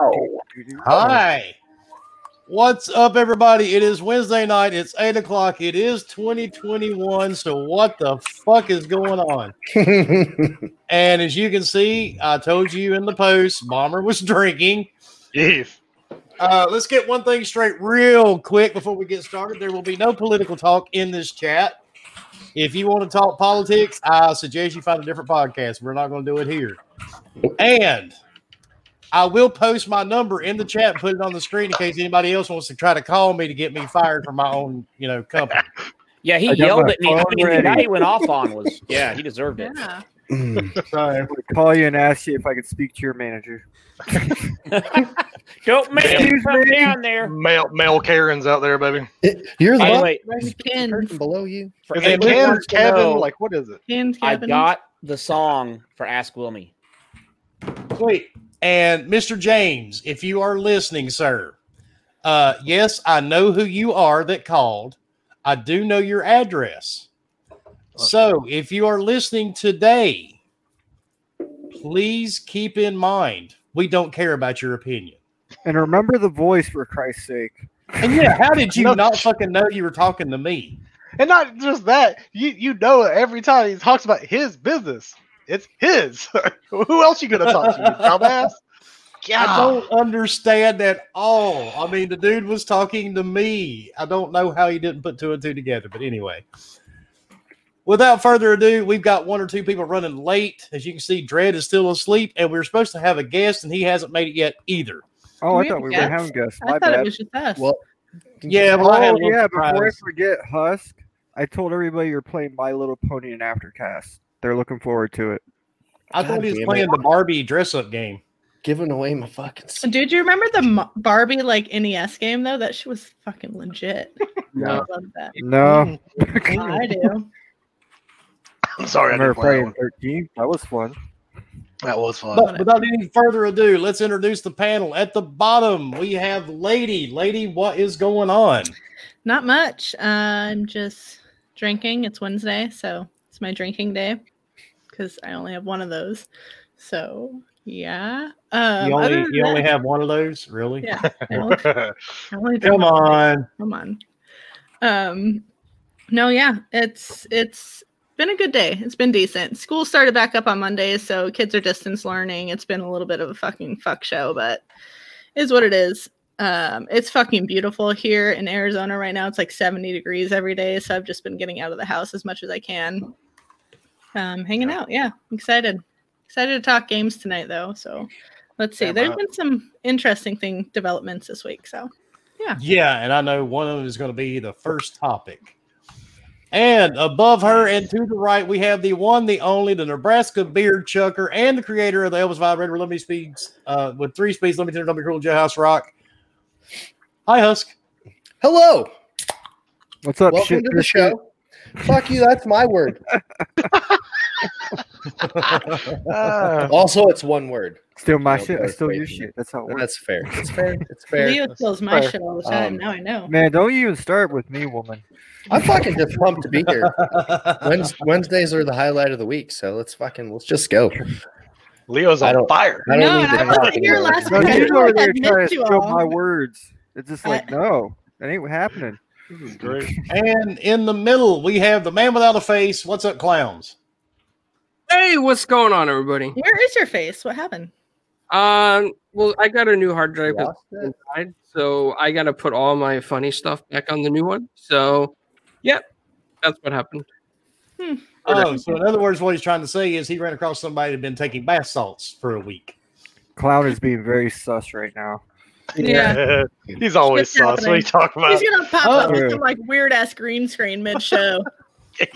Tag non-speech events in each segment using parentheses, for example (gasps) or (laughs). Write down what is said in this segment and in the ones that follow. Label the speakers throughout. Speaker 1: Oh,
Speaker 2: Hi. What's up, everybody? It is Wednesday night. It's 8 o'clock. It is 2021. So, what the fuck is going on? and as you can see, I told you in the post, Bomber was drinking.
Speaker 3: Jeez.
Speaker 2: Uh, let's get one thing straight real quick before we get started. There will be no political talk in this chat. If you want to talk politics, I suggest you find a different podcast. We're not going to do it here. And I will post my number in the chat and put it on the screen in case anybody else wants to try to call me to get me fired from my own, you know, company.
Speaker 4: Yeah, he
Speaker 1: I got
Speaker 4: yelled
Speaker 1: my
Speaker 4: at me. I
Speaker 1: phone
Speaker 4: mean, the
Speaker 1: ready.
Speaker 4: guy he went off on was yeah, he deserved it.
Speaker 5: Yeah.
Speaker 2: So,
Speaker 1: I'm gonna call you and ask you if I could speak to your manager.
Speaker 4: Don't make him
Speaker 1: Excuse
Speaker 4: come
Speaker 1: me.
Speaker 4: down there.
Speaker 3: Male, male Karens out there, baby.
Speaker 6: You're the
Speaker 4: Anyway,
Speaker 6: boss.
Speaker 5: Ken.
Speaker 6: person below you.
Speaker 4: for
Speaker 3: Is it
Speaker 4: anyone
Speaker 3: Ken
Speaker 4: who
Speaker 3: or
Speaker 4: wants to
Speaker 3: Kevin?
Speaker 4: know,
Speaker 3: Like, what is it?
Speaker 5: Hand
Speaker 4: I
Speaker 5: cabinets.
Speaker 4: got the song for Ask Wilmy.
Speaker 2: sweet. And Mr. James, if you are listening, sir, uh, yes, I know who you are that called. I do know your address. So if you are listening today, please keep in mind we don't care about your opinion.
Speaker 1: And remember the voice for Christ's sake.
Speaker 2: And yeah, how did you
Speaker 3: No.
Speaker 2: not fucking know you were talking to me?
Speaker 3: And not just that, you you know every time he talks about his business, it's his. (laughs) Who else you gonna talk to, you dumbass?
Speaker 2: I
Speaker 3: God.
Speaker 2: don't understand at all. I mean, the dude was talking to me. I don't know how he didn't put two and two together, but anyway. Without further ado, we've got one or two people running late. As you can see, Dredd is still asleep, and we are supposed to have a guest, and he hasn't made it yet either.
Speaker 1: Oh,
Speaker 5: We have
Speaker 1: I thought we
Speaker 5: guests.
Speaker 1: were having guests.
Speaker 5: I
Speaker 1: My
Speaker 5: thought
Speaker 1: bad.
Speaker 5: it was just us.
Speaker 6: Well,
Speaker 2: Yeah, well, I had a
Speaker 1: oh,
Speaker 2: little
Speaker 1: yeah. Before I
Speaker 2: surprise.
Speaker 1: forget, Husk, I told everybody you're playing My Little Pony in Aftercast. They're looking forward to it.
Speaker 2: I thought
Speaker 6: God
Speaker 2: he was
Speaker 6: damn
Speaker 2: playing
Speaker 6: it.
Speaker 2: the Barbie dress up game.
Speaker 6: giving away my fucking. s-
Speaker 5: Dude, you remember the Mo- Barbie like NES game though? That shit was fucking
Speaker 2: (laughs)
Speaker 5: legit. I
Speaker 6: No.
Speaker 5: love that.
Speaker 1: No,
Speaker 5: (laughs) I do.
Speaker 3: I'm sorry, I
Speaker 1: remember
Speaker 3: didn't play that
Speaker 1: playing
Speaker 3: one.
Speaker 1: 13. That was fun.
Speaker 3: That was fun.
Speaker 2: But without any further ado, let's introduce the panel. At the bottom, we have Lady. Lady, what is going on?
Speaker 5: Not much. Uh, I'm just drinking. It's Wednesday, so it's my drinking day because I only have one of those. So yeah. Um,
Speaker 2: you
Speaker 5: other
Speaker 2: only
Speaker 5: than
Speaker 2: you only
Speaker 5: that-
Speaker 2: have one of those, really?
Speaker 5: Yeah. I only- I only drink
Speaker 2: Come
Speaker 5: one.
Speaker 2: on.
Speaker 5: come on um no yeah it's it's been a good day it's been decent school started back up on mondays so kids are distance learning it's been a little bit of a fucking fuck show but is what it is um it's fucking beautiful here in arizona right now it's like 70 degrees every day so i've just been getting out of the house as much as i can um hanging out yeah I'm excited excited to talk games tonight though so let's see
Speaker 3: Damn
Speaker 5: there's
Speaker 3: right.
Speaker 5: been some interesting thing developments this week so
Speaker 2: Yeah, and I know one of them is going to be the first topic. And above her and to the right, we have the one, the only, the Nebraska beard chucker and the creator of the Elvis Vibrator. Let me speeds uh, with three speeds. Let me turn it on the cool House Rock. Hi, Husk.
Speaker 6: Hello,
Speaker 1: What's up?
Speaker 6: welcome
Speaker 1: shit,
Speaker 6: to the
Speaker 1: shit?
Speaker 3: (laughs)
Speaker 6: show. Fuck you. That's my
Speaker 1: (laughs)
Speaker 6: word. (laughs)
Speaker 3: Ah,
Speaker 6: Also, it's one word.
Speaker 1: Steal my
Speaker 6: No,
Speaker 1: shit. I
Speaker 6: that's
Speaker 1: steal your
Speaker 6: crazy.
Speaker 1: shit. That's how it works.
Speaker 6: That's
Speaker 1: (laughs)
Speaker 6: fair. It's fair. It's fair.
Speaker 5: Leo steals my
Speaker 3: fair.
Speaker 5: shit all the time.
Speaker 6: Um,
Speaker 5: now I know.
Speaker 1: Man, don't you even start with me, woman.
Speaker 6: I'm fucking just pumped to be here. Wednes- Wednesdays are the highlight of the week, so let's fucking let's just go.
Speaker 3: Leo's
Speaker 6: I
Speaker 3: on
Speaker 6: don't-
Speaker 3: fire.
Speaker 6: I don't
Speaker 5: No,
Speaker 6: need to
Speaker 5: I
Speaker 6: talk
Speaker 5: wasn't here
Speaker 6: anymore.
Speaker 5: last
Speaker 1: No,
Speaker 5: week. I
Speaker 1: you
Speaker 5: feel
Speaker 1: over
Speaker 5: like I
Speaker 1: there trying
Speaker 5: missed
Speaker 1: to
Speaker 5: you
Speaker 1: steal my
Speaker 5: all.
Speaker 1: words. It's just like, no, that ain't happening.
Speaker 3: This is great.
Speaker 2: and in the middle, we have the man without a face. What's up, clowns?
Speaker 7: Hey, what's going on, everybody?
Speaker 5: Where is your face? What happened?
Speaker 7: Um, well, I got a new hard drive 'cause
Speaker 6: Lost it?
Speaker 7: it died, so I got to put all my funny stuff back on the new one. So, yeah, that's what happened.
Speaker 2: Oh, so in other words, what he's trying to say is he ran across somebody that had been taking bath salts for a week.
Speaker 1: Clown is being very sus right now.
Speaker 5: Yeah.
Speaker 3: (laughs) He's
Speaker 5: What's
Speaker 3: always sus. Oh, What are you talking about?
Speaker 5: He's gonna pop up
Speaker 1: Oh.
Speaker 5: with some like weird ass green screen mid
Speaker 3: (laughs)
Speaker 5: show.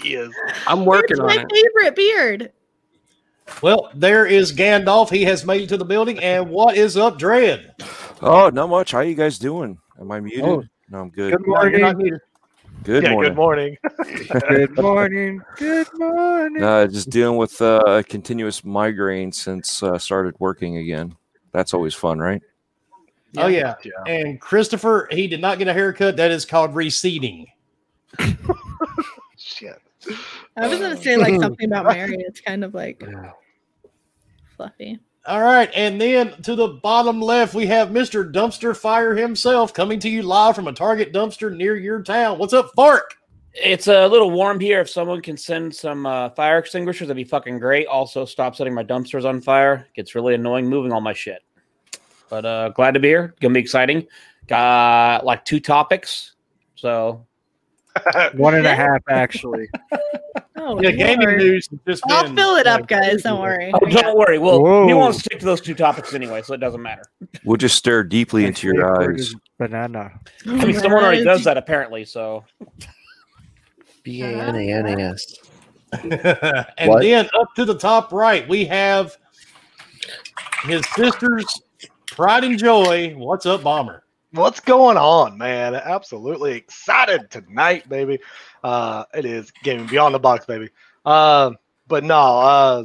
Speaker 3: he is.
Speaker 7: I'm working
Speaker 5: it's
Speaker 7: on
Speaker 5: my
Speaker 7: it.
Speaker 5: favorite beard.
Speaker 2: Well, there is Gandalf. He has made it to the building. And what is up, Dread?
Speaker 8: Oh, not much. How you guys doing? Am I muted?
Speaker 6: Oh.
Speaker 8: No, I'm good.
Speaker 1: Good morning.
Speaker 8: Good
Speaker 3: yeah,
Speaker 8: morning.
Speaker 3: good morning.
Speaker 5: (laughs)
Speaker 3: (laughs)
Speaker 1: Good morning. Good morning.
Speaker 8: No, just dealing with uh, a continuous migraine since uh, started working again. That's always fun, right?
Speaker 2: Oh, yeah.
Speaker 3: Yeah.
Speaker 2: And Christopher, he did not get a haircut. That is called receding.
Speaker 3: Shit.
Speaker 5: I was gonna say like something about Mary. It's kind of like fluffy.
Speaker 2: All right, and then to the bottom left, we have Mr. Dumpster Fire himself coming to you live from a Target dumpster near your town. What's up, Fark?
Speaker 4: It's a little warm here. If someone can send some uh, fire extinguishers, that'd be fucking great. Also, stop setting my dumpsters on fire. Gets really annoying moving all my shit. But uh, glad to be here. Gonna be exciting. Got like two topics. So
Speaker 1: One and a half, actually.
Speaker 5: Oh,
Speaker 2: Yeah, gaming
Speaker 5: Lord.
Speaker 2: news has just
Speaker 5: I'll
Speaker 2: been,
Speaker 5: fill it
Speaker 2: uh,
Speaker 5: up, guys. Don't worry.
Speaker 4: oh, don't worry. Well,
Speaker 1: Whoa.
Speaker 4: we won't stick to those two topics anyway, so it doesn't matter.
Speaker 8: We'll just stare deeply into your
Speaker 1: Favorite
Speaker 8: eyes.
Speaker 1: is Banana.
Speaker 4: I mean, someone already does that apparently.
Speaker 2: (laughs)
Speaker 4: So
Speaker 6: B A N A N A S.
Speaker 2: and
Speaker 6: What?
Speaker 2: then up to the top right, we have his sister's pride and joy. What's up, Bomber?
Speaker 3: What's going on, man? Absolutely excited tonight, baby. Uh, it is gaming beyond the box, baby. Uh, but no, uh,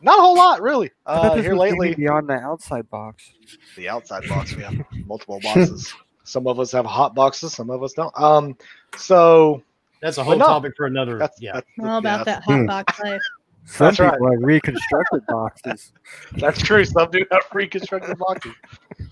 Speaker 3: not a whole lot really.
Speaker 1: I thought
Speaker 3: Uh,
Speaker 1: this
Speaker 3: here
Speaker 1: was maybe
Speaker 3: lately,
Speaker 1: beyond the outside box.
Speaker 3: the outside box. We have multiple boxes. Some of us have hot boxes. Some of us don't. Um, so
Speaker 2: That's a whole
Speaker 3: no,
Speaker 2: topic for another.
Speaker 3: that's
Speaker 2: yeah,
Speaker 3: that's,
Speaker 5: All
Speaker 3: yeah,
Speaker 5: about
Speaker 3: that's-
Speaker 5: that
Speaker 1: Hmm.
Speaker 5: hot box life.
Speaker 1: Some
Speaker 3: That's right.
Speaker 1: people have reconstructed
Speaker 3: (laughs)
Speaker 1: boxes.
Speaker 3: That's true. Some do have reconstructed boxes.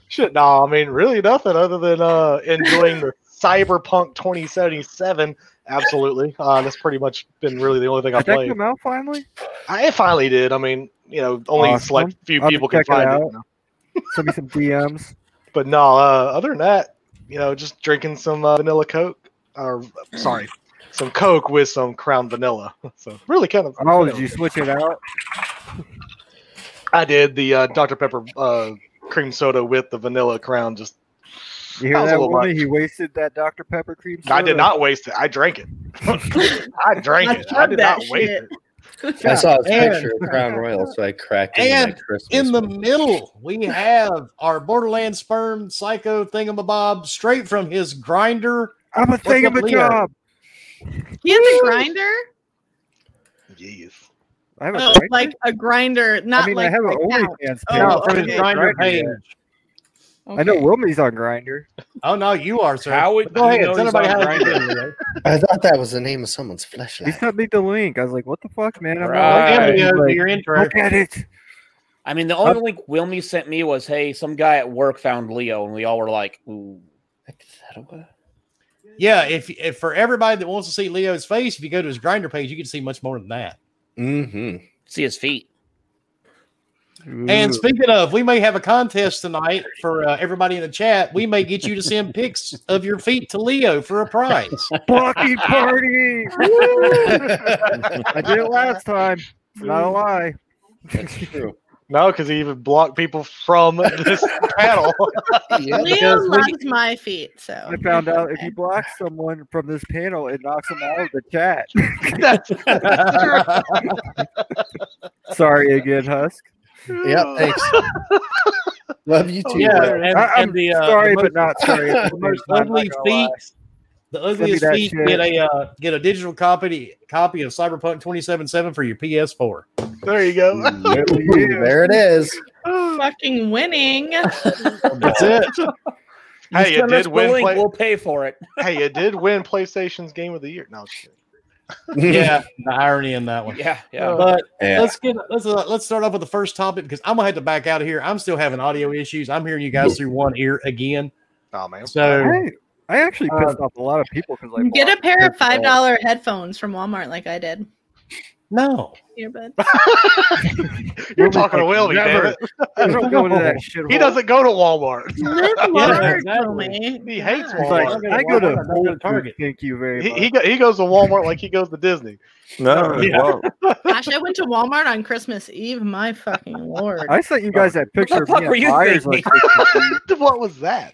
Speaker 3: Shit, no, I mean really nothing other than uh enjoying the Cyberpunk 2077. Absolutely, uh, that's pretty much been really the only thing I
Speaker 1: Did that
Speaker 3: played.
Speaker 1: come out finally?
Speaker 3: I finally did. I mean, you know, only
Speaker 1: Awesome.
Speaker 3: select few
Speaker 1: I'll
Speaker 3: people can
Speaker 1: check it
Speaker 3: find it.
Speaker 1: out.
Speaker 3: you know.
Speaker 1: Send me some
Speaker 3: (laughs)
Speaker 1: DMs.
Speaker 3: But no, uh, other than that, you know, just drinking some uh, vanilla Coke, or
Speaker 6: Mm.
Speaker 3: sorry, some Coke with some Crown Vanilla. (laughs) So really kind of.
Speaker 1: Oh, did you switch it out?
Speaker 3: I did the uh, Dr Pepper uh, cream soda with the vanilla Crown. Just
Speaker 1: You hear
Speaker 3: That was a
Speaker 1: that,
Speaker 3: little
Speaker 1: woman? He wasted that Dr. Pepper cream soda.
Speaker 3: I did not waste it. I drank it. I drank
Speaker 5: I
Speaker 3: it. I did
Speaker 5: love that
Speaker 3: not waste
Speaker 5: shit.
Speaker 3: it.
Speaker 6: I saw his
Speaker 2: And-
Speaker 6: picture of Crown Royal, so I cracked into my
Speaker 2: And
Speaker 6: Christmas
Speaker 2: In the
Speaker 6: one.
Speaker 2: middle, we have our Borderlands sperm psycho thingamabob straight from his grinder.
Speaker 1: I'm a
Speaker 2: up,
Speaker 1: thing of a
Speaker 2: Leo?
Speaker 1: job.
Speaker 5: He has a grinder?
Speaker 3: Yes.
Speaker 1: I
Speaker 2: Uh,
Speaker 1: have a
Speaker 5: Oh,
Speaker 1: grinder?
Speaker 5: like a grinder, not
Speaker 1: I mean,
Speaker 5: like
Speaker 1: I have an
Speaker 5: an account.
Speaker 1: OnlyFans page.
Speaker 5: Oh,
Speaker 2: No,
Speaker 5: okay.
Speaker 2: from his grinder page.
Speaker 1: I know
Speaker 5: Okay.
Speaker 1: Wilmy's on Grinder.
Speaker 2: Oh no, you are sir.
Speaker 4: How would
Speaker 2: But go
Speaker 4: you
Speaker 2: ahead,
Speaker 4: know
Speaker 2: tell
Speaker 4: he's
Speaker 2: everybody
Speaker 4: on
Speaker 2: how to
Speaker 4: Grindr?
Speaker 2: do it.
Speaker 6: I thought that was the name of someone's
Speaker 1: He
Speaker 6: flashlight.
Speaker 1: sent me the link. I was like, "What the fuck, man?" I'm
Speaker 4: Right.
Speaker 1: not on
Speaker 2: Damn,
Speaker 1: Grindr.
Speaker 2: you
Speaker 1: He's
Speaker 2: know,
Speaker 1: like,
Speaker 2: your intro.
Speaker 1: Look at it.
Speaker 4: I mean, the only link Wilmy sent me was, "Hey, some guy at work found Leo," and we all were like, "Ooh."
Speaker 2: Yeah, if, if for everybody that wants to see Leo's face, if you go to his grinder page, you can see much more than that.
Speaker 6: Mm-hmm.
Speaker 4: See his feet.
Speaker 1: Ooh.
Speaker 2: And speaking of, we may have a contest tonight for uh, everybody in the chat. We may get you
Speaker 1: (laughs)
Speaker 2: to send pics of your feet to Leo for a prize.
Speaker 1: Blocky party. (laughs) I did it last time. It's not
Speaker 3: (laughs)
Speaker 1: a lie.
Speaker 6: That's true.
Speaker 3: No, because he even blocked people
Speaker 1: (laughs)
Speaker 3: from this panel.
Speaker 6: yeah.
Speaker 5: Leo loves my feet, so
Speaker 1: I found
Speaker 3: (laughs)
Speaker 1: out if
Speaker 5: Okay.
Speaker 2: Um,
Speaker 1: you block someone from this panel, it knocks them out of the
Speaker 2: (laughs)
Speaker 1: chat. (laughs) Sorry again, Husk.
Speaker 6: yeah, thanks. Love you too.
Speaker 2: yeah,
Speaker 6: bro.
Speaker 2: and,
Speaker 1: I, I'm
Speaker 2: and the, uh,
Speaker 1: sorry,
Speaker 2: the
Speaker 1: but not sorry. at (laughs)
Speaker 2: the
Speaker 1: the
Speaker 2: most
Speaker 1: same time,
Speaker 2: ugly
Speaker 1: not gonna lie.
Speaker 2: feet. The
Speaker 1: me
Speaker 2: ugliest
Speaker 1: that
Speaker 2: feet
Speaker 1: shit.
Speaker 2: get a uh, get a digital copy copy of Cyberpunk 2077 for your PS4.
Speaker 3: there you go.
Speaker 6: Ooh, there it is.
Speaker 5: fucking winning.
Speaker 2: That's it.
Speaker 3: (laughs)
Speaker 4: You
Speaker 3: Hey, it
Speaker 4: send
Speaker 3: did
Speaker 4: us the
Speaker 3: win
Speaker 4: link,
Speaker 3: play-
Speaker 4: We'll pay for it.
Speaker 3: (laughs) hey, it did win PlayStation's Game of the Year. No, I'm just kidding.
Speaker 2: Yeah, (laughs) the irony in that one.
Speaker 4: Yeah, yeah.
Speaker 2: But
Speaker 6: Yeah.
Speaker 2: let's get let's uh, let's start off with the first topic because I'm gonna have to back out of here. I'm still having audio issues. I'm hearing you guys through one ear again.
Speaker 3: Oh man.
Speaker 2: So uh,
Speaker 1: I, I actually pissed off a lot of people because I
Speaker 5: Get a
Speaker 1: blocked
Speaker 5: pair of
Speaker 1: people.
Speaker 5: five dollar headphones from Walmart, like I did.
Speaker 2: no,
Speaker 3: (laughs)
Speaker 5: Earbuds.
Speaker 3: You're
Speaker 1: Wilmy's
Speaker 3: talking to
Speaker 1: like,
Speaker 3: Wilmy,
Speaker 1: "Never."
Speaker 3: damn it.
Speaker 4: (laughs)
Speaker 1: I don't go into that shit.
Speaker 3: He doesn't go to Walmart.
Speaker 5: Live large, Wilmy.
Speaker 3: He hates
Speaker 5: God.
Speaker 1: He's
Speaker 3: Walmart.
Speaker 1: like,
Speaker 2: I'm gonna
Speaker 1: I go
Speaker 2: walk out,
Speaker 1: to
Speaker 2: I'm gonna
Speaker 1: Whole Target.
Speaker 2: Target."
Speaker 1: Thank you very
Speaker 3: He,
Speaker 1: much.
Speaker 3: he, go, he goes to Walmart like he goes
Speaker 4: (laughs)
Speaker 3: to Disney.
Speaker 8: (laughs) No,
Speaker 3: Yeah.
Speaker 8: well,
Speaker 5: Gosh, I went to Walmart on Christmas Eve. My fucking lord.
Speaker 1: I sent you guys that picture of
Speaker 4: fuck
Speaker 1: me
Speaker 4: were
Speaker 1: at
Speaker 4: you
Speaker 3: (laughs)
Speaker 1: Myers on
Speaker 4: thinking?
Speaker 1: Christmas Eve.
Speaker 3: what was that?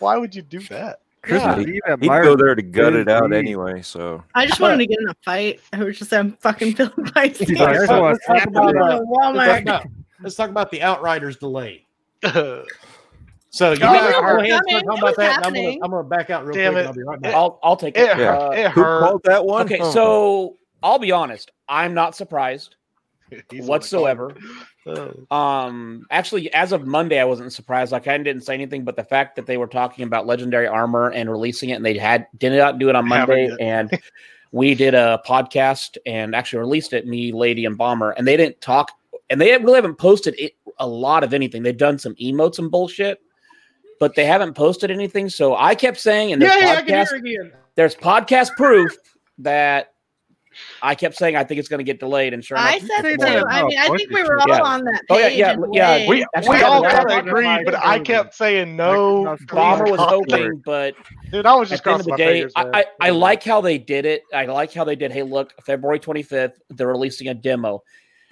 Speaker 3: Why would you do that?
Speaker 1: Christmas Eve at
Speaker 8: he'd go
Speaker 1: Myers.
Speaker 8: there to gut it out
Speaker 1: Indeed.
Speaker 8: anyway. So
Speaker 5: I just wanted to get in a fight. I was just I'm fucking feeling myself.
Speaker 1: He's like, I just want to
Speaker 2: Let's
Speaker 1: slap
Speaker 2: talk about,
Speaker 1: you.
Speaker 2: uh,
Speaker 5: Going to
Speaker 2: let's talk
Speaker 5: Walmart.
Speaker 2: about, let's talk about the
Speaker 1: (laughs)
Speaker 2: Outriders delay.
Speaker 3: damn
Speaker 2: So
Speaker 3: Oh,
Speaker 2: you guys
Speaker 3: it
Speaker 2: go
Speaker 3: was
Speaker 2: ahead and
Speaker 5: coming. It was
Speaker 2: start talking about that, and I'm gonna,
Speaker 5: happening.
Speaker 2: I'm gonna back out real
Speaker 3: Damn
Speaker 2: quick.
Speaker 3: it.
Speaker 2: And I'll be right back.
Speaker 4: I'll I'll take
Speaker 3: It
Speaker 4: it.
Speaker 8: Yeah.
Speaker 3: hurt.
Speaker 4: Uh,
Speaker 3: It
Speaker 8: who
Speaker 3: hurt.
Speaker 8: called that one?
Speaker 4: okay,
Speaker 8: Huh.
Speaker 4: so I'll be honest. I'm not surprised
Speaker 3: (laughs) He's
Speaker 4: whatsoever.
Speaker 3: on the
Speaker 8: Oh.
Speaker 3: call.
Speaker 4: Um, actually, as of Monday, I wasn't surprised. Like I didn't say anything, but the fact that they were talking about legendary armor and releasing it, and they had did not do it on
Speaker 3: Haven't
Speaker 4: Monday,
Speaker 3: yet.
Speaker 4: and
Speaker 3: (laughs)
Speaker 4: we did a podcast and actually released it, me, Lady, and Bomber, and they didn't talk, and they really haven't posted it, a lot of anything. They've done some emotes and bullshit, but they haven't posted anything. So I kept saying, and there's,
Speaker 2: Yeah, I can
Speaker 4: podcast,
Speaker 2: hear again.
Speaker 4: there's podcast proof that I kept saying I think it's going to get delayed. And sure enough,
Speaker 5: I said
Speaker 3: they
Speaker 5: it too.
Speaker 3: did it
Speaker 5: I mean, I
Speaker 3: about
Speaker 5: think we were all
Speaker 4: Yeah.
Speaker 5: on that page.
Speaker 4: Oh, yeah, yeah,
Speaker 5: and
Speaker 4: yeah.
Speaker 5: way-
Speaker 3: We,
Speaker 4: That's
Speaker 3: we
Speaker 4: kinda
Speaker 3: all
Speaker 4: what
Speaker 3: kind of
Speaker 4: happened.
Speaker 3: agreed, but I kept saying no.
Speaker 1: Like,
Speaker 4: Bomber was
Speaker 3: Copper.
Speaker 4: hoping, but
Speaker 3: Dude, I was
Speaker 4: at
Speaker 3: just
Speaker 4: the end of
Speaker 3: crossing
Speaker 4: the
Speaker 3: my
Speaker 4: day,
Speaker 3: fingers.
Speaker 4: I,
Speaker 3: man.
Speaker 4: I, I like how they did it. I like how they did. Hey, look, February 25th, they're releasing a demo.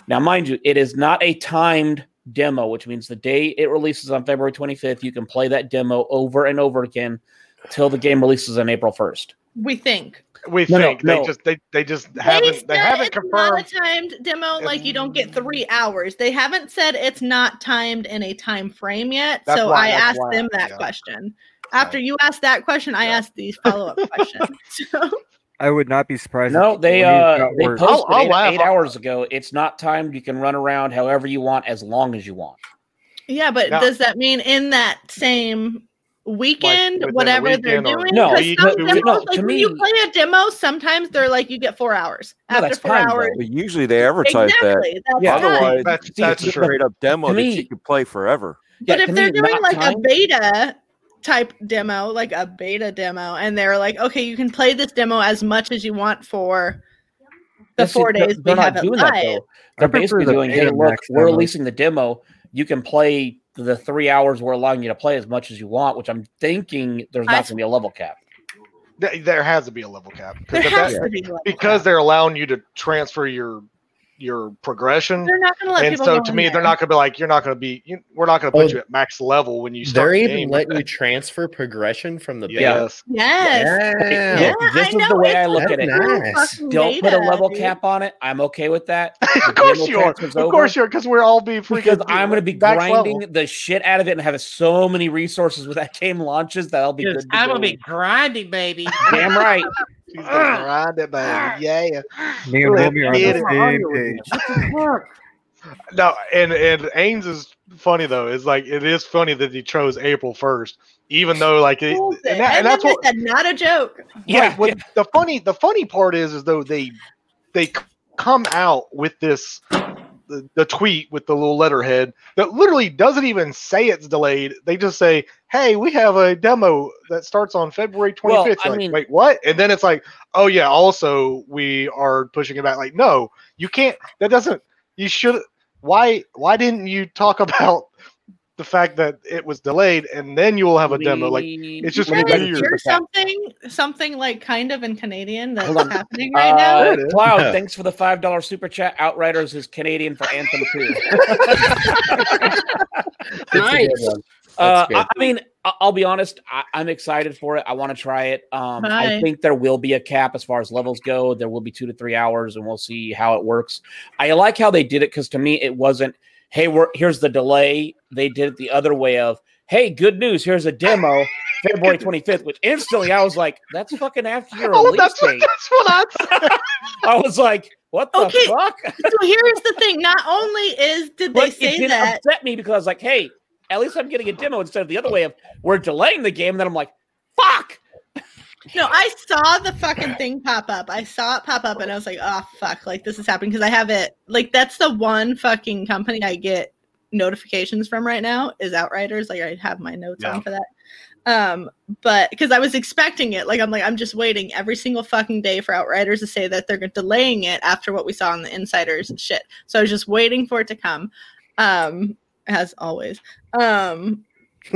Speaker 4: Now, mind you, it is not a timed demo, which means the day it releases on February 25th, you can play that demo over and over again till the game releases on April 1st.
Speaker 5: We think.
Speaker 3: we
Speaker 4: no, no,
Speaker 3: think they
Speaker 4: no.
Speaker 3: just they they just haven't
Speaker 5: said
Speaker 3: they haven't
Speaker 5: it's
Speaker 3: confirmed.
Speaker 5: Not a timed demo,
Speaker 3: It's-
Speaker 5: like you don't get three hours. They haven't said it's not timed in a time frame yet.
Speaker 3: That's
Speaker 5: so
Speaker 3: why-
Speaker 5: I
Speaker 3: that's
Speaker 5: asked
Speaker 3: why,
Speaker 5: them that
Speaker 3: yeah.
Speaker 5: question. After you asked that question, I
Speaker 6: Yeah.
Speaker 5: asked these follow
Speaker 3: (laughs)
Speaker 5: up questions. So
Speaker 1: I would not be surprised.
Speaker 4: No,
Speaker 1: if
Speaker 4: they
Speaker 1: Japanese
Speaker 4: uh
Speaker 1: got
Speaker 4: they
Speaker 1: worse.
Speaker 4: posted
Speaker 3: I'll- I'll
Speaker 4: eight-
Speaker 3: laugh.
Speaker 4: eight hours ago. It's not timed. You can run around however you want, as long as you want.
Speaker 5: yeah, but
Speaker 3: Now-
Speaker 5: does that mean in that same weekend,
Speaker 3: within a
Speaker 5: whatever they're
Speaker 3: weekend or
Speaker 5: doing?
Speaker 4: No,
Speaker 5: 'Cause
Speaker 3: you-
Speaker 5: some
Speaker 3: to-
Speaker 5: demos,
Speaker 4: no,
Speaker 5: like,
Speaker 4: to
Speaker 5: when you
Speaker 4: me-
Speaker 5: play a demo, sometimes they're like you get four hours.
Speaker 4: No,
Speaker 5: After
Speaker 4: that's
Speaker 5: four
Speaker 4: timed,
Speaker 5: hours,
Speaker 4: though.
Speaker 8: But usually they advertise that.
Speaker 5: exactly. That's
Speaker 4: Yeah.
Speaker 5: timed.
Speaker 8: Otherwise,
Speaker 3: That's-
Speaker 8: it's
Speaker 3: that's
Speaker 8: a
Speaker 3: true.
Speaker 8: straight up demo
Speaker 4: To
Speaker 8: that
Speaker 4: me-
Speaker 8: you could play forever.
Speaker 5: But
Speaker 4: Yeah, to
Speaker 5: if they're
Speaker 4: me,
Speaker 5: doing
Speaker 4: not
Speaker 5: like a
Speaker 4: timed-
Speaker 5: beta type demo, like a beta demo, and they're like, okay, you can play this demo as much as you want for the
Speaker 4: That's-
Speaker 5: four
Speaker 4: they're-
Speaker 5: days we
Speaker 4: they're not
Speaker 5: have it
Speaker 4: doing
Speaker 5: live.
Speaker 4: that, though. They're
Speaker 1: prefer
Speaker 4: basically
Speaker 1: the
Speaker 4: doing, hey,
Speaker 1: beta
Speaker 4: look,
Speaker 1: max
Speaker 4: we're
Speaker 1: demos.
Speaker 4: releasing the demo. You can play the three hours we're allowing you to play as much as you want, which I'm thinking there's
Speaker 5: I-
Speaker 4: not going to be a level cap.
Speaker 3: Th- There has to be a level cap
Speaker 5: there
Speaker 3: because if
Speaker 5: has
Speaker 3: that-
Speaker 5: to be a level
Speaker 3: because
Speaker 5: cap.
Speaker 3: they're allowing you to transfer your your progression.
Speaker 5: they're not going to let
Speaker 3: And
Speaker 5: people.
Speaker 3: so
Speaker 5: go
Speaker 3: to
Speaker 5: in
Speaker 3: me, they're
Speaker 5: there.
Speaker 3: not gonna be like you're not gonna be you, we're not gonna put
Speaker 6: Oh,
Speaker 3: you at max level when you start.
Speaker 6: They're
Speaker 3: the
Speaker 6: even
Speaker 3: game.
Speaker 6: letting you transfer progression from the
Speaker 4: Yeah.
Speaker 3: Yes.
Speaker 5: Yes.
Speaker 6: beta.
Speaker 4: Yeah.
Speaker 6: Yeah.
Speaker 5: Yeah,
Speaker 4: this
Speaker 5: I
Speaker 4: is the
Speaker 5: know,
Speaker 4: way I
Speaker 5: it's
Speaker 4: look
Speaker 5: a
Speaker 4: at it.
Speaker 5: full
Speaker 6: Nice.
Speaker 5: fucking
Speaker 4: Don't put a
Speaker 5: beta,
Speaker 4: level
Speaker 5: dude.
Speaker 4: cap on it. The demo transfer's over. I'm okay with that.
Speaker 3: of course you are. Of course you are, because we're all being freaking.
Speaker 4: Because I'm going to be
Speaker 3: max level.
Speaker 4: grinding the shit out of it and have so many resources when that (laughs) game launches that I'll be good.
Speaker 9: I'm gonna
Speaker 4: go.
Speaker 9: be grinding, baby.
Speaker 4: damn right.
Speaker 3: She's gonna grind it,
Speaker 2: Ah.
Speaker 3: baby. Yeah.
Speaker 1: Me and
Speaker 3: Let's
Speaker 1: Homie are on
Speaker 3: get
Speaker 1: the
Speaker 3: it.
Speaker 1: same page.
Speaker 3: No, and and Ains is funny though. It's like it is funny that he chose April first, even though like it,
Speaker 5: Bullshit.
Speaker 3: and, that, and that's
Speaker 5: then
Speaker 3: what
Speaker 5: they said, not a joke.
Speaker 4: Yeah,
Speaker 3: Right, what- The funny the funny part is is though they they c- come out with this the, the tweet with the little letterhead that literally doesn't even say it's delayed. They just say, "Hey, we have a demo that starts on February 25th."
Speaker 4: Well,
Speaker 3: You're
Speaker 4: I
Speaker 3: like,
Speaker 4: mean-
Speaker 3: wait, what? And then it's like, "Oh yeah, also we are pushing it back." Like, no, you can't. That doesn't. You should. Why? Why didn't you talk (laughs) about the fact that it was delayed and then you will have a demo? Like, it's just
Speaker 4: Let me go to
Speaker 3: weird.
Speaker 4: Super
Speaker 5: There's
Speaker 4: Cat.
Speaker 5: something, something like kind of in Canadian that's
Speaker 4: Hold on.
Speaker 5: happening right
Speaker 3: (laughs)
Speaker 5: now.
Speaker 4: Uh,
Speaker 3: There it is.
Speaker 4: Cloud,
Speaker 6: Yeah.
Speaker 4: thanks for the five dollar super chat. Outriders is Canadian for Anthem
Speaker 5: (laughs)
Speaker 4: too.
Speaker 7: Nice.
Speaker 4: Uh,
Speaker 6: That's good.
Speaker 4: I, I mean, I- I'll be honest. I, I'm excited for it. I want to try it. Um, I
Speaker 5: Hi.
Speaker 4: think there will be a cap as far as levels go. There will be two to three hours, and we'll see how it works. I like how they did it because to me, it wasn't. Hey, we're here's the delay. They did it the other way of. Hey, good news. Here's a demo, February 25th. Which instantly I was like, that's fucking after your
Speaker 3: oh,
Speaker 4: release
Speaker 3: that's what,
Speaker 4: date.
Speaker 3: that's what I said.
Speaker 4: I was like, what the
Speaker 5: Okay,
Speaker 4: (laughs) fuck?
Speaker 5: so here's the thing. Not only is did they
Speaker 4: But it
Speaker 5: say
Speaker 4: didn't
Speaker 5: that,
Speaker 4: upset me because I was like, hey, at least I'm getting a demo instead of the other way of we're delaying the game. And then I'm like, fuck.
Speaker 5: no, I saw the fucking thing pop up. I saw it pop up, and I was like, oh fuck, like this is happening because I have it. Like that's the one fucking company I get notifications from right now is Outriders. Like I have my notes
Speaker 3: Yeah.
Speaker 5: on for that. Um, but because I was expecting it, like I'm like I'm just waiting every single fucking day for Outriders to say that they're delaying it after what we saw on the Insiders shit. So I was just waiting for it to come. Um, as always. Um,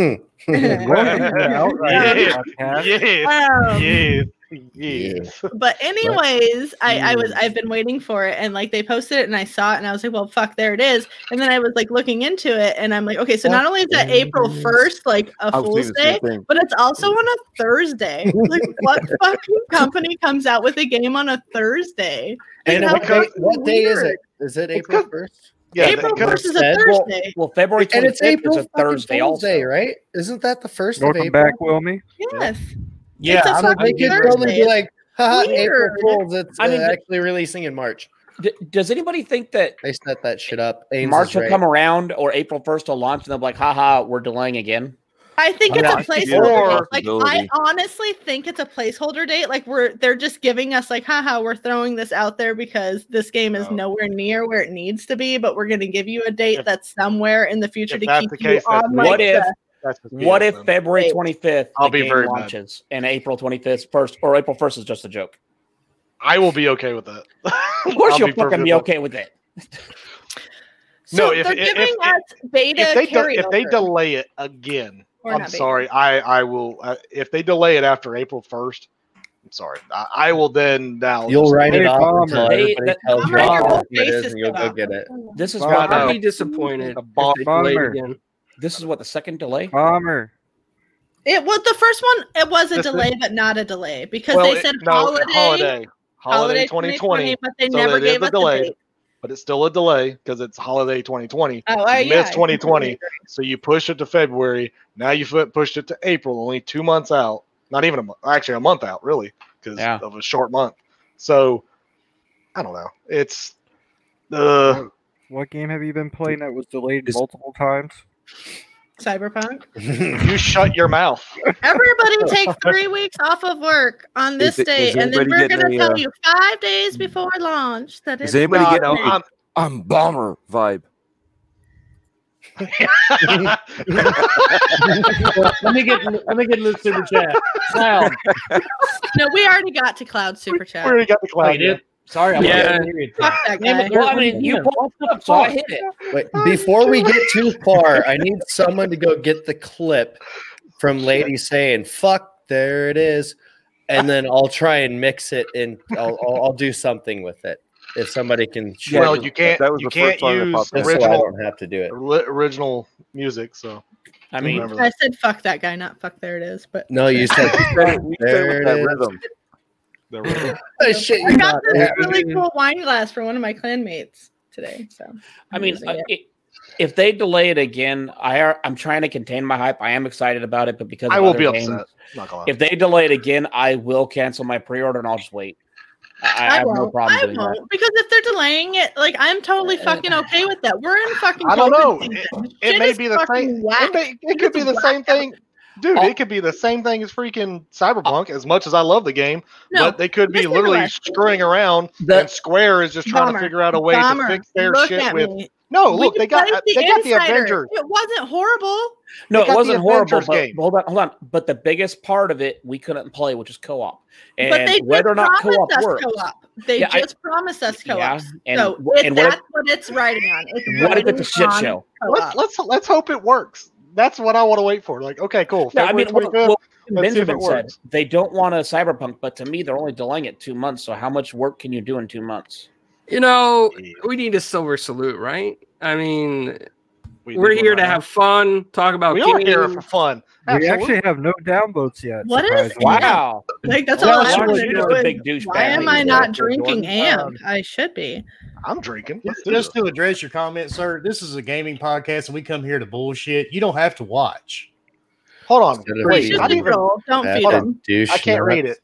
Speaker 3: (laughs)
Speaker 1: Welcome to Outriders podcast.
Speaker 3: Yes.
Speaker 5: um,
Speaker 3: yes.
Speaker 6: Yes.
Speaker 3: Yes.
Speaker 5: but anyways, I, I was I've been waiting for it and like they posted it and I saw it and I was like, well, fuck, there it is. And then I was like looking into it and I'm like, okay, so not only is that
Speaker 6: Fuck, there
Speaker 5: April
Speaker 6: it is.
Speaker 5: first, like a
Speaker 8: I was
Speaker 5: Fool's
Speaker 8: thinking the same
Speaker 5: Day,
Speaker 8: thing.
Speaker 5: but it's also on a Thursday. Like,
Speaker 8: (laughs)
Speaker 5: what fucking company comes out with a game on a Thursday?
Speaker 6: And
Speaker 5: Like,
Speaker 6: what
Speaker 5: how
Speaker 6: day, what day is
Speaker 5: weird.
Speaker 6: it? Is it
Speaker 3: It's
Speaker 6: April
Speaker 3: good.
Speaker 6: first?
Speaker 3: Yeah,
Speaker 5: April
Speaker 3: because-
Speaker 5: first is a
Speaker 6: said-
Speaker 4: Well,
Speaker 5: Thursday.
Speaker 4: well, February 25th
Speaker 6: And it's April
Speaker 4: is a Thursday
Speaker 6: Thursday,
Speaker 4: also.
Speaker 6: right? Isn't that the first of
Speaker 1: Welcome
Speaker 6: April?
Speaker 1: back, Wilmy.
Speaker 5: yes.
Speaker 2: Yeah,
Speaker 5: It's a
Speaker 2: I'm-
Speaker 6: So they
Speaker 2: I'm
Speaker 5: fucking
Speaker 6: could
Speaker 2: getting-
Speaker 6: probably be
Speaker 5: Thursday.
Speaker 6: like, haha, April
Speaker 5: Weird.
Speaker 6: Fools. It's
Speaker 4: I mean,
Speaker 6: uh,
Speaker 4: but-
Speaker 6: actually releasing in March.
Speaker 4: D- does anybody think that
Speaker 6: They set that shit up. Ames
Speaker 4: March
Speaker 6: is
Speaker 4: will
Speaker 6: right.
Speaker 4: come around or April 1st will launch and they'll be like, haha, we're delaying again?
Speaker 5: I think
Speaker 8: Yeah,
Speaker 5: it's a
Speaker 8: I think it's a
Speaker 5: placeholder. Like I
Speaker 8: possibility.
Speaker 5: honestly think it's a placeholder date. Like we're they're just giving us like, haha, we're throwing this out there because this game is
Speaker 3: No.
Speaker 5: nowhere near where it needs to be, but we're gonna give you a date
Speaker 3: If-
Speaker 5: that's somewhere in the future
Speaker 3: if
Speaker 5: to
Speaker 3: that's
Speaker 5: keep
Speaker 3: the
Speaker 5: you
Speaker 3: case, that's
Speaker 5: on.
Speaker 3: Like
Speaker 4: what
Speaker 5: the-
Speaker 4: if
Speaker 3: That's just
Speaker 4: what if
Speaker 3: BS, man.
Speaker 4: February
Speaker 5: Wait.
Speaker 4: 25th
Speaker 3: I'll
Speaker 4: the
Speaker 3: be
Speaker 4: game
Speaker 3: very mad.
Speaker 4: launches and April 25th first or April 1st is just a joke?
Speaker 3: I will be okay with that? (laughs)
Speaker 4: Of course
Speaker 3: I'll
Speaker 4: you'll
Speaker 3: be
Speaker 4: fucking be
Speaker 3: perfectly-
Speaker 4: okay with it.
Speaker 5: So
Speaker 3: No, if-
Speaker 5: they're
Speaker 3: if- if-
Speaker 5: giving us beta
Speaker 3: If they de- if they
Speaker 5: carryover.
Speaker 3: delay it again,
Speaker 5: Or
Speaker 3: I'm
Speaker 5: not beta.
Speaker 3: sorry. I I will uh, if they delay it after April 1st. I'm sorry. I, I will then now.
Speaker 6: You'll
Speaker 3: just-
Speaker 6: write it
Speaker 1: Hey,
Speaker 6: off
Speaker 1: Palmer.
Speaker 6: until
Speaker 4: They-
Speaker 6: everybody
Speaker 4: that-
Speaker 6: tells you
Speaker 5: Palmer,
Speaker 6: how
Speaker 5: your whole
Speaker 6: awesome it
Speaker 5: face
Speaker 6: is,
Speaker 5: is
Speaker 6: and you'll go
Speaker 5: about-
Speaker 6: get it.
Speaker 4: This is
Speaker 1: Wow.
Speaker 4: what
Speaker 3: Wow.
Speaker 7: I'd be
Speaker 4: (laughs)
Speaker 7: disappointed.
Speaker 1: A
Speaker 7: if they delayed
Speaker 1: bomber.
Speaker 7: again.
Speaker 4: this is what the second delay.
Speaker 1: Bomber.
Speaker 5: It was the first one. It was a
Speaker 3: This is-
Speaker 5: delay, but not a delay because
Speaker 3: Well,
Speaker 5: they
Speaker 3: it-
Speaker 5: said
Speaker 3: no,
Speaker 5: holiday, holiday,
Speaker 3: holiday, holiday 2020,
Speaker 5: but they
Speaker 3: so
Speaker 5: never
Speaker 3: that is
Speaker 5: gave
Speaker 3: a
Speaker 5: us
Speaker 3: delay.
Speaker 5: a date.
Speaker 3: but it's still a delay because it's holiday 2020.
Speaker 5: Oh, I,
Speaker 3: You
Speaker 5: yeah,
Speaker 3: missed
Speaker 5: I
Speaker 3: 2020.
Speaker 5: completely
Speaker 3: So you push it to February. Now you fu- pushed it to April, only two months out. Not even a month, actually a month out, really, because
Speaker 4: Yeah.
Speaker 3: of a short month. So I don't know. It's uh,
Speaker 1: What game have you been playing that was delayed
Speaker 8: Is-
Speaker 1: multiple times?
Speaker 5: agree. Cyberpunk.
Speaker 3: you shut your mouth.
Speaker 5: Everybody
Speaker 8: (laughs)
Speaker 5: take three weeks off of work on
Speaker 8: Is
Speaker 5: this
Speaker 8: it-
Speaker 5: date,
Speaker 8: is
Speaker 5: and then we're
Speaker 8: anybody
Speaker 5: going to
Speaker 8: getting a,
Speaker 5: tell
Speaker 8: uh,
Speaker 5: you five days before launch that
Speaker 8: Is
Speaker 5: it's
Speaker 8: anybody
Speaker 3: No,
Speaker 8: getting
Speaker 3: no,
Speaker 8: a, I'm bomber vibe?
Speaker 3: I'm-
Speaker 2: (laughs) let me get let me get in the super chat.
Speaker 8: (laughs)
Speaker 2: Cloud.
Speaker 5: no. We already got to cloud super
Speaker 3: we
Speaker 5: chat.
Speaker 3: already got the
Speaker 2: Oh,
Speaker 3: cloud.
Speaker 2: you did? Sorry, I
Speaker 7: Yeah.
Speaker 2: wasn't hearing
Speaker 5: Fuck
Speaker 2: that.
Speaker 5: that
Speaker 4: Damn
Speaker 5: guy.
Speaker 4: it, well, I mean, you pulled it up, so I hit it.
Speaker 6: Wait, before we get too far, I need someone to go get the clip from Lady saying "fuck." There it is, and then I'll try and mix it, and I'll, I'll, I'll do something with it if somebody can. share
Speaker 3: Well,
Speaker 6: the
Speaker 3: you
Speaker 6: clip,
Speaker 3: can't.
Speaker 8: that was
Speaker 3: you
Speaker 8: the
Speaker 3: can't
Speaker 8: first song that
Speaker 3: use
Speaker 8: popped up.
Speaker 6: just so I
Speaker 3: original
Speaker 6: don't have to do it.
Speaker 3: ori- original music. So
Speaker 4: I mean,
Speaker 3: remember
Speaker 5: I
Speaker 3: that.
Speaker 5: said fuck that guy, not fuck. There it is, but
Speaker 6: No, you said
Speaker 8: We play
Speaker 6: there
Speaker 8: with
Speaker 6: it
Speaker 8: that
Speaker 6: is.
Speaker 8: rhythm.
Speaker 3: There we go.
Speaker 6: Oh,
Speaker 5: (laughs)
Speaker 6: shit.
Speaker 5: I
Speaker 6: You're
Speaker 5: got
Speaker 6: not
Speaker 5: this
Speaker 6: there.
Speaker 5: really cool wine glass for one of my clanmates today. So
Speaker 4: I
Speaker 5: I'm
Speaker 4: mean,
Speaker 5: using
Speaker 4: uh,
Speaker 5: it.
Speaker 4: it- if they delay it again, I are, I'm trying to contain my hype. I am excited about it, but because
Speaker 3: I
Speaker 4: of
Speaker 3: will
Speaker 4: other
Speaker 3: be
Speaker 4: games-
Speaker 3: upset. Not gonna lie.
Speaker 4: If they delay it again, I will cancel my pre-order and I'll just wait. I, I have
Speaker 5: won't.
Speaker 4: no problem
Speaker 5: I
Speaker 4: doing
Speaker 5: won't
Speaker 4: that.
Speaker 5: because if they're delaying it, like I'm totally
Speaker 4: Uh,
Speaker 5: fucking okay with that. We're in fucking.
Speaker 3: I don't
Speaker 5: COVID
Speaker 3: know.
Speaker 5: season.
Speaker 3: It,
Speaker 5: Shit
Speaker 3: it may
Speaker 5: is
Speaker 3: be the
Speaker 5: fucking
Speaker 3: same.
Speaker 5: whack.
Speaker 3: It, may,
Speaker 5: Shit
Speaker 3: it could be
Speaker 5: is
Speaker 3: the same
Speaker 5: whack out.
Speaker 3: thing, dude.
Speaker 4: Oh.
Speaker 3: It could be the same thing as freaking Cyberpunk. As much as I love the game,
Speaker 5: No,
Speaker 3: but they could be
Speaker 5: listen to
Speaker 3: literally
Speaker 5: us.
Speaker 3: screwing around,
Speaker 4: The-
Speaker 3: and Square is just trying
Speaker 5: Bummer.
Speaker 3: to figure out a way
Speaker 5: Bummer.
Speaker 3: to fix their
Speaker 5: Look
Speaker 3: shit
Speaker 5: at
Speaker 3: with.
Speaker 5: me.
Speaker 3: No,
Speaker 5: We
Speaker 3: look, they got
Speaker 5: played
Speaker 3: they got the
Speaker 5: Insider.
Speaker 3: Avengers.
Speaker 5: It wasn't horrible.
Speaker 4: No,
Speaker 3: They
Speaker 4: it
Speaker 3: got the
Speaker 4: wasn't horrible.
Speaker 3: Avengers
Speaker 4: But,
Speaker 3: game.
Speaker 4: hold on, hold on. But the biggest part of it we couldn't play, which is co-op, and
Speaker 5: but they
Speaker 4: whether or
Speaker 5: just
Speaker 4: not
Speaker 5: promised
Speaker 4: co-op
Speaker 5: us
Speaker 4: works.
Speaker 5: co-op. They
Speaker 4: Yeah, I-
Speaker 5: just promised us co-op.
Speaker 4: Yeah, and,
Speaker 5: so
Speaker 4: wh-
Speaker 5: if
Speaker 4: and what,
Speaker 5: that's
Speaker 4: if,
Speaker 5: what it's writing on, it's
Speaker 4: what if
Speaker 5: writing
Speaker 4: it's a shit
Speaker 5: on
Speaker 4: show?
Speaker 5: co-op.
Speaker 3: Let's, let's let's hope it works. That's what I want to wait for. Like, okay, cool.
Speaker 4: No, I
Speaker 3: February
Speaker 4: mean, well,
Speaker 3: 25th,
Speaker 4: well,
Speaker 3: Let's see if
Speaker 4: Benjamin
Speaker 3: it
Speaker 4: said
Speaker 3: works.
Speaker 4: they don't want a cyberpunk, but to me, they're only delaying it two months. So how much work can you do in two months?
Speaker 7: You know,
Speaker 3: Yeah.
Speaker 7: we need a silver salute, right? I mean,
Speaker 3: we
Speaker 7: we're
Speaker 3: did
Speaker 7: here
Speaker 3: one
Speaker 7: to
Speaker 3: right now.
Speaker 7: have fun, talk about
Speaker 3: We are
Speaker 7: games.
Speaker 3: here for fun.
Speaker 1: We
Speaker 3: Absolutely.
Speaker 1: actually have no downloads yet.
Speaker 5: What is
Speaker 1: surprisingly.
Speaker 5: Wow.
Speaker 4: Wow,
Speaker 5: Like that's
Speaker 3: Well,
Speaker 5: all
Speaker 3: that's
Speaker 5: I'm
Speaker 3: what
Speaker 5: doing.
Speaker 3: you just
Speaker 4: a big douchebag.
Speaker 5: Why am
Speaker 4: that
Speaker 5: I
Speaker 4: you
Speaker 5: not
Speaker 4: are, Jordan.
Speaker 5: drinking amp?
Speaker 2: Um,
Speaker 5: I should be.
Speaker 3: I'm drinking. Let's
Speaker 2: Just,
Speaker 3: do this.
Speaker 2: just to address your comment, sir, this is a gaming podcast, and we come here to bullshit. You don't have to watch.
Speaker 3: Hold on.
Speaker 6: Instead of
Speaker 5: Wait,
Speaker 3: Wait,
Speaker 6: being
Speaker 3: I,
Speaker 5: just
Speaker 3: didn't even,
Speaker 5: roll. Don't
Speaker 6: That's
Speaker 5: feed
Speaker 3: Hold
Speaker 6: a
Speaker 5: him.
Speaker 3: on.
Speaker 6: douche
Speaker 3: I can't
Speaker 6: nut.
Speaker 3: read it.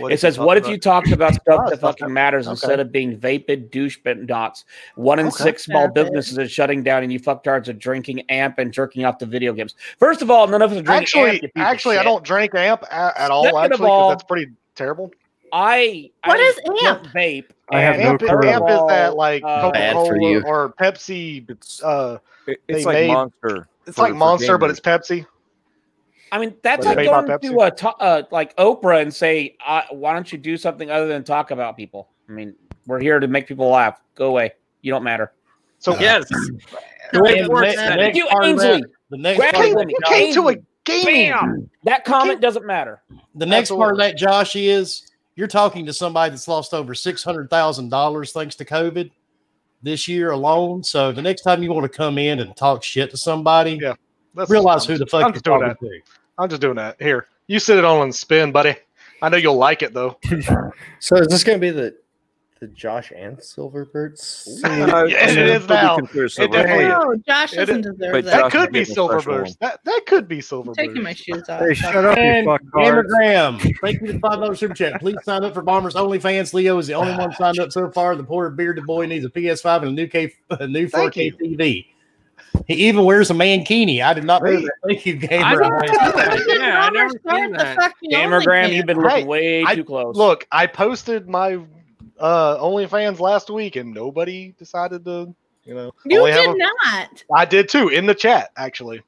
Speaker 4: It says, "What if you talked about
Speaker 3: Oh,
Speaker 4: stuff that
Speaker 3: it's not
Speaker 4: fucking
Speaker 3: that-
Speaker 4: matters
Speaker 3: okay.
Speaker 4: instead of being vapid douchebag dots? One in
Speaker 3: Okay.
Speaker 4: six small
Speaker 5: Yeah, babe.
Speaker 4: businesses are shutting down, and you fucktards are drinking amp and jerking off to video games. First of all, none of us are drinking amp. you
Speaker 3: Actually,
Speaker 4: piece of
Speaker 3: actually, I
Speaker 4: shit.
Speaker 3: don't drink amp at, at all.
Speaker 4: Second of
Speaker 3: Actually, 'cause
Speaker 4: all-
Speaker 3: that's pretty terrible.
Speaker 4: I
Speaker 5: What
Speaker 4: I
Speaker 5: is
Speaker 4: don't vape.
Speaker 1: I have
Speaker 4: and
Speaker 1: no
Speaker 3: amp,
Speaker 1: clue.
Speaker 3: amp is that like
Speaker 4: Uh,
Speaker 6: Bad
Speaker 3: Coca
Speaker 6: for
Speaker 3: Cola
Speaker 6: you.
Speaker 3: or Pepsi.
Speaker 8: It's,
Speaker 3: Uh,
Speaker 8: it-
Speaker 3: they
Speaker 8: it's like
Speaker 3: made-
Speaker 8: monster.
Speaker 3: it's
Speaker 8: for-
Speaker 3: like
Speaker 8: for
Speaker 3: Monster, but
Speaker 8: gamers.
Speaker 3: it's Pepsi.
Speaker 4: I mean, that's
Speaker 8: But
Speaker 4: like
Speaker 3: vape on
Speaker 4: going to a to- uh, like Oprah and say, uh, "Why don't you do something other than talk about people?" I mean, we're here to make people laugh. Go away. You don't matter.
Speaker 3: So
Speaker 4: (laughs)
Speaker 7: Yes.
Speaker 5: No,
Speaker 7: Great
Speaker 5: it's
Speaker 7: work,
Speaker 5: not.
Speaker 7: Seth.
Speaker 4: Thank you,
Speaker 2: part of
Speaker 4: Ainsley.
Speaker 2: that- the next
Speaker 4: Grab
Speaker 2: part of
Speaker 4: him.
Speaker 2: that,
Speaker 3: it came to a game.
Speaker 4: Bam. That comment doesn't matter.
Speaker 2: the next part of
Speaker 3: Absolutely.
Speaker 2: that, Josh, is you're talking to somebody that's lost over six hundred thousand dollars thanks to COVID this year alone. So the next time you want to come in and talk shit to somebody,
Speaker 3: Yeah. That's-
Speaker 2: realize
Speaker 3: I'm
Speaker 2: who the
Speaker 3: just-
Speaker 2: fuck
Speaker 3: I'm
Speaker 2: you're
Speaker 3: just doing
Speaker 2: talking
Speaker 3: that.
Speaker 2: to.
Speaker 3: I'm just doing that. Here, you sit it on and spin, buddy. I know you'll like it though.
Speaker 6: So is this going to be the the Josh and
Speaker 3: (laughs)
Speaker 6: Silverberts?
Speaker 8: No,
Speaker 3: Yeah, it
Speaker 8: it's probably
Speaker 3: is now.
Speaker 8: considered
Speaker 3: It
Speaker 8: silver.
Speaker 3: definitely
Speaker 5: No, Oh, Josh
Speaker 3: It is-
Speaker 5: doesn't deserve
Speaker 8: but Josh-
Speaker 5: that.
Speaker 8: can
Speaker 3: That could be
Speaker 8: get the fresh
Speaker 3: Silverburst.
Speaker 8: one.
Speaker 3: That that could be Silverburst.
Speaker 5: I'm taking my shoes off.
Speaker 1: Hey, shut up, you
Speaker 2: And
Speaker 1: fuck
Speaker 2: Gamergram, thank you for the five dollars super chat. Please sign up for Bombers OnlyFans. Leo is the only one signed up so far. The poor bearded boy needs a PS5 and a new K, a new
Speaker 3: Thank
Speaker 2: 4K
Speaker 3: you.
Speaker 2: TV. He even wears a mankini. I did not know that. Thank you,
Speaker 7: I
Speaker 2: Gamer.
Speaker 7: didn't know that.
Speaker 5: Did
Speaker 7: Yeah, I
Speaker 5: Robert
Speaker 7: never
Speaker 5: start
Speaker 7: seen
Speaker 5: the
Speaker 7: that.
Speaker 5: fucking
Speaker 4: Gamergram,
Speaker 5: OnlyFans?
Speaker 4: you've been looking
Speaker 3: Right.
Speaker 4: way
Speaker 3: I-
Speaker 4: too close.
Speaker 3: Look, I posted my uh OnlyFans last week and nobody decided to, you know.
Speaker 5: You
Speaker 3: only have
Speaker 5: did
Speaker 3: a-
Speaker 5: not.
Speaker 3: I did too in the chat actually.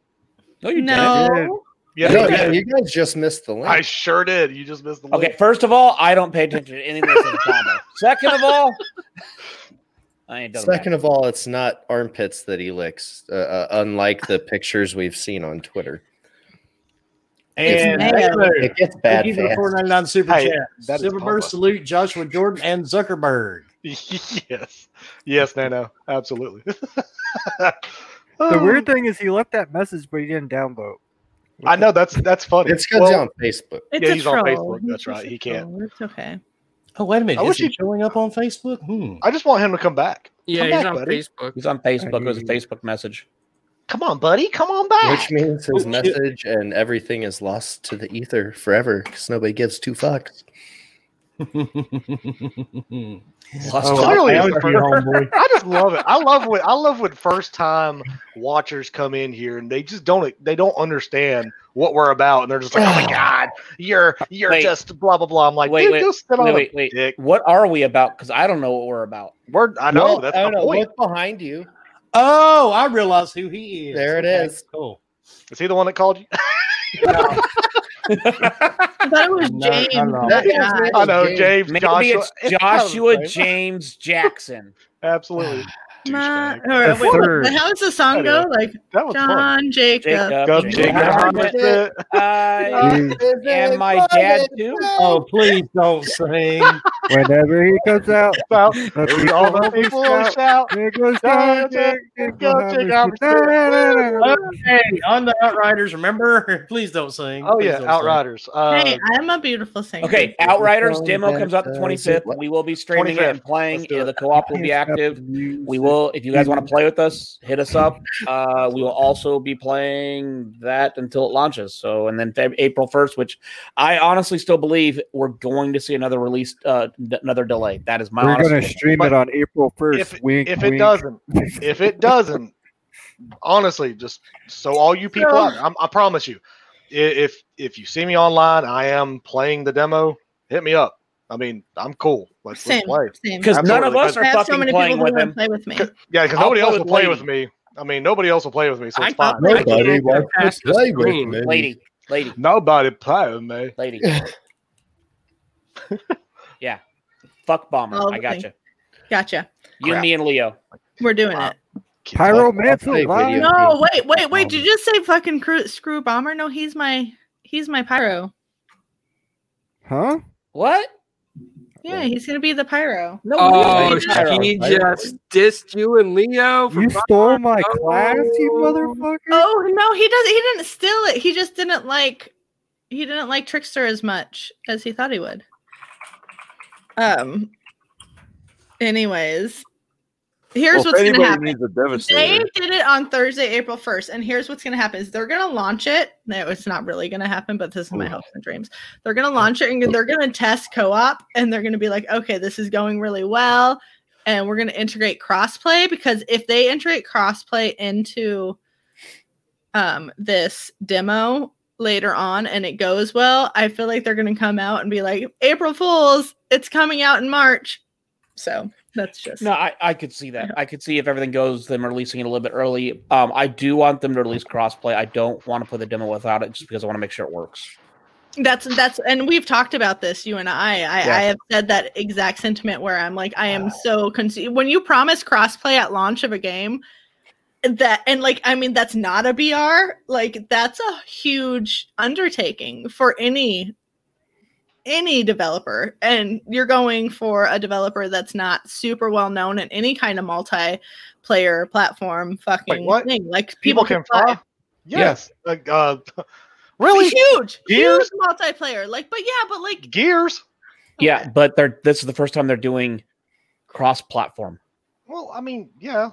Speaker 4: no, you
Speaker 5: No.
Speaker 3: Yeah,
Speaker 6: No,
Speaker 3: I,
Speaker 6: yeah,
Speaker 3: did.
Speaker 6: you guys just missed the link.
Speaker 3: I sure did. You just missed the
Speaker 4: Okay,
Speaker 3: link.
Speaker 4: first of all, I don't pay attention to anything that's in the combo. Second of all, I ain't done
Speaker 6: Second of all, it's not armpits that he licks, uh, uh, unlike
Speaker 3: (laughs)
Speaker 6: the pictures we've seen on Twitter.
Speaker 2: and
Speaker 5: It's
Speaker 2: Gamer,
Speaker 4: uh,
Speaker 6: It gets
Speaker 2: thank
Speaker 6: bad
Speaker 2: you for the
Speaker 6: fast.
Speaker 2: 499 super
Speaker 3: Hey, that
Speaker 2: chat.
Speaker 3: is
Speaker 2: Silverberg
Speaker 3: public.
Speaker 2: salute Joshua Jordan and Zuckerberg.
Speaker 3: (laughs) yes. Yes, Nano. Absolutely. (laughs)
Speaker 1: The weird thing is, he left that message, but he didn't downvote.
Speaker 3: I know that's that's funny.
Speaker 6: It's because on Facebook.
Speaker 5: It's
Speaker 3: Yeah,
Speaker 5: a
Speaker 3: he's on
Speaker 5: troll.
Speaker 3: Facebook, that's
Speaker 5: He's
Speaker 3: right,
Speaker 5: just a
Speaker 3: he can't.
Speaker 5: troll. It's okay.
Speaker 2: Oh, wait a minute.
Speaker 3: I
Speaker 2: Is
Speaker 3: wish
Speaker 2: he
Speaker 3: he-
Speaker 2: showing up on Facebook? Hmm.
Speaker 3: I just want him to come back.
Speaker 7: Yeah,
Speaker 3: Come
Speaker 7: he's
Speaker 3: back,
Speaker 7: on
Speaker 3: buddy.
Speaker 4: that.
Speaker 7: Facebook.
Speaker 4: He's on Facebook. It was a Facebook message.
Speaker 3: Come on, buddy. Come on (laughs) back.
Speaker 6: Which means his
Speaker 2: Oh, shit.
Speaker 6: message and everything is lost to the ether forever because nobody gives two
Speaker 3: (laughs)
Speaker 6: fucks.
Speaker 2: Oh,
Speaker 4: Lost
Speaker 3: Oh,
Speaker 4: all-
Speaker 3: clearly
Speaker 2: I
Speaker 3: it's
Speaker 2: love you,
Speaker 3: her.
Speaker 2: homeboy.
Speaker 3: (laughs) I just love it. I love when I love when first time watchers come in here and they just don't they don't understand what we're about and they're just like, oh
Speaker 2: (sighs)
Speaker 3: my god, you're you're
Speaker 4: Wait.
Speaker 3: just blah blah blah. I'm like,
Speaker 4: Wait,
Speaker 3: dude,
Speaker 4: wait,
Speaker 3: go sit on
Speaker 4: wait,
Speaker 3: a
Speaker 4: wait, wait.
Speaker 3: dick.
Speaker 4: What are we about? Because I don't know what we're about.
Speaker 3: We're, I know
Speaker 6: Well,
Speaker 3: that's
Speaker 6: I
Speaker 3: the
Speaker 6: don't know,
Speaker 3: point.
Speaker 6: Look behind you.
Speaker 2: Oh, I realize who he is.
Speaker 6: There it
Speaker 2: it is.
Speaker 6: is.
Speaker 2: Cool.
Speaker 3: Is he the one that called you?
Speaker 5: I thought it was
Speaker 2: No, no,
Speaker 5: James.
Speaker 2: no.
Speaker 5: but
Speaker 6: That-
Speaker 5: yeah.
Speaker 3: I know
Speaker 6: James.
Speaker 3: James,
Speaker 4: Maybe
Speaker 3: Joshua.
Speaker 4: it's
Speaker 3: kind of the
Speaker 4: Joshua
Speaker 3: same.
Speaker 4: James Jackson.
Speaker 3: (laughs)
Speaker 6: (laughs)
Speaker 3: Absolutely.
Speaker 5: Ma-
Speaker 3: Douchebag.
Speaker 5: or,
Speaker 1: The
Speaker 5: wait,
Speaker 1: third.
Speaker 5: what- how does the song go?
Speaker 3: Anyway.
Speaker 5: Like
Speaker 3: That was fun.
Speaker 5: John Jacob.
Speaker 4: Jacob.
Speaker 3: Gub, Jacob,
Speaker 4: Jacob.
Speaker 3: That's it.
Speaker 4: I (laughs) am my dad too.
Speaker 2: Oh, please
Speaker 4: (laughs)
Speaker 2: don't sing.
Speaker 1: (laughs) Whenever he comes out,
Speaker 3: (laughs) Well,
Speaker 1: the people
Speaker 3: all the
Speaker 1: will
Speaker 3: (laughs)
Speaker 1: be
Speaker 3: people
Speaker 1: shout,
Speaker 3: shout.
Speaker 1: There goes
Speaker 3: Go,
Speaker 1: John
Speaker 3: Jack,
Speaker 1: Jacob
Speaker 3: go,
Speaker 1: Robinson.
Speaker 3: Jacob
Speaker 1: Da, da, da, da, da.
Speaker 2: Okay, on the Outriders, remember? (laughs) Please don't sing.
Speaker 3: Oh
Speaker 2: Please
Speaker 3: yeah,
Speaker 2: don't sing.
Speaker 3: Outriders. Uh,
Speaker 5: Hey, I'm a beautiful singer.
Speaker 4: Um, Okay, Outriders demo comes
Speaker 5: uh,
Speaker 4: out the 25th. We will be streaming it and
Speaker 3: 25th.
Speaker 4: playing.
Speaker 3: Let's do
Speaker 4: Yeah,
Speaker 3: it.
Speaker 4: The co-op will be active. We will, if you guys want to play with us, hit us up. Uh, we will also be playing that until it launches. So, and then Feb- April 1st, which I honestly still believe we're going to see another release, uh, d- another delay. That is my
Speaker 1: We're
Speaker 4: honest
Speaker 1: gonna
Speaker 4: opinion.
Speaker 1: stream
Speaker 3: But
Speaker 1: it on April first.
Speaker 3: if-
Speaker 1: wink,
Speaker 3: if it
Speaker 1: wink.
Speaker 3: doesn't,
Speaker 1: (laughs)
Speaker 3: if it doesn't, honestly, just so all you people, out there, I'm, I promise you, i- if if you see me online, I am playing the demo. Hit me up. I mean, I'm cool. Let's,
Speaker 5: Same.
Speaker 3: let's play.
Speaker 5: Same.
Speaker 4: Because none of
Speaker 3: Absolutely,
Speaker 4: us
Speaker 5: I
Speaker 4: are
Speaker 5: have so
Speaker 4: fucking
Speaker 5: many people
Speaker 4: playing
Speaker 5: who
Speaker 4: with
Speaker 5: want to play
Speaker 4: him.
Speaker 5: with me.
Speaker 3: Yeah, because
Speaker 4: I'll
Speaker 3: nobody
Speaker 4: play
Speaker 3: else
Speaker 4: with
Speaker 3: will play
Speaker 4: Lady.
Speaker 3: with me. I mean, nobody else will play with me, so
Speaker 4: I
Speaker 3: it's fine.
Speaker 4: thought Nobody
Speaker 6: Nobody wants
Speaker 7: Pass
Speaker 6: to
Speaker 7: this
Speaker 6: play with
Speaker 7: screen.
Speaker 6: me.
Speaker 4: Lady, lady,
Speaker 3: Nobody play with me.
Speaker 4: lady. yeah. Fuck Bomber.
Speaker 5: Oh,
Speaker 4: I got gotcha.
Speaker 5: Gotcha.
Speaker 4: you. You, me, and Leo.
Speaker 5: We're doing
Speaker 3: Wow.
Speaker 5: it.
Speaker 1: Pyromancer
Speaker 6: I'll play
Speaker 1: live.
Speaker 6: video.
Speaker 5: No, wait, wait, wait. Did you just say fucking cru- screw bomber? No, he's my he's my pyro.
Speaker 1: Huh?
Speaker 4: What?
Speaker 5: Yeah, he's gonna be the pyro.
Speaker 4: No,
Speaker 7: Oh,
Speaker 4: Leo's Pyro.
Speaker 7: she just dissed you and Leo. For
Speaker 1: You stole my
Speaker 7: Oh.
Speaker 1: class, you
Speaker 7: (laughs)
Speaker 1: motherfucker!
Speaker 5: Oh no, he doesn't. He didn't steal it. He just didn't like he didn't like trickster as much as he thought he would. Um. Anyways, here's
Speaker 8: Well, if
Speaker 5: what's gonna
Speaker 8: anybody
Speaker 5: happen.
Speaker 8: needs a
Speaker 5: They
Speaker 8: devastator.
Speaker 5: did it on Thursday, April 1st. And here's what's going to happen is they're going to launch it. No, it's not really going to happen, but this is my hopes and dreams. They're going to launch it and they're going to test co-op and they're going to be like, okay, this is going really well. And we're going to integrate crossplay because if they integrate crossplay into um, this demo later on and it goes well, I feel like they're going to come out and be like, April Fools, it's coming out in March. So that's just
Speaker 4: No, I, I could see that. I could see if everything goes, them releasing it a little bit early. Um, I do want them to release crossplay. I don't want to put the demo without it just because I want to make sure it works.
Speaker 5: That's that's and we've talked about this, you and I. I,
Speaker 4: Yeah.
Speaker 5: I have said that exact sentiment where I'm like, I am
Speaker 3: Uh.
Speaker 5: so conceived when you promise crossplay at launch of a game that and like I mean that's not a BR, like that's a huge undertaking for any any developer and you're going for a developer that's not super well known in any kind of multiplayer platform fucking
Speaker 3: what?
Speaker 5: thing. Like
Speaker 3: People can
Speaker 5: fly.
Speaker 3: fly. Yes. Like, Uh, (laughs) really?
Speaker 5: huge, huge
Speaker 3: Gears?
Speaker 5: multiplayer. Like, but yeah, but like
Speaker 3: Gears?
Speaker 4: Yeah, but they're this is the first time they're doing cross platform.
Speaker 3: Well, I mean, yeah.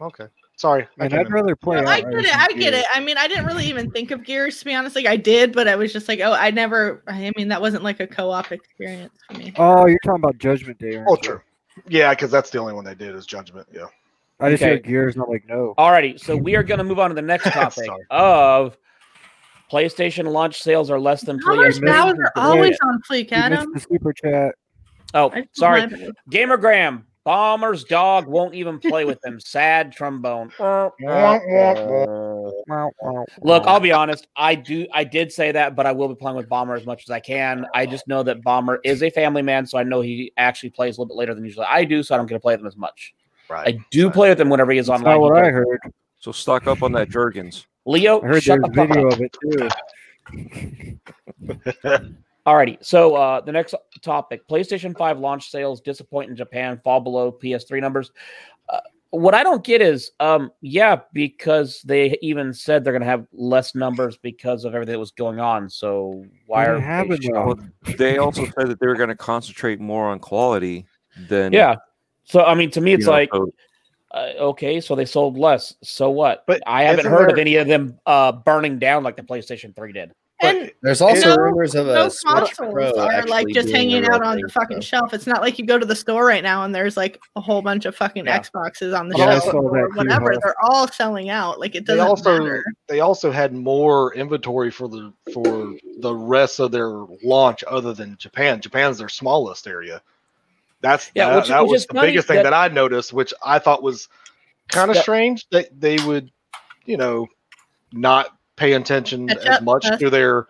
Speaker 3: Okay. Sorry. I
Speaker 1: And
Speaker 3: came
Speaker 1: I'd
Speaker 3: in.
Speaker 1: rather play.
Speaker 5: No, I get
Speaker 1: Outriders
Speaker 5: it.
Speaker 1: than
Speaker 5: I get
Speaker 1: Gears.
Speaker 5: it. I mean, I didn't really even think of Gears to be honest. Like I did, but I was just like, oh, I never. I mean, that wasn't like a co-op experience for me.
Speaker 1: Oh, you're talking about Judgment Day. aren't
Speaker 3: Oh,
Speaker 1: you?
Speaker 3: true. Yeah, because that's the only one they did is Judgment. Yeah.
Speaker 1: I just
Speaker 4: Okay.
Speaker 1: hear gears, and I'm like, no.
Speaker 4: Alrighty, so we are going to move on to the
Speaker 3: (laughs)
Speaker 4: next topic
Speaker 3: Sorry.
Speaker 4: of PlayStation launch sales are less than
Speaker 5: How much
Speaker 4: Play.
Speaker 1: missed
Speaker 5: Bowser
Speaker 1: the
Speaker 5: always on fleek,
Speaker 1: You missed
Speaker 5: Adam?
Speaker 1: the super chat.
Speaker 4: Oh,
Speaker 5: I just
Speaker 4: sorry,
Speaker 5: want my-
Speaker 4: Gamergram. Bomber's dog won't even play
Speaker 5: (laughs)
Speaker 4: with him. Sad trombone.
Speaker 1: Wow, wow,
Speaker 4: Look,
Speaker 1: wow.
Speaker 4: I'll be honest. I do. I did say that, but I will be playing with Bomber as much as I can. I just know that Bomber is a family man, so I know he actually plays a little bit later than usually I do. So I don't get to play with him as much.
Speaker 3: Right.
Speaker 4: I do play with him whenever he is
Speaker 1: That's
Speaker 4: online.
Speaker 1: not what I heard.
Speaker 8: So stock up on that Jergens.
Speaker 4: Leo,
Speaker 1: I heard
Speaker 4: shut the
Speaker 1: there's
Speaker 4: fuck
Speaker 1: video
Speaker 4: up.
Speaker 1: of it too.
Speaker 4: (laughs) Alrighty. So uh, the next topic: PlayStation Five launch sales disappoint in Japan, fall below PS3 numbers. Uh, what I don't get is, um, yeah, because they even said they're going to have less numbers because of everything that was going on. So why
Speaker 1: They
Speaker 4: are
Speaker 1: have
Speaker 4: they
Speaker 1: enough.
Speaker 4: shocked?
Speaker 8: They also said that they were going to concentrate more on quality than
Speaker 4: Yeah. So I mean, to me,
Speaker 8: you
Speaker 4: it's
Speaker 8: know,
Speaker 4: like
Speaker 8: so-
Speaker 4: uh, okay, so they sold less. So what?
Speaker 3: But
Speaker 4: I haven't
Speaker 3: isn't
Speaker 4: heard of
Speaker 3: there-
Speaker 4: any of them uh, burning down like the PlayStation Three did.
Speaker 3: But-
Speaker 5: And
Speaker 6: There's also
Speaker 5: No-
Speaker 6: rumors of a
Speaker 5: no
Speaker 6: Switch
Speaker 5: consoles
Speaker 6: Pro
Speaker 5: are like
Speaker 6: actually
Speaker 5: just
Speaker 6: doing
Speaker 5: hanging
Speaker 6: their
Speaker 5: out
Speaker 6: own
Speaker 5: on
Speaker 6: thing,
Speaker 5: your fucking
Speaker 6: so.
Speaker 5: shelf. It's not like you go to the store right now and there's like a whole bunch of fucking
Speaker 4: Yeah.
Speaker 5: Xboxes on the
Speaker 3: Yeah, I
Speaker 5: shelf
Speaker 3: saw
Speaker 5: or
Speaker 1: that too,
Speaker 5: whatever.
Speaker 1: huh?
Speaker 5: They're all selling out. Like it
Speaker 3: They
Speaker 5: doesn't
Speaker 3: also
Speaker 5: matter.
Speaker 3: they also had more inventory for the for the rest of their launch other than Japan. Japan's their smallest area. That's
Speaker 4: Yeah,
Speaker 3: that,
Speaker 4: which-
Speaker 3: that
Speaker 4: which
Speaker 3: was
Speaker 4: is
Speaker 3: the
Speaker 4: funny
Speaker 3: biggest thing
Speaker 4: that-
Speaker 3: that, I noticed, which I thought was kind of
Speaker 4: That-
Speaker 3: strange that they would, you know, not pay attention
Speaker 5: Catch
Speaker 3: as
Speaker 5: up,
Speaker 3: much
Speaker 5: huh?
Speaker 3: to their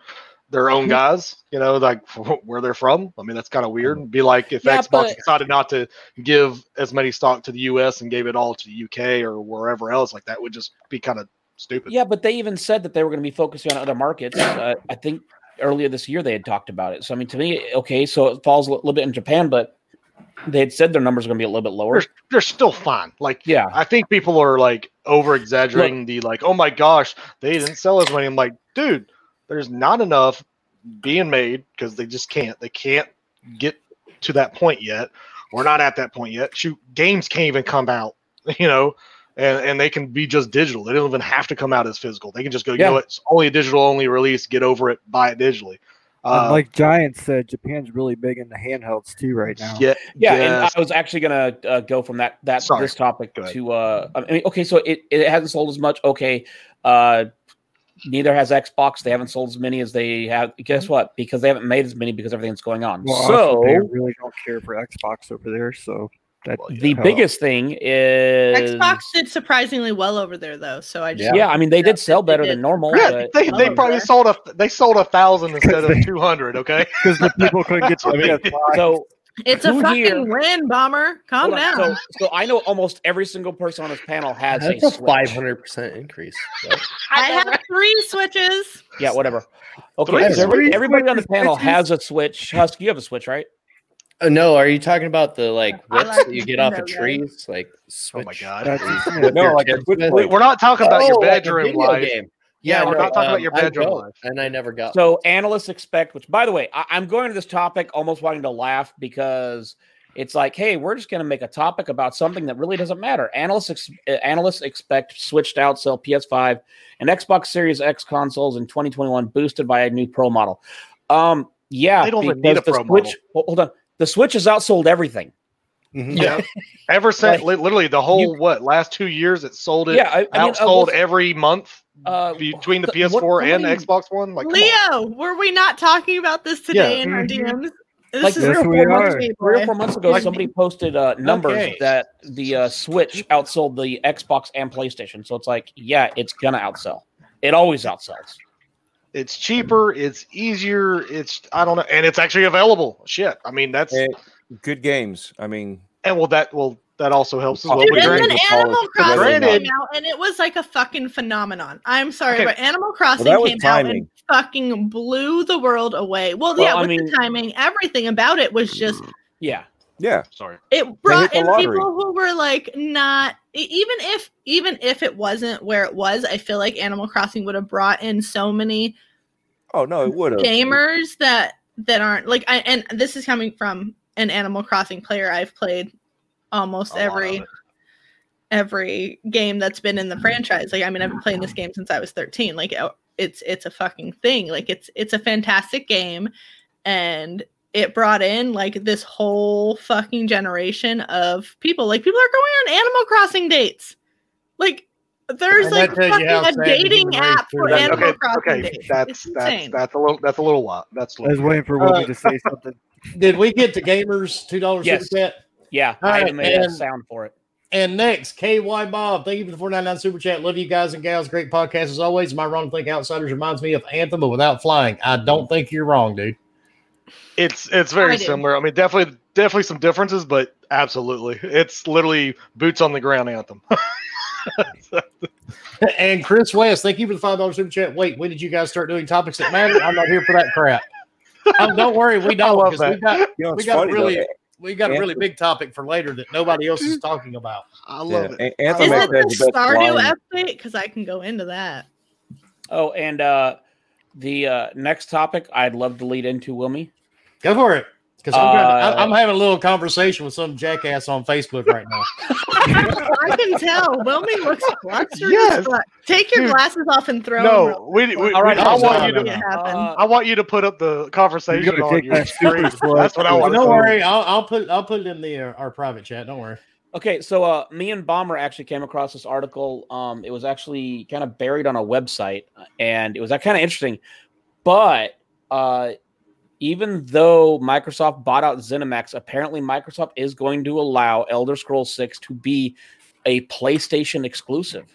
Speaker 5: (laughs)
Speaker 3: their own guys, you know, like (laughs) where they're from. I mean, that's kind of weird. Be like if
Speaker 4: Yeah,
Speaker 3: Xbox
Speaker 4: but-
Speaker 3: decided not to give as many stock to the US and gave it all to the UK or wherever else, like that would just be kind of stupid.
Speaker 4: Yeah, but they even said that they were going to be focusing on other markets. Uh, I think earlier this year they had talked about it. So I mean, to me, okay, so it falls a little bit in Japan, but they had said their numbers are going to be a little bit lower.
Speaker 3: They're still fine. Like
Speaker 4: Yeah.
Speaker 3: I think people are like over exaggerating the like, oh my gosh, they didn't sell as many. I'm like, dude, there's not enough being made because they just can't. They can't get to that point yet. We're not at that point yet. Shoot, games can't even come out, (laughs) you know, and, and they can be just digital. They don't even have to come out as physical. They can just go, you
Speaker 4: Yeah.
Speaker 3: know what, it's only a digital only release, get over it, buy it digitally.
Speaker 1: And like Giant said, Japan's really big into handhelds too right now.
Speaker 3: yeah,
Speaker 4: Yeah, and
Speaker 3: yes.
Speaker 4: I was actually gonna uh, go from that that
Speaker 3: Sorry.
Speaker 4: this topic
Speaker 3: Go ahead.
Speaker 4: to uh, I mean, okay, so it, it hasn't sold as much. Okay, uh, neither has Xbox. They haven't sold as many as they have. Guess what? Because they haven't made as many because everything's going on.
Speaker 1: Well,
Speaker 4: so
Speaker 1: also, they really don't care for Xbox over there. So that
Speaker 4: the
Speaker 1: helps.
Speaker 4: biggest thing is
Speaker 5: Xbox did surprisingly well over there though, so I
Speaker 4: Yeah.
Speaker 5: just
Speaker 4: I mean they did sell
Speaker 5: They
Speaker 4: better
Speaker 5: did.
Speaker 4: than normal.
Speaker 3: Yeah,
Speaker 4: but-
Speaker 3: they, they
Speaker 5: um,
Speaker 3: probably sold a they sold a thousand instead of two hundred. Okay,
Speaker 1: because the people couldn't
Speaker 3: (laughs)
Speaker 1: get to
Speaker 3: I mean-
Speaker 1: PS5.
Speaker 4: so
Speaker 5: it's a
Speaker 4: Who
Speaker 5: fucking
Speaker 4: here-
Speaker 5: win, bomber. Calm
Speaker 4: hold on.
Speaker 5: down.
Speaker 4: so so I know almost every single person on this panel has
Speaker 6: That's
Speaker 4: a
Speaker 6: a
Speaker 4: Switch.
Speaker 6: five hundred percent increase. so.
Speaker 5: I have three switches.
Speaker 4: Yeah, whatever.
Speaker 6: (laughs)
Speaker 3: Three
Speaker 4: Okay, so every-
Speaker 1: Switches?
Speaker 4: everybody on the panel has a Switch. Husk, you have a Switch, right?
Speaker 6: Uh, no, are you talking about the like
Speaker 5: I
Speaker 6: whips
Speaker 5: like
Speaker 6: that you get off of
Speaker 5: Nintendo, guys.
Speaker 6: trees? Like switch.
Speaker 3: Oh my God.
Speaker 1: That's-
Speaker 4: (laughs)
Speaker 6: with
Speaker 8: No,
Speaker 6: your
Speaker 8: like a
Speaker 6: kids
Speaker 8: Switch
Speaker 6: with?
Speaker 8: Lite.
Speaker 3: we're not talking about
Speaker 6: Oh,
Speaker 3: your
Speaker 6: like a
Speaker 3: bedroom
Speaker 6: video
Speaker 3: life.
Speaker 6: game.
Speaker 3: Yeah,
Speaker 6: no,
Speaker 3: we're not talking about
Speaker 6: um,
Speaker 3: your
Speaker 6: I
Speaker 3: bedroom
Speaker 6: don't,
Speaker 3: life.
Speaker 6: and I never (laughs) got.
Speaker 4: So analysts expect, which by the way, I, I'm going to this topic almost wanting to laugh because it's like, hey, we're just going to make a topic about something that really doesn't matter. Analysts ex- uh, analysts expect Switch to outsell PS5 and Xbox Series X consoles in 2021, boosted by a new Pro model. Um, yeah,
Speaker 3: They don't even need
Speaker 4: because
Speaker 3: a
Speaker 4: the
Speaker 3: Pro
Speaker 4: Switch.
Speaker 3: model.
Speaker 4: Hol- Hold on, the Switch has outsold everything. Mm-hmm.
Speaker 6: Mhm.
Speaker 4: (laughs)
Speaker 3: Yeah. Ever since li- literally the whole
Speaker 4: you-
Speaker 3: what last two years, it sold it
Speaker 4: yeah, I, I mean, uh,
Speaker 3: outsold
Speaker 4: what's-
Speaker 3: every month
Speaker 4: uh,
Speaker 3: be- between the
Speaker 4: what-
Speaker 3: PS4
Speaker 4: what
Speaker 3: and
Speaker 4: do you-
Speaker 3: Xbox One. Like, come on. Mm-hmm.
Speaker 5: Leo, were we not talking about this today
Speaker 3: Yeah.
Speaker 5: in our DMs? This
Speaker 4: Like
Speaker 5: is
Speaker 4: three
Speaker 1: Yes,
Speaker 4: or
Speaker 1: we
Speaker 4: four months
Speaker 1: are.
Speaker 5: Hey, boy.
Speaker 4: three or four months ago,
Speaker 5: Like-
Speaker 4: somebody posted uh, numbers
Speaker 3: Okay.
Speaker 4: that the uh, Switch outsold the Xbox and PlayStation. So it's like, yeah, it's gonna outsell. It always outsells.
Speaker 3: it's cheaper, it's easier, it's I don't know, and it's actually available. Shit, I mean that's
Speaker 8: Eh, good games. I mean,
Speaker 3: and well that will that also helps as well.
Speaker 8: Dude,
Speaker 3: But
Speaker 5: There's
Speaker 8: Granted,
Speaker 5: an
Speaker 3: granted-
Speaker 8: it's
Speaker 5: Animal
Speaker 8: always-
Speaker 5: Crossing
Speaker 3: Granted-
Speaker 5: came out, and it was like a fucking phenomenon. I'm sorry,
Speaker 3: Okay.
Speaker 5: but Animal Crossing
Speaker 8: that was
Speaker 5: came out and
Speaker 8: timing.
Speaker 5: fucking blew the world away. Well,
Speaker 4: Well,
Speaker 5: yeah,
Speaker 4: I
Speaker 5: with
Speaker 4: mean-
Speaker 5: the timing, everything about it was just
Speaker 4: Yeah,
Speaker 8: yeah,
Speaker 3: Sorry,
Speaker 5: it brought
Speaker 8: the
Speaker 5: in
Speaker 8: lottery.
Speaker 5: people who were like not e- even if even if it wasn't where it was, I feel like Animal Crossing would have brought in so many
Speaker 8: oh no, it would have.
Speaker 5: gamers that that aren't like I and this is coming from an Animal Crossing player. I've played almost
Speaker 3: A lot of
Speaker 5: every
Speaker 3: it.
Speaker 5: every game that's been in the franchise. Like I mean, I've been playing this game since I was 13. Like it- it's it's a fucking thing. Like it's it's a fantastic game and it brought in like this whole fucking generation of people. Like people are going on Animal Crossing dates. Like there's
Speaker 2: And
Speaker 5: like
Speaker 2: that tells you
Speaker 5: fucking
Speaker 2: how
Speaker 5: a
Speaker 2: sad the
Speaker 5: dating
Speaker 2: human
Speaker 5: app
Speaker 2: race
Speaker 5: for
Speaker 2: is.
Speaker 5: Animal
Speaker 3: okay,
Speaker 5: Crossing
Speaker 3: okay,
Speaker 5: dates.
Speaker 3: that's
Speaker 5: It's
Speaker 3: that's
Speaker 5: insane.
Speaker 3: that's a little that's a little lot. That's a
Speaker 1: I was
Speaker 3: little Uh,
Speaker 1: waiting for Whoopi to say
Speaker 3: (laughs)
Speaker 1: something.
Speaker 2: Did we get to gamers two dollars
Speaker 4: Yes.
Speaker 2: super chat?
Speaker 4: Yeah,
Speaker 2: All
Speaker 4: I
Speaker 2: right,
Speaker 4: had to make a
Speaker 2: and-
Speaker 4: sound for it.
Speaker 2: And next, KY Bob, thank you for the 499 super chat. Love you guys and gals. Great podcast as always. Am I wrong to think outsiders reminds me of Anthem, but without flying? I don't think you're wrong, dude.
Speaker 3: It's it's
Speaker 5: I
Speaker 3: very
Speaker 5: do.
Speaker 3: similar. I mean, definitely definitely some differences, but absolutely, it's literally boots on the ground anthem. (laughs)
Speaker 2: and Chris West, thank you for the five dollars super chat. Wait, when did you guys start doing topics that matter? I'm not here for that crap. Um, don't worry,
Speaker 3: (laughs)
Speaker 2: we
Speaker 3: I
Speaker 2: know
Speaker 3: love
Speaker 2: because
Speaker 3: that.
Speaker 2: we got
Speaker 9: You know,
Speaker 2: we
Speaker 9: it's
Speaker 2: got a
Speaker 9: funny though,
Speaker 2: really we got a
Speaker 9: Yeah.
Speaker 2: really big topic for later that nobody else is talking about.
Speaker 3: I love it.
Speaker 8: A- Anthem
Speaker 5: Is
Speaker 8: actually
Speaker 5: that
Speaker 8: has
Speaker 5: the
Speaker 8: the best
Speaker 5: Stardew
Speaker 8: line.
Speaker 5: update? Because I can go into that.
Speaker 4: Oh, and uh, the uh, next topic I'd love to lead into, Wilmy.
Speaker 2: Go for it. Because I'm, trying to-
Speaker 4: Uh,
Speaker 2: I'm I'm having a little conversation with some jackass on Facebook right now.
Speaker 5: I can tell. Wilmy looks flustered.
Speaker 3: Yes.
Speaker 5: as fuck. Take your
Speaker 3: Dude.
Speaker 5: glasses off and throw them.
Speaker 3: No, we, we,
Speaker 4: All right,
Speaker 3: we- I
Speaker 2: no, no,
Speaker 3: want you
Speaker 2: no,
Speaker 3: to
Speaker 5: Make it happen.
Speaker 4: Uh,
Speaker 3: I want you to put up the conversation
Speaker 1: You're gonna
Speaker 3: on
Speaker 1: take
Speaker 3: your
Speaker 1: that super
Speaker 3: screen.
Speaker 1: slow.
Speaker 3: That's what I
Speaker 2: Well,
Speaker 3: want. to
Speaker 2: don't
Speaker 3: see.
Speaker 2: worry, I'll, I'll put I'll put it in the uh, our private chat. Don't worry.
Speaker 4: Okay, so uh, me and Bomber actually came across this article. Um, it was actually kind of buried on a website, and it was uh, kind of interesting. But uh, even though Microsoft bought out ZeniMax, apparently Microsoft is going to allow Elder Scrolls Six to be a PlayStation exclusive,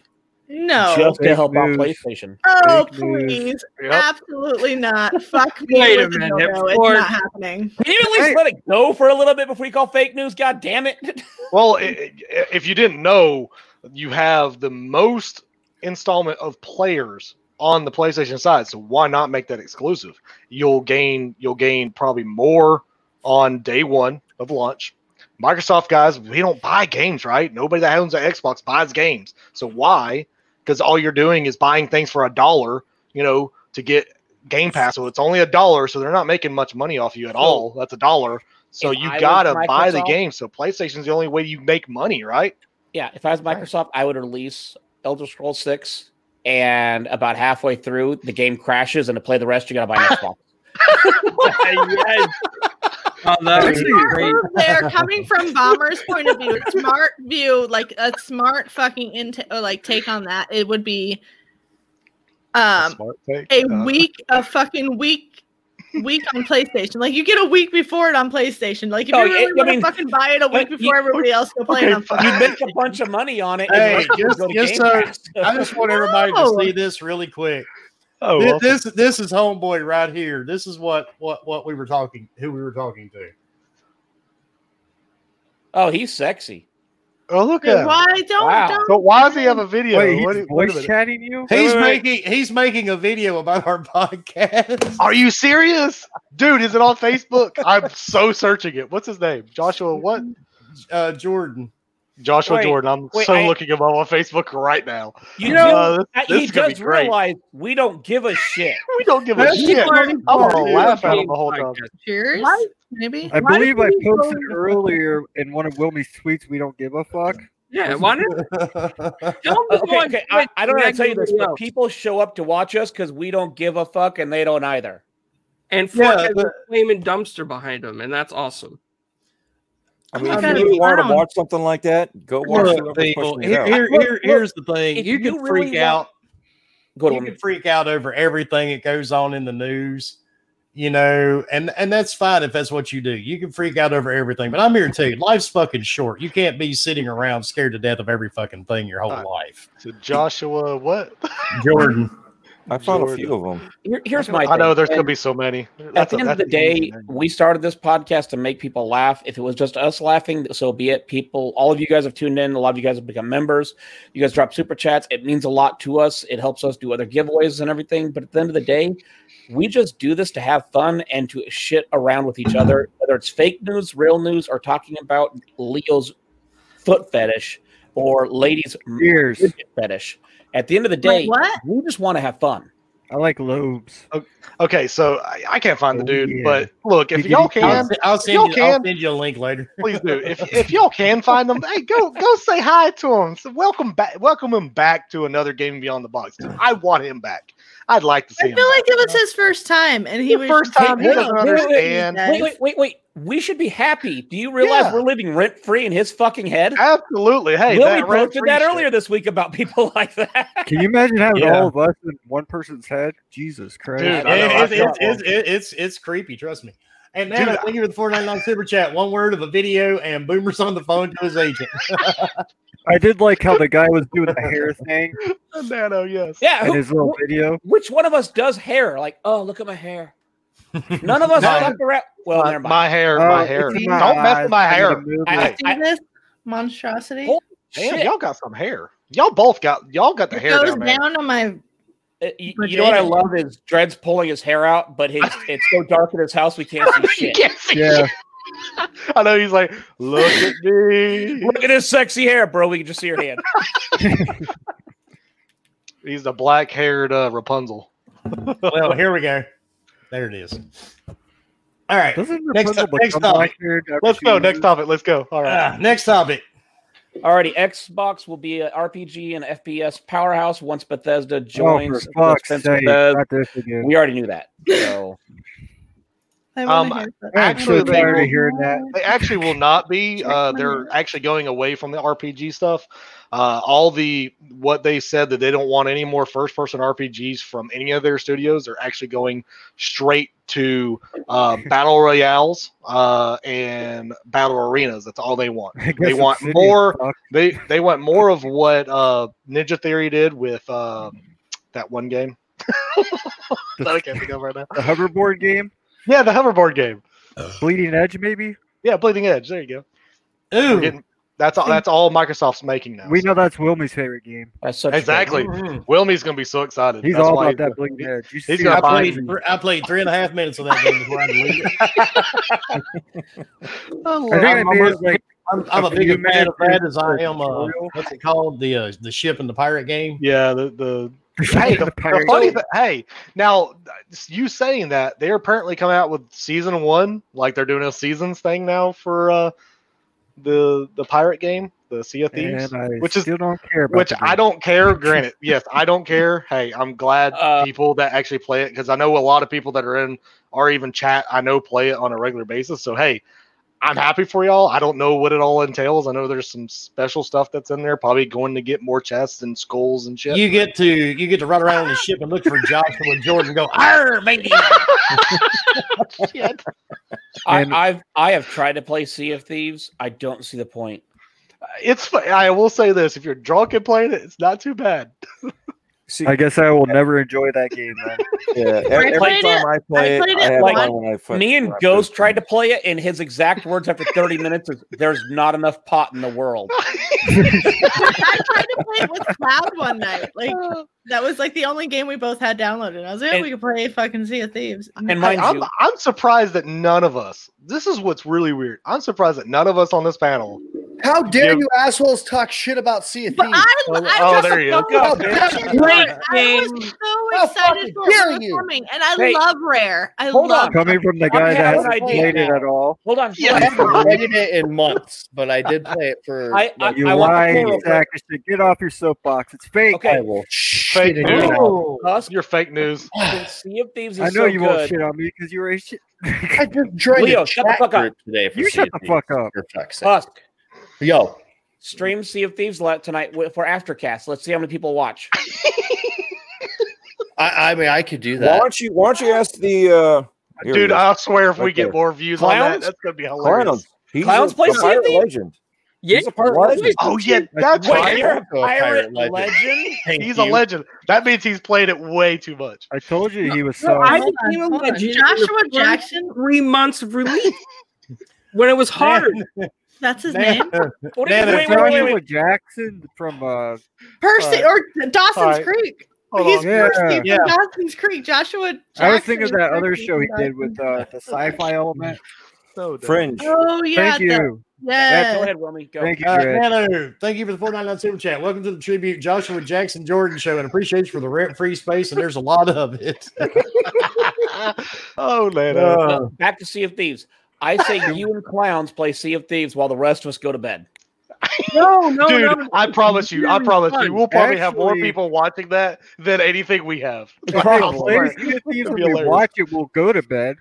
Speaker 5: No.
Speaker 4: just to
Speaker 1: Big
Speaker 4: help out
Speaker 1: move.
Speaker 4: PlayStation.
Speaker 5: oh,
Speaker 1: Fake
Speaker 5: please.
Speaker 1: news.
Speaker 3: Yep.
Speaker 5: Absolutely not. Fuck me.
Speaker 7: Wait a
Speaker 5: with the
Speaker 7: minute,
Speaker 5: no-no. It's
Speaker 7: before-
Speaker 5: not happening.
Speaker 4: Can you at least
Speaker 1: Hey.
Speaker 4: let it go for a little bit before you call fake news? God damn it! (laughs)
Speaker 3: Well, i- i- if you didn't know, you have the most installment of players on the PlayStation side, so why not make that exclusive? You'll gain you'll gain probably more on day one of launch. Microsoft guys, we don't buy games, right? Nobody that owns an Xbox buys games. So why? Because all you're doing is buying things for a dollar, you know, to get Game Pass. So it's only a dollar, so they're not making much money off you at all. That's a dollar. So
Speaker 4: If
Speaker 3: you
Speaker 4: I was
Speaker 3: gotta buy the
Speaker 4: Microsoft-
Speaker 3: game. So PlayStation's the only way you make money, right?
Speaker 4: Yeah, if I was Microsoft, I would release Elder Scrolls Six, and about halfway through, the game crashes, and to play the rest, you got to buy
Speaker 2: (laughs)
Speaker 4: an Xbox.
Speaker 7: Oh, that would be great.
Speaker 5: Smart move there, coming from Bomber's point of view, smart view, like a smart fucking int- or like take on that, it would be um
Speaker 3: Smart take.
Speaker 5: a
Speaker 3: Uh,
Speaker 5: week, a fucking week, week on PlayStation. Like you get a week before it on PlayStation. Like if
Speaker 4: Oh,
Speaker 5: you really
Speaker 4: it- I
Speaker 5: want
Speaker 4: mean,
Speaker 5: to fucking buy it a week
Speaker 4: but you-
Speaker 5: before (laughs) everybody else go play it
Speaker 3: okay,
Speaker 5: on
Speaker 3: fine.
Speaker 4: You make a bunch of money on it. and
Speaker 2: Hey,
Speaker 4: the rest of it
Speaker 2: just-
Speaker 4: go to
Speaker 2: just
Speaker 4: Game
Speaker 2: so-
Speaker 4: Pass.
Speaker 2: I just want everybody
Speaker 5: No.
Speaker 2: to see this really quick.
Speaker 3: Oh,
Speaker 2: Thi-
Speaker 3: well,
Speaker 2: this, this is homeboy right here. This is what what what we were talking who we were talking to.
Speaker 4: oh, he's sexy.
Speaker 3: oh, look at.
Speaker 5: Dude,
Speaker 3: him.
Speaker 5: Why don't,
Speaker 4: Wow.
Speaker 5: don't
Speaker 3: So why does he have a video?
Speaker 1: Wait, he's
Speaker 3: What do- wait a
Speaker 1: voice
Speaker 3: minute.
Speaker 1: chatting you?
Speaker 2: He's
Speaker 1: Wait, wait, wait.
Speaker 2: making he's making a video about our (laughs) podcast.
Speaker 3: Are you serious, dude? Is it on Facebook? I'm so searching it. What's his name? Joshua what?
Speaker 2: Uh, Jordan.
Speaker 3: Joshua
Speaker 4: Wait,
Speaker 3: Jordan. I'm
Speaker 4: wait,
Speaker 3: so
Speaker 4: I-
Speaker 3: looking him up on Facebook right now.
Speaker 4: You
Speaker 3: You
Speaker 4: do-
Speaker 3: know, Uh, this-
Speaker 4: I-
Speaker 3: this
Speaker 4: he
Speaker 3: is gonna be
Speaker 4: does
Speaker 3: great.
Speaker 4: realize we don't give a shit.
Speaker 3: (laughs) We don't give a
Speaker 2: That's
Speaker 3: shit.
Speaker 2: the
Speaker 3: I'm
Speaker 4: oh,
Speaker 3: gonna laugh at him the whole time.
Speaker 5: cheers? Maybe.
Speaker 1: I
Speaker 7: Why
Speaker 1: believe
Speaker 7: did
Speaker 1: I
Speaker 7: he go
Speaker 1: posted
Speaker 7: into-
Speaker 1: earlier in one of Wilmy's tweets. We don't give a fuck.
Speaker 7: Yeah, why not? Tell him to
Speaker 4: Okay,
Speaker 7: go on
Speaker 4: okay, I, I don't know how to tell you this,
Speaker 7: everybody
Speaker 4: but
Speaker 7: else.
Speaker 4: people show up to watch us because we don't give a fuck, and they don't either.
Speaker 7: And Fork
Speaker 2: yeah,
Speaker 7: has
Speaker 2: but-
Speaker 7: a flaming dumpster behind him, and that's awesome.
Speaker 9: I mean,
Speaker 5: I'm
Speaker 9: if
Speaker 5: not
Speaker 9: you really want
Speaker 5: around.
Speaker 9: to watch something like that, go watch
Speaker 10: Look,
Speaker 9: whoever's
Speaker 10: people,
Speaker 9: pushing it
Speaker 10: here,
Speaker 9: out.
Speaker 10: here,
Speaker 4: Look,
Speaker 10: here-
Speaker 4: look,
Speaker 10: here's the thing:
Speaker 4: if
Speaker 10: you can
Speaker 4: you really
Speaker 10: freak
Speaker 4: want-
Speaker 10: out.
Speaker 4: Go to
Speaker 2: you
Speaker 4: him.
Speaker 2: can freak out over everything that goes on in the news, you know, and and that's fine if that's what you do. You can freak out over everything, but I'm here to tell you, life's fucking short. You can't be sitting around scared to death of every fucking thing your whole
Speaker 3: Right.
Speaker 2: life.
Speaker 3: So Joshua what? (laughs)
Speaker 2: Jordan,
Speaker 9: I found a
Speaker 3: Jordan.
Speaker 9: few of them.
Speaker 4: Here- here's my.
Speaker 3: I know
Speaker 4: thing,
Speaker 3: there's gonna
Speaker 4: and-
Speaker 3: be so many.
Speaker 4: at
Speaker 3: That's
Speaker 4: the
Speaker 3: a-
Speaker 4: end of
Speaker 3: that's
Speaker 4: the
Speaker 3: an
Speaker 4: day,
Speaker 3: easy name.
Speaker 4: we started this podcast to make people laugh. If it was just us laughing, so be it. People, all of you guys have tuned in. A lot of you guys have become members. You guys drop super chats. It means a lot to us. It helps us do other giveaways and everything. But at the end of the day, we just do this to have fun and to shit around with each other, whether it's fake news, real news, or talking about Leo's foot fetish or ladies'
Speaker 1: Years.
Speaker 4: fetish. At the end of the
Speaker 5: Wait,
Speaker 4: day,
Speaker 5: what?
Speaker 4: we just want to have fun.
Speaker 1: I like lobes.
Speaker 3: Okay, so I, I can't find the
Speaker 1: Oh,
Speaker 3: dude,
Speaker 1: yeah.
Speaker 3: but look, if
Speaker 1: Did
Speaker 3: y'all
Speaker 1: you-
Speaker 3: can,
Speaker 2: I'll, I'll
Speaker 3: if
Speaker 2: send
Speaker 3: y'all
Speaker 2: you, I'll
Speaker 3: can,
Speaker 2: send you a link later.
Speaker 3: please do. If
Speaker 2: (laughs)
Speaker 3: if y'all can find them, hey, go go say hi to him. So welcome back, welcome him back to another game beyond the box. I want him back. I'd like to see
Speaker 5: I
Speaker 3: him.
Speaker 5: feel
Speaker 3: back.
Speaker 5: like it was his first time, and he
Speaker 3: The
Speaker 5: was
Speaker 3: first
Speaker 5: just
Speaker 3: time,
Speaker 5: like,
Speaker 3: he doesn't
Speaker 5: "No, we don't need
Speaker 3: understand."
Speaker 5: this."
Speaker 4: Wait, wait, wait, wait. We should be happy. Do you realize
Speaker 3: Yeah.
Speaker 4: we're living rent free in his fucking head?
Speaker 3: absolutely. Hey,
Speaker 4: Will,
Speaker 3: that
Speaker 4: we posted
Speaker 3: rent-free
Speaker 4: that
Speaker 3: shit.
Speaker 4: earlier this week about people (laughs) like that.
Speaker 1: Can you imagine having
Speaker 2: Yeah.
Speaker 1: all of us in one person's head? Jesus Christ.
Speaker 3: Dude,
Speaker 2: It-
Speaker 3: I know,
Speaker 2: it's,
Speaker 3: I've got
Speaker 2: it's, it's, it's, it's creepy, trust me. And then
Speaker 3: Dude,
Speaker 2: thank you for the 499 super chat. One word of a video and boomers on the phone to his agent. (laughs)
Speaker 1: I did like how the guy was doing the hair
Speaker 4: (laughs)
Speaker 1: thing
Speaker 3: (laughs) Nano, yes.
Speaker 4: yeah.
Speaker 1: in
Speaker 4: Uh, Who,
Speaker 1: his little
Speaker 4: wh-
Speaker 1: video.
Speaker 4: which one of us does hair? Like, oh, look at my hair. None
Speaker 1: (laughs)
Speaker 4: of us
Speaker 3: Mine.
Speaker 4: fuck around. Well,
Speaker 3: my,
Speaker 4: never mind.
Speaker 3: my hair, my
Speaker 1: Oh,
Speaker 3: hair.
Speaker 1: it's in
Speaker 3: Don't mess
Speaker 1: eyes.
Speaker 3: with my
Speaker 1: I'm in
Speaker 3: hair.
Speaker 1: the movie.
Speaker 4: I-
Speaker 3: Hey,
Speaker 5: See this monstrosity?
Speaker 4: Hold
Speaker 3: damn,
Speaker 4: Shit.
Speaker 3: y'all got some hair. Y'all both got y'all got the
Speaker 5: It
Speaker 3: hair
Speaker 5: goes
Speaker 3: down, there.
Speaker 5: down on my.
Speaker 4: Uh, You, you know what I love is Dred's pulling his hair out, but
Speaker 3: (laughs)
Speaker 4: his, it's so dark in his house we can't see
Speaker 3: You
Speaker 4: shit.
Speaker 3: can't see
Speaker 1: Yeah.
Speaker 3: shit. I know he's like, look at me.
Speaker 4: Look at his sexy hair, bro. We can just see your (laughs) hand.
Speaker 3: He's the black haired uh, Rapunzel.
Speaker 2: well, here we go. There it is. All right.
Speaker 1: Doesn't
Speaker 2: Next
Speaker 1: Rapunzel
Speaker 2: up- next
Speaker 1: become
Speaker 2: topic.
Speaker 1: black-haired after
Speaker 3: Let's
Speaker 1: she
Speaker 3: go.
Speaker 1: loses?
Speaker 3: Next topic. Let's go. All right.
Speaker 4: Ah,
Speaker 1: Ah.
Speaker 2: Uh, next topic.
Speaker 4: Alrighty, Xbox will be an RPG and FPS powerhouse once Bethesda
Speaker 1: Oh, for
Speaker 4: joins.
Speaker 1: fuck's
Speaker 4: Bethesda-
Speaker 1: sake, not this again.
Speaker 4: we already knew that. So
Speaker 5: I wanna
Speaker 3: Um,
Speaker 5: hear that.
Speaker 1: I'm so
Speaker 3: Actually, they
Speaker 1: tired
Speaker 3: will-
Speaker 1: of hearing that.
Speaker 3: they actually will not be. Uh, they're actually going away from the RPG stuff. Uh, all the what they said that they don't want any more first person RPGs from any of their studios. They're actually going straight to
Speaker 1: (laughs)
Speaker 3: uh, battle royales uh, and battle arenas. That's all they want.
Speaker 1: (laughs) I guess
Speaker 3: They want
Speaker 1: Obsidian
Speaker 3: more-
Speaker 1: sucks.
Speaker 3: They they want more of what uh, Ninja Theory did with um that one game. that I can't think of right now.
Speaker 1: The hoverboard game,
Speaker 3: Yeah, the hoverboard game.
Speaker 6: Oh.
Speaker 1: Bleeding Edge, maybe.
Speaker 3: Yeah, Bleeding Edge. There you go. We're
Speaker 2: Ooh.
Speaker 3: getting- that's all. That's all Microsoft's making now.
Speaker 1: We know that's Wilmy's favorite game.
Speaker 4: that's such a-
Speaker 3: Exactly.
Speaker 2: Mhm.
Speaker 3: Wilmy's gonna be so excited.
Speaker 1: He's
Speaker 3: That's
Speaker 1: all about
Speaker 3: why he's-
Speaker 1: that Bleeding Edge. You
Speaker 3: he's
Speaker 1: see
Speaker 3: gonna
Speaker 2: I
Speaker 1: it.
Speaker 3: buy
Speaker 2: played, thr- I played three and a half minutes of that game before I deleted it.
Speaker 1: I think I
Speaker 2: I'm-
Speaker 1: made
Speaker 2: I'm-
Speaker 1: it like
Speaker 2: I'm, I'm
Speaker 1: A
Speaker 2: a bigger
Speaker 1: few
Speaker 2: fan of that
Speaker 1: minutes
Speaker 2: as I am. Uh,
Speaker 1: tutorial.
Speaker 2: what's it called? The uh, the ship and the pirate game.
Speaker 3: (laughs) Yeah, the the, hey,
Speaker 1: hey, (laughs) the,
Speaker 3: the, the
Speaker 1: pirate.
Speaker 3: funny thing. Hey, now you saying that they're apparently coming out with season one, like they're doing a seasons thing now for uh, the the pirate game, the Sea of Thieves,
Speaker 1: and I
Speaker 3: which is
Speaker 1: still don't care about
Speaker 3: which
Speaker 1: the
Speaker 3: I
Speaker 1: game. (laughs)
Speaker 3: don't care. Granted, yes, I don't care. Hey, I'm glad
Speaker 4: Uh,
Speaker 3: people that actually play it because I know a lot of people that are in or even chat. I know play it on a regular basis. So hey, I'm happy for y'all. I don't know what it all entails. I know there's some special stuff that's in there. Probably going to get more chests and skulls and shit.
Speaker 2: You get to you get to run around on the ship and look for Joshua Jordan. And go, Arr, matey!"
Speaker 3: Shit.
Speaker 4: I,
Speaker 1: And-
Speaker 4: I've I have tried to play Sea of Thieves. I don't see the point.
Speaker 3: It's. fu- I will say this: if you're drunk and playing it, it's not too bad.
Speaker 9: See,
Speaker 1: I guess I will never enjoy that game. Then.
Speaker 9: (laughs) yeah, e-
Speaker 5: I
Speaker 9: every
Speaker 5: played
Speaker 9: time I play
Speaker 5: played
Speaker 9: it, I
Speaker 5: it
Speaker 9: have
Speaker 4: like-
Speaker 9: fun when I fuck-
Speaker 4: Me and
Speaker 9: when I play
Speaker 4: Ghost
Speaker 9: it.
Speaker 4: tried to play it, and his exact words after
Speaker 9: (laughs)
Speaker 4: 30 minutes is "There's not enough pot in the world."
Speaker 5: I tried to play it with Cloud one night. Like that was like the only game we both had downloaded. I was like, "Oh,
Speaker 4: And-
Speaker 5: we could play fucking Sea of Thieves.
Speaker 4: And
Speaker 3: Hey,
Speaker 4: mind
Speaker 3: I'm,
Speaker 4: you,
Speaker 3: I'm surprised that none of us. This is what's really weird. I'm surprised that none of us on this panel.
Speaker 6: How dare
Speaker 3: Yeah.
Speaker 6: you assholes talk shit about Sea of
Speaker 5: but
Speaker 6: Thieves?
Speaker 5: I'm,
Speaker 3: Oh,
Speaker 5: I'm
Speaker 3: oh,
Speaker 5: just
Speaker 3: there you
Speaker 5: so
Speaker 3: go.
Speaker 6: How
Speaker 5: excited.
Speaker 6: dare you?
Speaker 4: Great
Speaker 5: I
Speaker 4: game.
Speaker 5: was so
Speaker 6: How
Speaker 5: excited
Speaker 6: fucking
Speaker 5: for it
Speaker 6: dare
Speaker 5: was
Speaker 6: you?
Speaker 5: coming, and I
Speaker 4: Hey,
Speaker 5: love Rare. I
Speaker 4: hold
Speaker 5: love
Speaker 4: on.
Speaker 1: Coming from the guy
Speaker 4: having
Speaker 1: that
Speaker 4: an
Speaker 1: hasn't
Speaker 4: idea
Speaker 1: played it
Speaker 4: now.
Speaker 1: at all.
Speaker 4: hold on.
Speaker 6: I
Speaker 3: Yeah.
Speaker 6: haven't played it in months, but I did play it for.
Speaker 4: I, I,
Speaker 1: You
Speaker 4: I want to play
Speaker 1: lying
Speaker 4: real quick.
Speaker 1: sack of shit. Get off your soapbox. It's fake.
Speaker 4: Okay,
Speaker 6: I will
Speaker 3: Fake
Speaker 6: shit in
Speaker 3: news.
Speaker 6: your mouth.
Speaker 4: Husk
Speaker 3: You're fake news.
Speaker 4: and Sea of Thieves is
Speaker 1: I know
Speaker 4: so
Speaker 1: you
Speaker 4: good.
Speaker 1: won't shit on me because you were a shit.
Speaker 6: I just joined
Speaker 4: Leo,
Speaker 6: a
Speaker 4: shut the
Speaker 6: chat
Speaker 4: fuck up.
Speaker 6: group today. For
Speaker 1: You
Speaker 6: Sea
Speaker 1: shut
Speaker 6: of
Speaker 1: the
Speaker 6: Thieves,
Speaker 1: fuck up.
Speaker 6: For fuck's sake.
Speaker 4: Husk,
Speaker 6: Yo,
Speaker 4: stream Sea of Thieves li- tonight wi- for Aftercast. Let's see how many people watch.
Speaker 6: I, I mean, I could do
Speaker 9: Why
Speaker 6: that.
Speaker 9: don't you? Why don't you ask the uh, here
Speaker 3: Dude,
Speaker 9: it is.
Speaker 3: I swear if we
Speaker 9: Right
Speaker 3: get
Speaker 9: there.
Speaker 3: more views on that,
Speaker 4: Clowns?
Speaker 3: that's gonna be hilarious.
Speaker 9: clowns? He's
Speaker 4: Clowns
Speaker 9: a,
Speaker 4: play
Speaker 9: a
Speaker 4: Sea of
Speaker 9: pirate
Speaker 4: Thieves?
Speaker 9: legend.
Speaker 7: Yeah,
Speaker 9: He's a pirate
Speaker 7: Why is
Speaker 9: legend.
Speaker 3: Oh yeah, that's
Speaker 4: Wait,
Speaker 3: right.
Speaker 4: you're a
Speaker 6: You're a
Speaker 4: pirate
Speaker 6: pirate
Speaker 4: legend.
Speaker 6: legend. Thank
Speaker 3: He's
Speaker 6: you.
Speaker 3: a legend. That means he's played it way too much.
Speaker 1: I told you he was
Speaker 7: No,
Speaker 1: so.
Speaker 7: I
Speaker 5: Hold on,
Speaker 7: became a
Speaker 5: hold on.
Speaker 7: legend.
Speaker 5: Joshua
Speaker 7: in the first
Speaker 5: Jackson,
Speaker 7: Three months
Speaker 4: (laughs)
Speaker 7: of release when it was hard.
Speaker 5: that's his
Speaker 2: Man,
Speaker 5: name.
Speaker 1: uh, (laughs)
Speaker 4: What do you- wait,
Speaker 2: Man, that's
Speaker 4: wait, wait,
Speaker 1: Joshua
Speaker 4: wait, wait.
Speaker 1: Jackson from uh
Speaker 5: Percy or Dawson's
Speaker 3: Alright.
Speaker 5: Creek.
Speaker 3: Hold
Speaker 5: He's
Speaker 3: on.
Speaker 1: Yeah.
Speaker 5: Percy from
Speaker 2: Yeah.
Speaker 5: Dawson's Creek. Joshua.
Speaker 1: I was
Speaker 5: Jackson
Speaker 1: thinking of
Speaker 5: is
Speaker 1: that other
Speaker 5: Percy
Speaker 1: show he
Speaker 5: from
Speaker 1: did with
Speaker 5: Dawson's
Speaker 1: uh, the sci-fi element.
Speaker 3: So dumb.
Speaker 9: Fringe.
Speaker 5: Creek. Oh yeah,
Speaker 1: Thank
Speaker 5: the- (laughs)
Speaker 1: you.
Speaker 4: Yeah, go
Speaker 5: Yeah.
Speaker 4: ahead, Wilmy. Go.
Speaker 1: Thank you,
Speaker 2: Uh,
Speaker 1: Greg.
Speaker 2: Nano, thank you for the 499 Super Chat. Welcome to the tribute, Joshua Jackson Jordan Show, and appreciate you for the rent free space. And there's a lot of it. (laughs)
Speaker 3: oh, Lana.
Speaker 2: Uh,
Speaker 4: Back to Sea of Thieves. I
Speaker 9: (laughs)
Speaker 4: say you and clowns play Sea of Thieves while the rest of us go to bed.
Speaker 7: No, no,
Speaker 3: Dude,
Speaker 7: no.
Speaker 3: I promise you, I
Speaker 7: really
Speaker 3: promise
Speaker 7: fun.
Speaker 3: you, we'll probably have more
Speaker 1: Actually-
Speaker 3: people watching that than anything we have.
Speaker 1: If I play Sea of Thieves
Speaker 3: That'd be
Speaker 1: and we
Speaker 3: hilarious.
Speaker 1: watch it, we'll go to bed.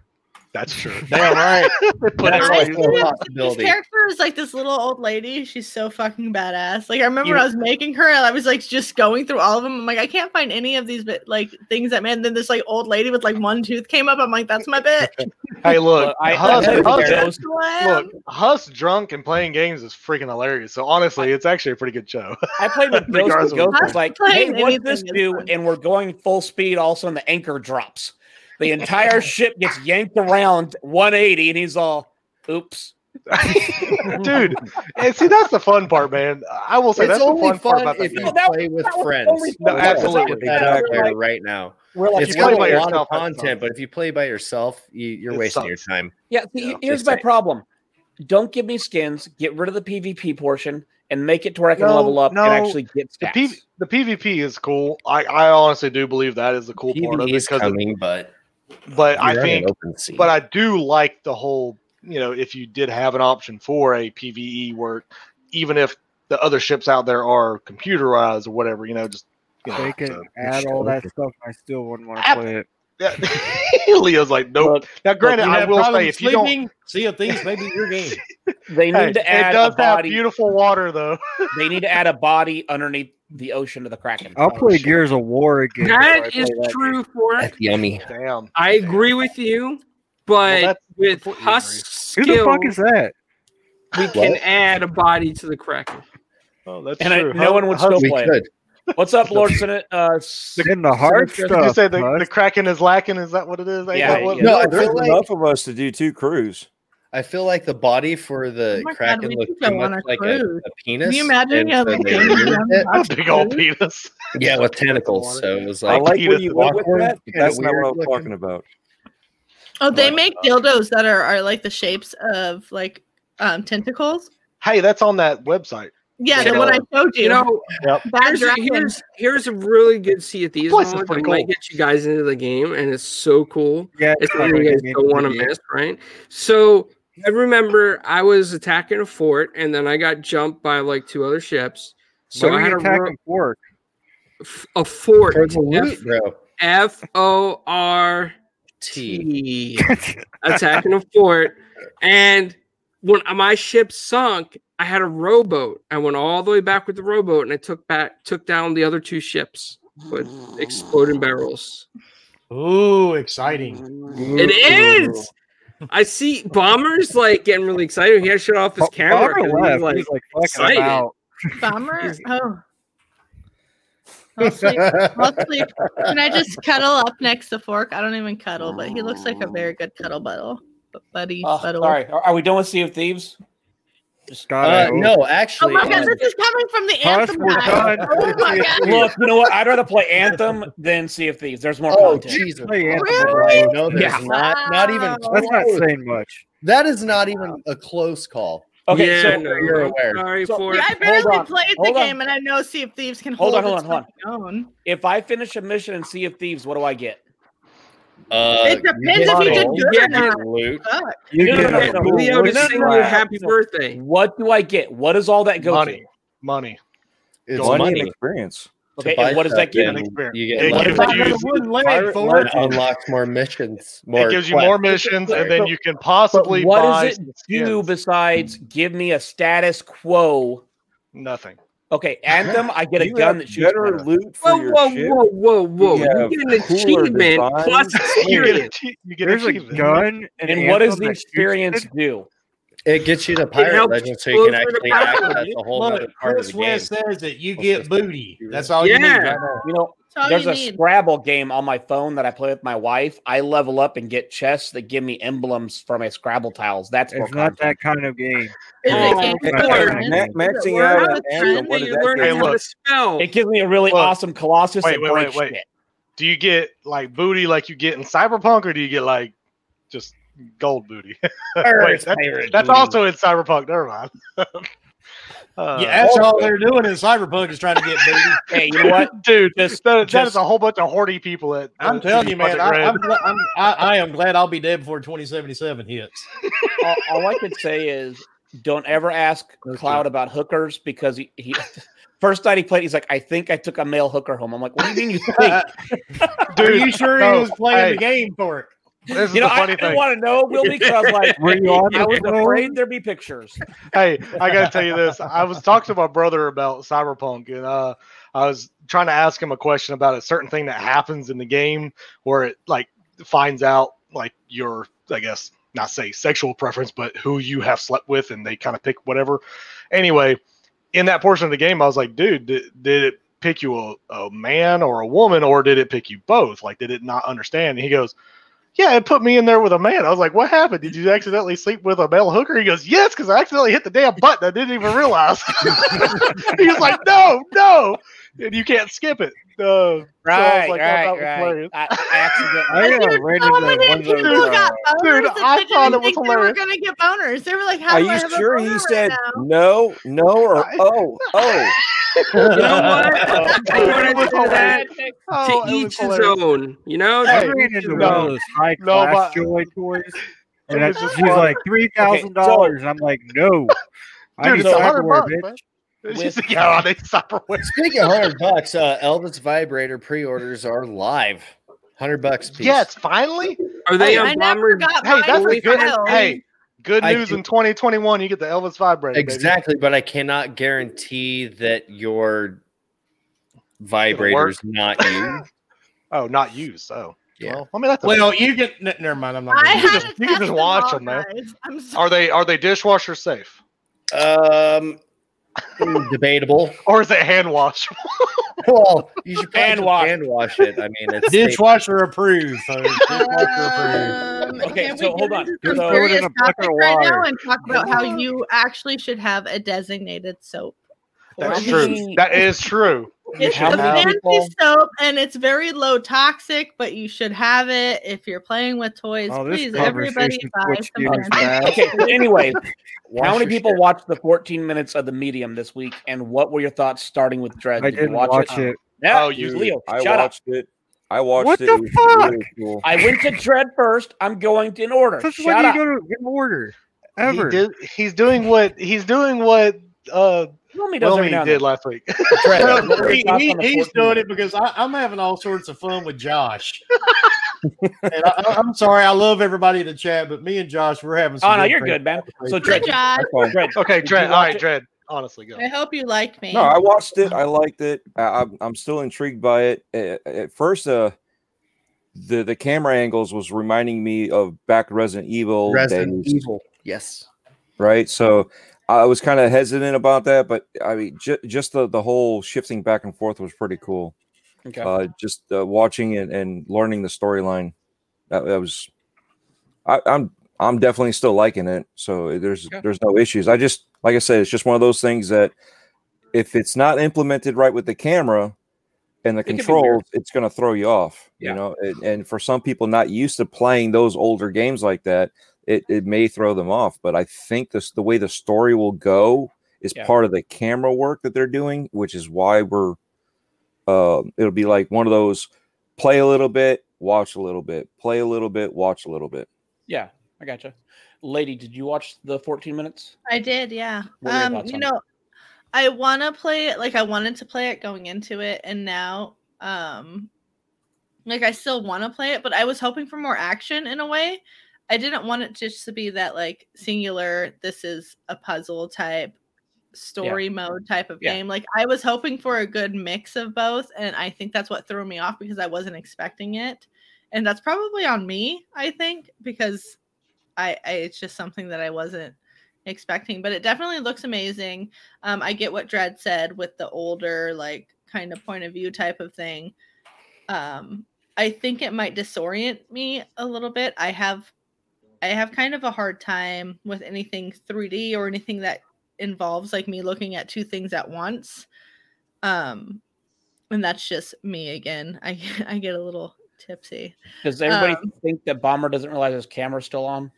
Speaker 3: That's true.
Speaker 1: (laughs)
Speaker 2: damn right.
Speaker 3: Put it
Speaker 6: That's
Speaker 3: right.
Speaker 6: like
Speaker 5: Honestly,
Speaker 6: a
Speaker 5: that's- This
Speaker 6: possibility.
Speaker 5: character is like this little old lady. She's so fucking badass. Like I remember
Speaker 4: You-
Speaker 5: when I was making her, I was like just going through all of them. I'm like, I can't find any of these bit like things that man. Then this like old lady with like one tooth came up. I'm like, that's my
Speaker 4: (laughs)
Speaker 5: bitch.
Speaker 3: Hey, look,
Speaker 4: I-
Speaker 3: Huss,
Speaker 4: I-
Speaker 3: Huss-
Speaker 4: I-
Speaker 5: That's who I am.
Speaker 3: look, Huss drunk and playing games is freaking hilarious. So honestly, it's actually a pretty good show.
Speaker 4: I played
Speaker 3: (laughs)
Speaker 4: with Ghost.
Speaker 3: Regardless
Speaker 4: and
Speaker 3: of
Speaker 4: Ghost
Speaker 5: what-
Speaker 4: was like, hey,
Speaker 3: (laughs)
Speaker 5: Playing
Speaker 4: what's this
Speaker 5: anything is
Speaker 4: do?
Speaker 5: fun.
Speaker 4: And we're going full speed. All of a sudden, the anchor drops. The (laughs) entire ship gets yanked around 180, and he's all, oops.
Speaker 3: Dude, and see, that's the fun part, man. I will say
Speaker 6: it's
Speaker 3: that's the
Speaker 6: only
Speaker 3: fun,
Speaker 6: fun,
Speaker 3: part about that
Speaker 6: if
Speaker 3: game.
Speaker 6: you
Speaker 4: game. That was-
Speaker 6: play with
Speaker 4: that was
Speaker 6: friends.
Speaker 4: only
Speaker 3: No,
Speaker 6: Let's
Speaker 3: absolutely.
Speaker 6: get that out there
Speaker 4: Exactly.
Speaker 6: right now.
Speaker 4: We're like,
Speaker 6: It's
Speaker 3: you
Speaker 6: got a
Speaker 3: play by
Speaker 6: lot
Speaker 3: yourself,
Speaker 6: of
Speaker 3: that's
Speaker 6: content, but if you play by yourself, you, you're
Speaker 3: It
Speaker 6: wasting your
Speaker 3: sucks.
Speaker 6: time.
Speaker 4: yeah, see,
Speaker 6: Yeah,
Speaker 4: here's
Speaker 6: just
Speaker 4: my
Speaker 6: saying.
Speaker 4: problem. Don't give me skins. Get rid of the PvP portion and make it to where I can
Speaker 3: No,
Speaker 4: level up
Speaker 3: no.
Speaker 4: and actually get
Speaker 3: The,
Speaker 4: stats.
Speaker 3: P- the PvP is cool. I, I honestly do believe that is the cool part of
Speaker 6: PvE
Speaker 3: it.
Speaker 6: is
Speaker 3: 'cause it-
Speaker 6: coming, but
Speaker 3: but
Speaker 6: you're
Speaker 3: I
Speaker 6: on an
Speaker 3: think
Speaker 6: open sea.
Speaker 3: but I do like the whole, you know, if you did have an option for a PVE work, even if the other ships out there are computerized or whatever, you know, just you know,
Speaker 1: They can
Speaker 3: so-
Speaker 1: add all that stuff. and I still wouldn't want to
Speaker 3: Ab-
Speaker 1: play it.
Speaker 3: yeah. (laughs) Leo's like, nope.
Speaker 4: Look,
Speaker 3: now, granted,
Speaker 2: you
Speaker 3: I
Speaker 2: have
Speaker 3: will
Speaker 2: problems
Speaker 3: say if you don't,
Speaker 2: sleeping, Sea of Thieves may be
Speaker 3: (laughs)
Speaker 2: your game.
Speaker 4: they need
Speaker 3: hey,
Speaker 4: to add
Speaker 3: it
Speaker 4: a
Speaker 3: does have
Speaker 4: body.
Speaker 3: beautiful water though.
Speaker 4: They need to add a body underneath the ocean to the Kraken.
Speaker 1: I'll
Speaker 3: Oh,
Speaker 1: play
Speaker 3: shit.
Speaker 1: Gears of War again. before I
Speaker 7: That
Speaker 1: play
Speaker 7: is
Speaker 1: that
Speaker 7: true
Speaker 1: game.
Speaker 7: for it.
Speaker 6: That's yummy.
Speaker 3: Damn.
Speaker 7: I agree with you, but
Speaker 3: that's
Speaker 7: with
Speaker 3: completely
Speaker 7: Husk's
Speaker 1: Who
Speaker 7: skill,
Speaker 1: the fuck is that?
Speaker 7: we can add a body to the Kraken.
Speaker 3: Oh, that's
Speaker 4: And I-
Speaker 3: true.
Speaker 4: no
Speaker 3: Huh?
Speaker 4: one would
Speaker 3: Huh?
Speaker 4: still- We'll play
Speaker 6: We
Speaker 4: it.
Speaker 6: could.
Speaker 4: What's up, Lord Senate? Uh, s-
Speaker 1: In the hard
Speaker 7: Did you
Speaker 1: stuff.
Speaker 3: You said the,
Speaker 1: Huss.
Speaker 3: the Kraken is lacking. Is that what it is? Ain't
Speaker 4: Yeah,
Speaker 3: that what-
Speaker 4: yeah.
Speaker 6: No, I
Speaker 8: There's
Speaker 6: feel like
Speaker 8: enough of us to do two crews.
Speaker 6: I feel like the body for the
Speaker 5: Oh my God,
Speaker 6: kraken
Speaker 5: we
Speaker 6: looked
Speaker 5: should
Speaker 6: too
Speaker 5: go on
Speaker 6: much
Speaker 5: a
Speaker 6: like a,
Speaker 5: cruise.
Speaker 6: a penis.
Speaker 5: you imagine?
Speaker 6: and
Speaker 5: Yeah,
Speaker 6: so
Speaker 5: like,
Speaker 6: they
Speaker 5: Jamie
Speaker 6: removed
Speaker 5: Jones
Speaker 6: it.
Speaker 5: Foxx
Speaker 3: Big old
Speaker 5: Cruise?
Speaker 3: penis.
Speaker 6: Yeah, with tentacles. So it was
Speaker 8: I
Speaker 6: like,
Speaker 8: like when
Speaker 3: Penis
Speaker 8: you
Speaker 3: is
Speaker 8: went with
Speaker 6: awkward,
Speaker 8: that, but
Speaker 6: kinda
Speaker 8: that's not what I was
Speaker 6: weird
Speaker 8: talking
Speaker 6: looking.
Speaker 8: about.
Speaker 5: Oh, they
Speaker 6: But,
Speaker 5: make dildos that are, are like the shapes of like um tentacles.
Speaker 3: Hey, that's on that website.
Speaker 5: Yeah,
Speaker 7: You
Speaker 5: the one I
Speaker 7: know-
Speaker 5: showed you.
Speaker 7: You know,
Speaker 5: Bad
Speaker 7: here's a,
Speaker 5: dragon.
Speaker 7: here's, here's a really good Sea of Thieves
Speaker 3: Plus, it's
Speaker 7: mod that
Speaker 3: pretty
Speaker 7: might
Speaker 3: cool.
Speaker 7: get you guys into the game, and it's so cool.
Speaker 1: Yeah,
Speaker 7: It's
Speaker 1: not
Speaker 7: something you
Speaker 1: gonna
Speaker 7: guys
Speaker 1: get me
Speaker 7: don't
Speaker 1: into
Speaker 7: want to
Speaker 1: the game.
Speaker 7: miss, right? So I remember I was attacking a fort, and then I got jumped by like two other ships. So
Speaker 1: Why
Speaker 7: I
Speaker 1: are
Speaker 7: had
Speaker 1: you
Speaker 7: a, ro-
Speaker 1: attacking Fork?
Speaker 7: f- a fort,
Speaker 6: For the loot, bro.
Speaker 7: F O R
Speaker 6: T.
Speaker 7: T, (laughs) attacking a fort, and when my ship sunk, I had a rowboat. I went all the way back with the rowboat, and I took back took down the other two ships with exploding barrels.
Speaker 2: Ooh, exciting.
Speaker 7: It is. I see bombers like getting really excited. He had to shut off his camera.
Speaker 1: Bomber
Speaker 7: 'cause he,
Speaker 1: left.
Speaker 7: like-
Speaker 1: He's like fucking
Speaker 7: excited.
Speaker 1: about.
Speaker 4: (laughs)
Speaker 5: Bomber. Oh. I'll sleep. I'll sleep. Can I just cuddle up next to Fork? I don't even cuddle, but he looks
Speaker 4: (laughs)
Speaker 5: like a very good cuddle buddle. bu- Buddy,
Speaker 4: Oh,
Speaker 5: buddle.
Speaker 4: sorry. Are, are we done with Sea of Thieves?
Speaker 1: God, I
Speaker 6: Uh,
Speaker 1: hope.
Speaker 6: no,
Speaker 5: Oh
Speaker 6: actually,
Speaker 5: my
Speaker 6: um,
Speaker 5: god, this is coming from the
Speaker 1: Huss,
Speaker 5: anthem
Speaker 1: we're
Speaker 5: guy.
Speaker 1: done.
Speaker 5: Oh
Speaker 4: (laughs)
Speaker 5: my god.
Speaker 4: Look, you know what? I'd rather play Anthem than Sea of Thieves. There's more
Speaker 6: oh
Speaker 4: content.
Speaker 6: Jesus,
Speaker 1: Play Anthem.
Speaker 5: Really?
Speaker 6: no, there's
Speaker 7: Yeah.
Speaker 6: not, not even.
Speaker 1: That's not
Speaker 6: close.
Speaker 1: saying much.
Speaker 6: That is not even a close call.
Speaker 4: Okay,
Speaker 7: yeah,
Speaker 4: so
Speaker 7: no,
Speaker 6: you're
Speaker 7: I'm
Speaker 6: aware.
Speaker 7: Sorry
Speaker 4: So-
Speaker 7: for
Speaker 5: Yeah, I
Speaker 4: Hold
Speaker 5: barely
Speaker 4: on,
Speaker 5: played the
Speaker 4: hold on.
Speaker 5: game, and I know Sea of Thieves can
Speaker 4: Hold
Speaker 5: hold,
Speaker 4: on, hold
Speaker 5: its
Speaker 4: on, hold
Speaker 5: fucking own.
Speaker 4: if I finish a mission in Sea of Thieves, what do I get?
Speaker 6: Uh,
Speaker 5: It
Speaker 6: you
Speaker 5: depends
Speaker 6: get
Speaker 5: if you did
Speaker 6: gold,
Speaker 5: good
Speaker 7: Yeah.
Speaker 5: or not.
Speaker 6: loot.
Speaker 5: Fuck.
Speaker 1: You
Speaker 4: No, no,
Speaker 1: get
Speaker 4: no,
Speaker 1: a
Speaker 4: no,
Speaker 1: cool
Speaker 7: Leo to
Speaker 1: look
Speaker 7: sing
Speaker 1: at
Speaker 7: you
Speaker 1: that.
Speaker 7: happy birthday.
Speaker 4: What do I get? What does all that go
Speaker 3: Money,
Speaker 4: to?
Speaker 3: money.
Speaker 6: It's
Speaker 8: Money,
Speaker 6: money.
Speaker 8: and experience.
Speaker 4: Okay,
Speaker 6: buy
Speaker 4: and what does
Speaker 6: stuff
Speaker 4: that give?
Speaker 6: and
Speaker 3: An experience.
Speaker 6: You
Speaker 3: It
Speaker 6: get
Speaker 3: gives
Speaker 6: lucky.
Speaker 3: you-
Speaker 8: Pirate
Speaker 6: It
Speaker 8: Legend.
Speaker 6: unlocks more missions. More
Speaker 3: it gives you more
Speaker 6: quests.
Speaker 3: missions, and
Speaker 4: So-
Speaker 3: then you can possibly
Speaker 4: what does
Speaker 3: buy
Speaker 4: it
Speaker 3: some
Speaker 4: Do
Speaker 3: skins.
Speaker 4: besides give me a status quo?
Speaker 3: Nothing.
Speaker 4: Okay, Anthem, I get a
Speaker 8: You
Speaker 4: gun
Speaker 8: have
Speaker 4: that shoots
Speaker 8: better
Speaker 4: better.
Speaker 8: loot for
Speaker 7: Whoa,
Speaker 8: your
Speaker 7: whoa,
Speaker 8: ship.
Speaker 7: whoa, whoa, whoa!
Speaker 8: You
Speaker 7: You,
Speaker 8: have
Speaker 7: get an
Speaker 8: cooler
Speaker 7: achievement
Speaker 8: (laughs)
Speaker 7: plus
Speaker 8: designs.
Speaker 3: (laughs) You get,
Speaker 7: experience.
Speaker 3: a, you get
Speaker 1: There's a
Speaker 3: achievement.
Speaker 1: gun. an
Speaker 4: And what does
Speaker 1: anthem
Speaker 4: the
Speaker 1: that shoots
Speaker 4: experience
Speaker 1: it?
Speaker 4: do?
Speaker 6: It gets you to
Speaker 7: helps
Speaker 6: pirate legend, so you can
Speaker 7: close the
Speaker 6: actually
Speaker 7: pirate
Speaker 6: access
Speaker 7: legend.
Speaker 6: a whole other
Speaker 2: Look,
Speaker 6: part of
Speaker 2: Chris
Speaker 6: the game.
Speaker 2: West says that you
Speaker 6: Let's
Speaker 2: get
Speaker 6: just-
Speaker 2: booty. That's all you need.
Speaker 7: Yeah.
Speaker 2: right now.
Speaker 4: You know,
Speaker 5: That's all
Speaker 4: there's
Speaker 5: you
Speaker 4: a
Speaker 5: need.
Speaker 4: Scrabble game on my phone that I play with my wife. I level up and get chests that give me emblems for my Scrabble tiles. That's more
Speaker 1: It's not
Speaker 4: content.
Speaker 1: that kind of game.
Speaker 5: It's a
Speaker 7: Oh,
Speaker 5: game
Speaker 7: of
Speaker 5: for
Speaker 7: course.
Speaker 5: learning.
Speaker 8: Ma- maxing
Speaker 5: Learn
Speaker 8: out
Speaker 5: how
Speaker 8: on
Speaker 5: to
Speaker 8: Anthem.
Speaker 5: train
Speaker 8: What
Speaker 5: that
Speaker 8: did
Speaker 7: you
Speaker 5: you're
Speaker 8: that
Speaker 7: learn
Speaker 8: get?
Speaker 3: Hey,
Speaker 7: how
Speaker 3: look.
Speaker 7: to spell.
Speaker 4: It gives me a really
Speaker 3: Look.
Speaker 4: awesome Colossus
Speaker 3: Wait,
Speaker 4: that
Speaker 3: wait, wait,
Speaker 4: breaks
Speaker 3: wait.
Speaker 4: shit.
Speaker 3: Do you get like booty like you get in Cyberpunk, or do you get like just gold booty. (laughs)
Speaker 4: Earth
Speaker 3: Wait, that-
Speaker 4: pirate
Speaker 3: that's
Speaker 4: booty.
Speaker 3: also in Cyberpunk. Never (laughs) mind. uh,
Speaker 2: yeah, that's all they're doing in Cyberpunk is trying to get booty.
Speaker 4: (laughs) Hey, you know what?
Speaker 3: (laughs) dude.
Speaker 4: Just-
Speaker 3: that, that
Speaker 4: just-
Speaker 3: is a whole bunch of horny people. uh, At
Speaker 2: I'm
Speaker 3: at
Speaker 2: telling you,
Speaker 3: Project
Speaker 2: man. I,
Speaker 3: Red.
Speaker 2: I'm, gl- I'm, I, I am glad I'll be dead before 2077 hits.
Speaker 4: all, all I could say is don't ever ask Cloud about hookers because he, he (laughs) first night he played, he's like, I think I took a male hooker home. I'm like, what do you mean you think?
Speaker 2: Are
Speaker 3: dude.
Speaker 2: you sure he
Speaker 3: no,
Speaker 2: was playing
Speaker 3: hey.
Speaker 2: the game for it?
Speaker 3: This is
Speaker 4: you know,
Speaker 3: the
Speaker 4: I, I
Speaker 3: funny
Speaker 4: didn't
Speaker 3: thing.
Speaker 4: want to know, Will, because I was like,
Speaker 1: (laughs) Were you on
Speaker 4: I was
Speaker 1: the phone?
Speaker 4: afraid there'd be pictures.
Speaker 3: (laughs) hey, I gotta tell you this. I was talking to my brother about Cyberpunk, and uh, I was trying to ask him a question about a certain thing that happens in the game where it like finds out like your, I guess, not say sexual preference, but who you have slept with, and they kind of pick whatever. Anyway, in that portion of the game, I was like, dude, did, did it pick you a, a man or a woman, or did it pick you both? Like, did it not understand? And he goes. Yeah, it put me in there with a man. I was like, "What happened? Did you accidentally sleep with a male hooker?" He goes, "Yes, because I accidentally hit the damn button. I didn't even realize." (laughs) he was like, "No, no, and you can't skip it." Uh,
Speaker 4: Right,
Speaker 3: like, I'm
Speaker 4: right,
Speaker 3: not
Speaker 4: right.
Speaker 3: playing.
Speaker 4: I, I
Speaker 6: (laughs)
Speaker 5: But
Speaker 4: accidentally.
Speaker 1: I
Speaker 3: (laughs)
Speaker 1: got
Speaker 5: dude,
Speaker 1: ran
Speaker 5: so
Speaker 1: into
Speaker 5: many
Speaker 1: one of
Speaker 5: people
Speaker 1: those, uh,
Speaker 5: got boners
Speaker 3: Dude,
Speaker 5: that
Speaker 3: I
Speaker 5: they didn't
Speaker 3: thought it was
Speaker 5: think
Speaker 3: hilarious.
Speaker 5: They were gonna get boners. They were like, "How
Speaker 9: Are
Speaker 5: do I
Speaker 9: you
Speaker 5: have
Speaker 9: sure
Speaker 5: a boner
Speaker 9: he said
Speaker 5: right now?"
Speaker 9: no,
Speaker 5: (laughs)
Speaker 9: no, or
Speaker 3: I-
Speaker 9: oh, oh?
Speaker 7: You know what?
Speaker 1: (laughs)
Speaker 7: I
Speaker 3: It was
Speaker 7: wanted to do that
Speaker 3: Oh,
Speaker 7: to
Speaker 3: it was
Speaker 7: each his
Speaker 3: hilarious.
Speaker 7: own. You know,
Speaker 1: I
Speaker 3: Hey,
Speaker 1: ran into one
Speaker 3: no,
Speaker 1: of those high
Speaker 3: no,
Speaker 1: class
Speaker 3: but-
Speaker 1: joy
Speaker 6: (laughs)
Speaker 1: toys, and
Speaker 3: It
Speaker 1: I,
Speaker 3: was just
Speaker 1: she's
Speaker 3: fun.
Speaker 1: like three thousand dollars, and I'm like, no, I
Speaker 3: Dude,
Speaker 1: need
Speaker 3: it's a hundred
Speaker 1: cyberware,
Speaker 3: bucks,
Speaker 1: bitch.
Speaker 3: man. (laughs) She's like, "Yeah, I need cyberware."
Speaker 6: (laughs) Speaking of hundred bucks, uh, Elvis vibrator pre-orders are live. Hundred bucks. Piece.
Speaker 3: Yes, finally.
Speaker 7: are they
Speaker 5: I
Speaker 7: on
Speaker 5: never
Speaker 7: bomber?
Speaker 5: got
Speaker 3: Hey,
Speaker 5: mine
Speaker 3: that's a good.
Speaker 5: until-
Speaker 3: Hey, good
Speaker 6: I
Speaker 3: news
Speaker 6: do-
Speaker 3: in 2021. You get the Elvis vibrator. baby.
Speaker 6: exactly. But I cannot guarantee that your vibrator's
Speaker 3: (laughs)
Speaker 6: not you.
Speaker 3: Oh, not used. Oh,
Speaker 6: Yeah.
Speaker 3: Well, I mean, that's a-
Speaker 2: Well, you get n- never mind. I'm not.
Speaker 5: I
Speaker 2: gonna-
Speaker 3: You can
Speaker 5: had
Speaker 3: just-
Speaker 5: a
Speaker 3: you can just
Speaker 5: test of
Speaker 3: watch
Speaker 5: all
Speaker 3: 'em, man.
Speaker 5: guys. I'm sorry.
Speaker 3: are they are they dishwasher safe
Speaker 6: Um, debatable.
Speaker 3: or is it hand wash? (laughs)
Speaker 6: Well, you should probably
Speaker 4: Hand
Speaker 6: just
Speaker 4: wash.
Speaker 6: hand wash it. I mean, it's
Speaker 2: Dishwasher approved. folks. Dishwasher
Speaker 5: (laughs)
Speaker 2: approved.
Speaker 5: Um,
Speaker 4: Okay,
Speaker 5: can we
Speaker 4: so
Speaker 5: get
Speaker 4: hold on.
Speaker 5: into some
Speaker 4: So- Throw it
Speaker 1: in
Speaker 5: serious
Speaker 1: a bucket
Speaker 5: topic
Speaker 1: of
Speaker 5: right
Speaker 1: water.
Speaker 5: now and talk about how you actually should have a designated soap.
Speaker 3: That's
Speaker 5: for-
Speaker 3: true. That is true.
Speaker 5: It's
Speaker 4: should
Speaker 5: a
Speaker 4: have
Speaker 5: fancy
Speaker 4: people-
Speaker 5: soap and it's very low toxic, but you should have it if you're playing with toys.
Speaker 1: Oh, this
Speaker 5: Please, everybody
Speaker 1: conversation
Speaker 5: buy
Speaker 1: switched
Speaker 5: some
Speaker 1: gears
Speaker 5: fancy
Speaker 1: fast.
Speaker 4: Okay,
Speaker 1: (laughs)
Speaker 4: anyway,
Speaker 6: Wash
Speaker 4: how many
Speaker 6: your
Speaker 4: people
Speaker 6: shit.
Speaker 4: watched the 14 minutes of the medium this week, and what were your thoughts starting with Dread?
Speaker 1: I
Speaker 4: Did you
Speaker 1: didn't watch it.
Speaker 4: Yeah,
Speaker 3: Oh,
Speaker 4: you
Speaker 3: you-
Speaker 4: Leo,
Speaker 9: I
Speaker 4: shut up.
Speaker 9: watched it. I watched
Speaker 1: What
Speaker 9: it.
Speaker 1: the
Speaker 9: It was really cool.
Speaker 4: I
Speaker 9: (laughs)
Speaker 4: went to Dread first. I'm going in order.
Speaker 1: That's
Speaker 4: Shut
Speaker 1: when you
Speaker 4: up.
Speaker 1: go to in order.
Speaker 3: He
Speaker 1: Ever.
Speaker 3: did, he's doing what he's doing what uh
Speaker 4: Tell me those every
Speaker 3: Wilmy
Speaker 4: now and
Speaker 3: did last week.
Speaker 6: Fred,
Speaker 4: What are
Speaker 2: He-
Speaker 4: your thoughts
Speaker 2: he-
Speaker 4: on the
Speaker 2: he's
Speaker 4: 14?
Speaker 2: doing it because I, I'm having all sorts of fun with Josh. and I, am sorry, I love everybody in the chat, but me and Josh, we're having. Some
Speaker 4: Oh no, you're
Speaker 2: friends.
Speaker 4: good, man. So
Speaker 5: Good
Speaker 4: Dread,
Speaker 5: job.
Speaker 4: Dread,
Speaker 3: (laughs)
Speaker 4: Oh,
Speaker 3: okay,
Speaker 4: Did you
Speaker 3: Dread.
Speaker 4: watch
Speaker 3: All right,
Speaker 4: it?
Speaker 3: Dread. Honestly, go.
Speaker 5: I hope you liked (laughs) me.
Speaker 9: No, I watched it. I liked it. I, I'm I'm still intrigued by it. At, at first, uh, the the camera angles was reminding me of back Resident Evil
Speaker 6: Resident
Speaker 9: days,
Speaker 6: Evil. Yes.
Speaker 9: right? So I was kind of hesitant about that, but I mean, ju- just the the whole shifting back and forth was pretty cool.
Speaker 4: Okay.
Speaker 9: Uh, just uh, watching and, and learning the storyline, that, that was. I, I'm I'm definitely still liking it. So there's
Speaker 4: Okay.
Speaker 9: there's no issues. I just like I said, it's just one of those things that if it's not implemented right with the camera and the
Speaker 4: can be
Speaker 9: controls, it's going to throw you off.
Speaker 4: Yeah.
Speaker 9: You know, and, and for some people not used to playing those older games like that, it, it may throw them off. But I think this the way the story will go is
Speaker 4: Yeah.
Speaker 9: part of the camera work that they're doing, which is why we're uh, it'll be like one of those play a little bit, watch a little bit, play a little bit, watch a little bit.
Speaker 4: yeah, I gotcha. Lady, did you watch the 14 minutes?
Speaker 5: I did, yeah.
Speaker 4: What were your
Speaker 5: Um,
Speaker 4: thoughts
Speaker 5: you
Speaker 4: on
Speaker 5: know, I want to play it like I wanted to play it going into it, and now, um, like I still want to play it, but I was hoping for more action in a way. I didn't want it just to be that like singular, this is a puzzle type story mode type of
Speaker 4: Yeah.
Speaker 5: game. Like I was hoping for a good mix of both, and I think that's what threw me off because I wasn't expecting it. And that's probably on me, I think, because I, I it's just something that I wasn't expecting, but it definitely looks amazing. Um, I get what Dred said with the older, like kind of point of view type of thing. Um, I think it might disorient me a little bit. I have I have kind of a hard time with anything 3D or anything that involves like me looking at two things at (laughs) once. Um and that's just me again. I I get a little tipsy.
Speaker 4: Does everybody
Speaker 5: Um,
Speaker 4: think that Bomber doesn't realize his camera's still on?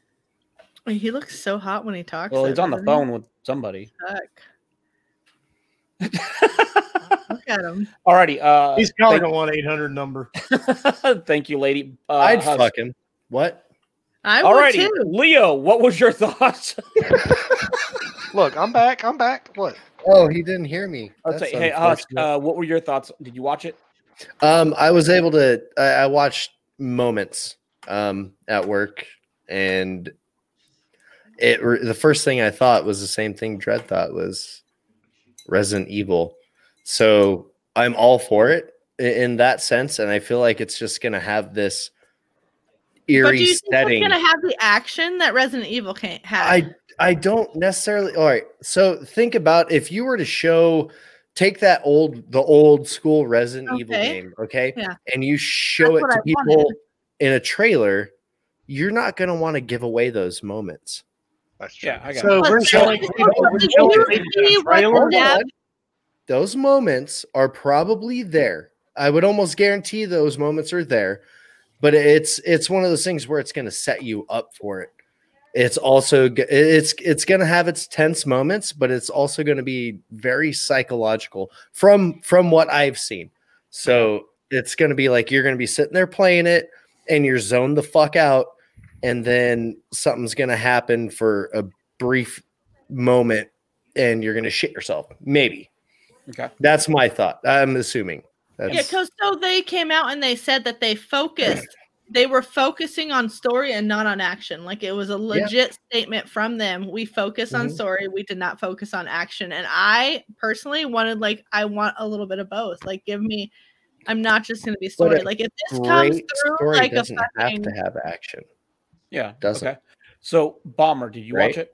Speaker 5: Um, He looks so hot when he talks.
Speaker 4: Well,
Speaker 5: though,
Speaker 4: he's on the
Speaker 5: doesn't he?
Speaker 4: phone with somebody. (laughs)
Speaker 5: Fuck. Look at him.
Speaker 4: Alrighty. Uh,
Speaker 2: He's calling a one eight hundred number.
Speaker 4: (laughs) thank you, lady. Uh,
Speaker 6: I'd
Speaker 4: Hush.
Speaker 6: fuck him. What?
Speaker 5: I would
Speaker 4: Alrighty,
Speaker 5: too.
Speaker 4: Leo. What was your (laughs) thoughts?
Speaker 3: (laughs) Look, I'm back. I'm back. What?
Speaker 6: Oh, he didn't hear me.
Speaker 4: I'll
Speaker 6: That's
Speaker 4: say, hey, Husk,
Speaker 6: unfortunate.
Speaker 4: uh, what were your thoughts? Did you watch it?
Speaker 6: Um, I was able to. I, I watched moments um, at work, and it. re- The first thing I thought was the same thing Dread thought was Resident Evil. So I'm all for it i- in that sense, and I feel like it's just gonna have this
Speaker 5: But do
Speaker 6: eerie
Speaker 5: you think it's
Speaker 6: setting.
Speaker 5: gonna have the action that Resident Evil can't have?
Speaker 6: I I don't necessarily. All right. So think about if you were to show, take that old the old school Resident Evil
Speaker 5: Okay.
Speaker 6: game, okay,
Speaker 5: Yeah.
Speaker 6: and you
Speaker 5: That's
Speaker 6: show it
Speaker 5: what
Speaker 6: to
Speaker 5: I
Speaker 6: people
Speaker 5: wanted.
Speaker 6: in a trailer, you're not going to want to give away those moments.
Speaker 3: That's
Speaker 4: (laughs)
Speaker 3: true.
Speaker 4: Yeah, I got. it.
Speaker 2: So
Speaker 5: But
Speaker 2: we're
Speaker 5: so
Speaker 2: showing
Speaker 5: it's
Speaker 2: people.
Speaker 5: also
Speaker 2: We're
Speaker 5: the
Speaker 2: showing
Speaker 5: new
Speaker 2: people
Speaker 5: Resident Evil
Speaker 2: the trailer.
Speaker 5: that- Yeah.
Speaker 6: Those moments are probably there. I would almost guarantee those moments are there, but it's it's one of those things where it's going to set you up for it. It's also g- it's it's going to have its tense moments, but it's also going to be very psychological from from what I've seen. So it's going to be like you're going to be sitting there playing it, and you're zoned the fuck out, and then something's going to happen for a brief moment, and you're going to shit yourself. Maybe.
Speaker 4: Okay.
Speaker 6: That's my thought. I'm assuming. That's,
Speaker 5: Yeah, because so they came out and they said that they focused. They were focusing on story and not on action. Like it was a legit statement from them. We focus on
Speaker 2: Mm-hmm.
Speaker 6: Mhm.
Speaker 5: story. We did not focus on action. And I personally wanted, like, I want a little bit of both. Like, give me. I'm not just going to be story.
Speaker 6: a
Speaker 5: like if this comes
Speaker 6: great
Speaker 5: through,
Speaker 6: story
Speaker 5: like a
Speaker 6: doesn't have
Speaker 5: fucking.
Speaker 6: to have action.
Speaker 4: Yeah.
Speaker 6: Doesn't.
Speaker 4: Okay. So, Bomber, did you watch
Speaker 6: Right?
Speaker 4: it?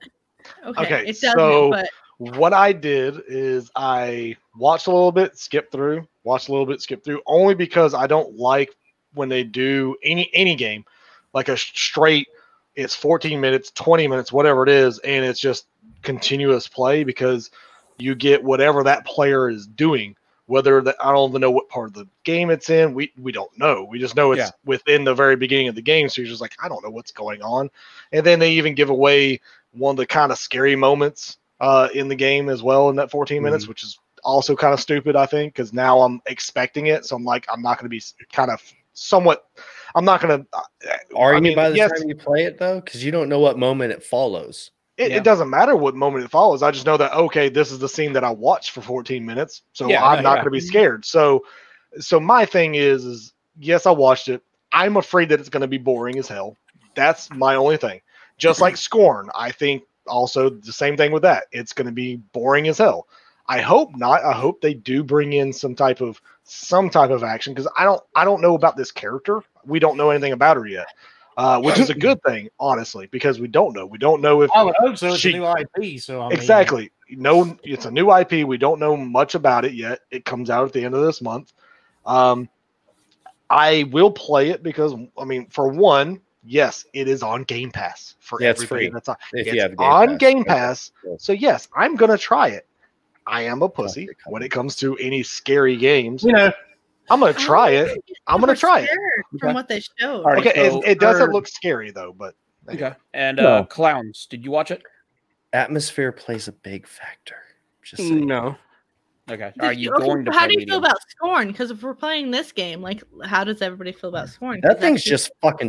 Speaker 5: Okay,
Speaker 3: Okay,
Speaker 5: it doesn't.
Speaker 3: so-
Speaker 5: but
Speaker 3: What I did is I watched a little bit, skipped through, watched a little bit, skipped through, only because I don't like when they do any any game like a sh- straight. It's 14 minutes, 20 minutes, whatever it is, and it's just continuous play because you get whatever that player is doing. Whether that I don't even know what part of the game it's in, we we don't know. We just know it's
Speaker 4: Yeah.
Speaker 3: within the very beginning of the game, so you're just like, I don't know what's going on. And then they even give away one of the kind of scary moments uh, in the game as well in that 14 minutes, which is also kind of stupid, I think, because now I'm expecting it, so I'm like, I'm not going to be s- kind of somewhat. I'm not going to.
Speaker 6: Are
Speaker 3: I
Speaker 6: you
Speaker 3: mean,
Speaker 6: by the
Speaker 3: yes.
Speaker 6: time you play it though? Because you don't know what moment it follows.
Speaker 3: It,
Speaker 4: Yeah.
Speaker 3: it doesn't matter what moment it follows. I just know that okay, this is the scene that I watched for 14 minutes, so
Speaker 4: Yeah,
Speaker 3: I'm
Speaker 4: no,
Speaker 3: not
Speaker 4: yeah.
Speaker 3: going to be scared. So, so my thing is, is yes, I watched it. I'm afraid that it's going to be boring as hell. That's my only thing. Just like Scorn, I think also the same thing with that. It's going to be boring as hell. I hope not. I hope they do bring in some type of some type of action because I don't I don't know about this character. We don't know anything about her yet. Uh, which is a good thing, honestly, because we don't know. We don't know if
Speaker 2: I would hope so. It's
Speaker 3: She-
Speaker 2: a new IP. So I mean,
Speaker 3: exactly. No, it's a new IP. We don't know much about it yet. It comes out at the end of this month. Um, I will play it because I mean, for one, yes, it is on Game Pass for
Speaker 6: Yeah, it's
Speaker 3: everybody.
Speaker 6: free.
Speaker 3: That's on,
Speaker 6: If
Speaker 3: it's
Speaker 6: you have
Speaker 3: on
Speaker 6: Pass.
Speaker 3: Game
Speaker 6: Okay.
Speaker 3: Pass.
Speaker 6: Yeah.
Speaker 3: So yes, I'm gonna try it. I am a pussy
Speaker 6: Classic.
Speaker 3: when it comes to any scary games.
Speaker 2: You know,
Speaker 3: I'm gonna
Speaker 5: I don't (laughs)
Speaker 3: try it.
Speaker 5: think it's
Speaker 3: I'm gonna
Speaker 5: super
Speaker 3: try it.
Speaker 5: scared From what they showed.
Speaker 4: Alrighty,
Speaker 3: Okay,
Speaker 4: so-
Speaker 3: it, it doesn't
Speaker 4: or-
Speaker 3: look scary though, but
Speaker 4: Okay. And
Speaker 9: No.
Speaker 4: uh, Clowns, did you watch it?
Speaker 6: Atmosphere plays a big factor. Just saying.
Speaker 7: No.
Speaker 4: Okay.
Speaker 5: Did
Speaker 4: Are you
Speaker 5: okay,
Speaker 4: going
Speaker 5: so
Speaker 4: to?
Speaker 5: How
Speaker 4: play
Speaker 5: do you feel
Speaker 4: medium?
Speaker 5: about Scorn? Because if we're playing this game, like, how does everybody feel about Scorn? 'Cause
Speaker 6: That thing's
Speaker 5: that's-
Speaker 6: just fucking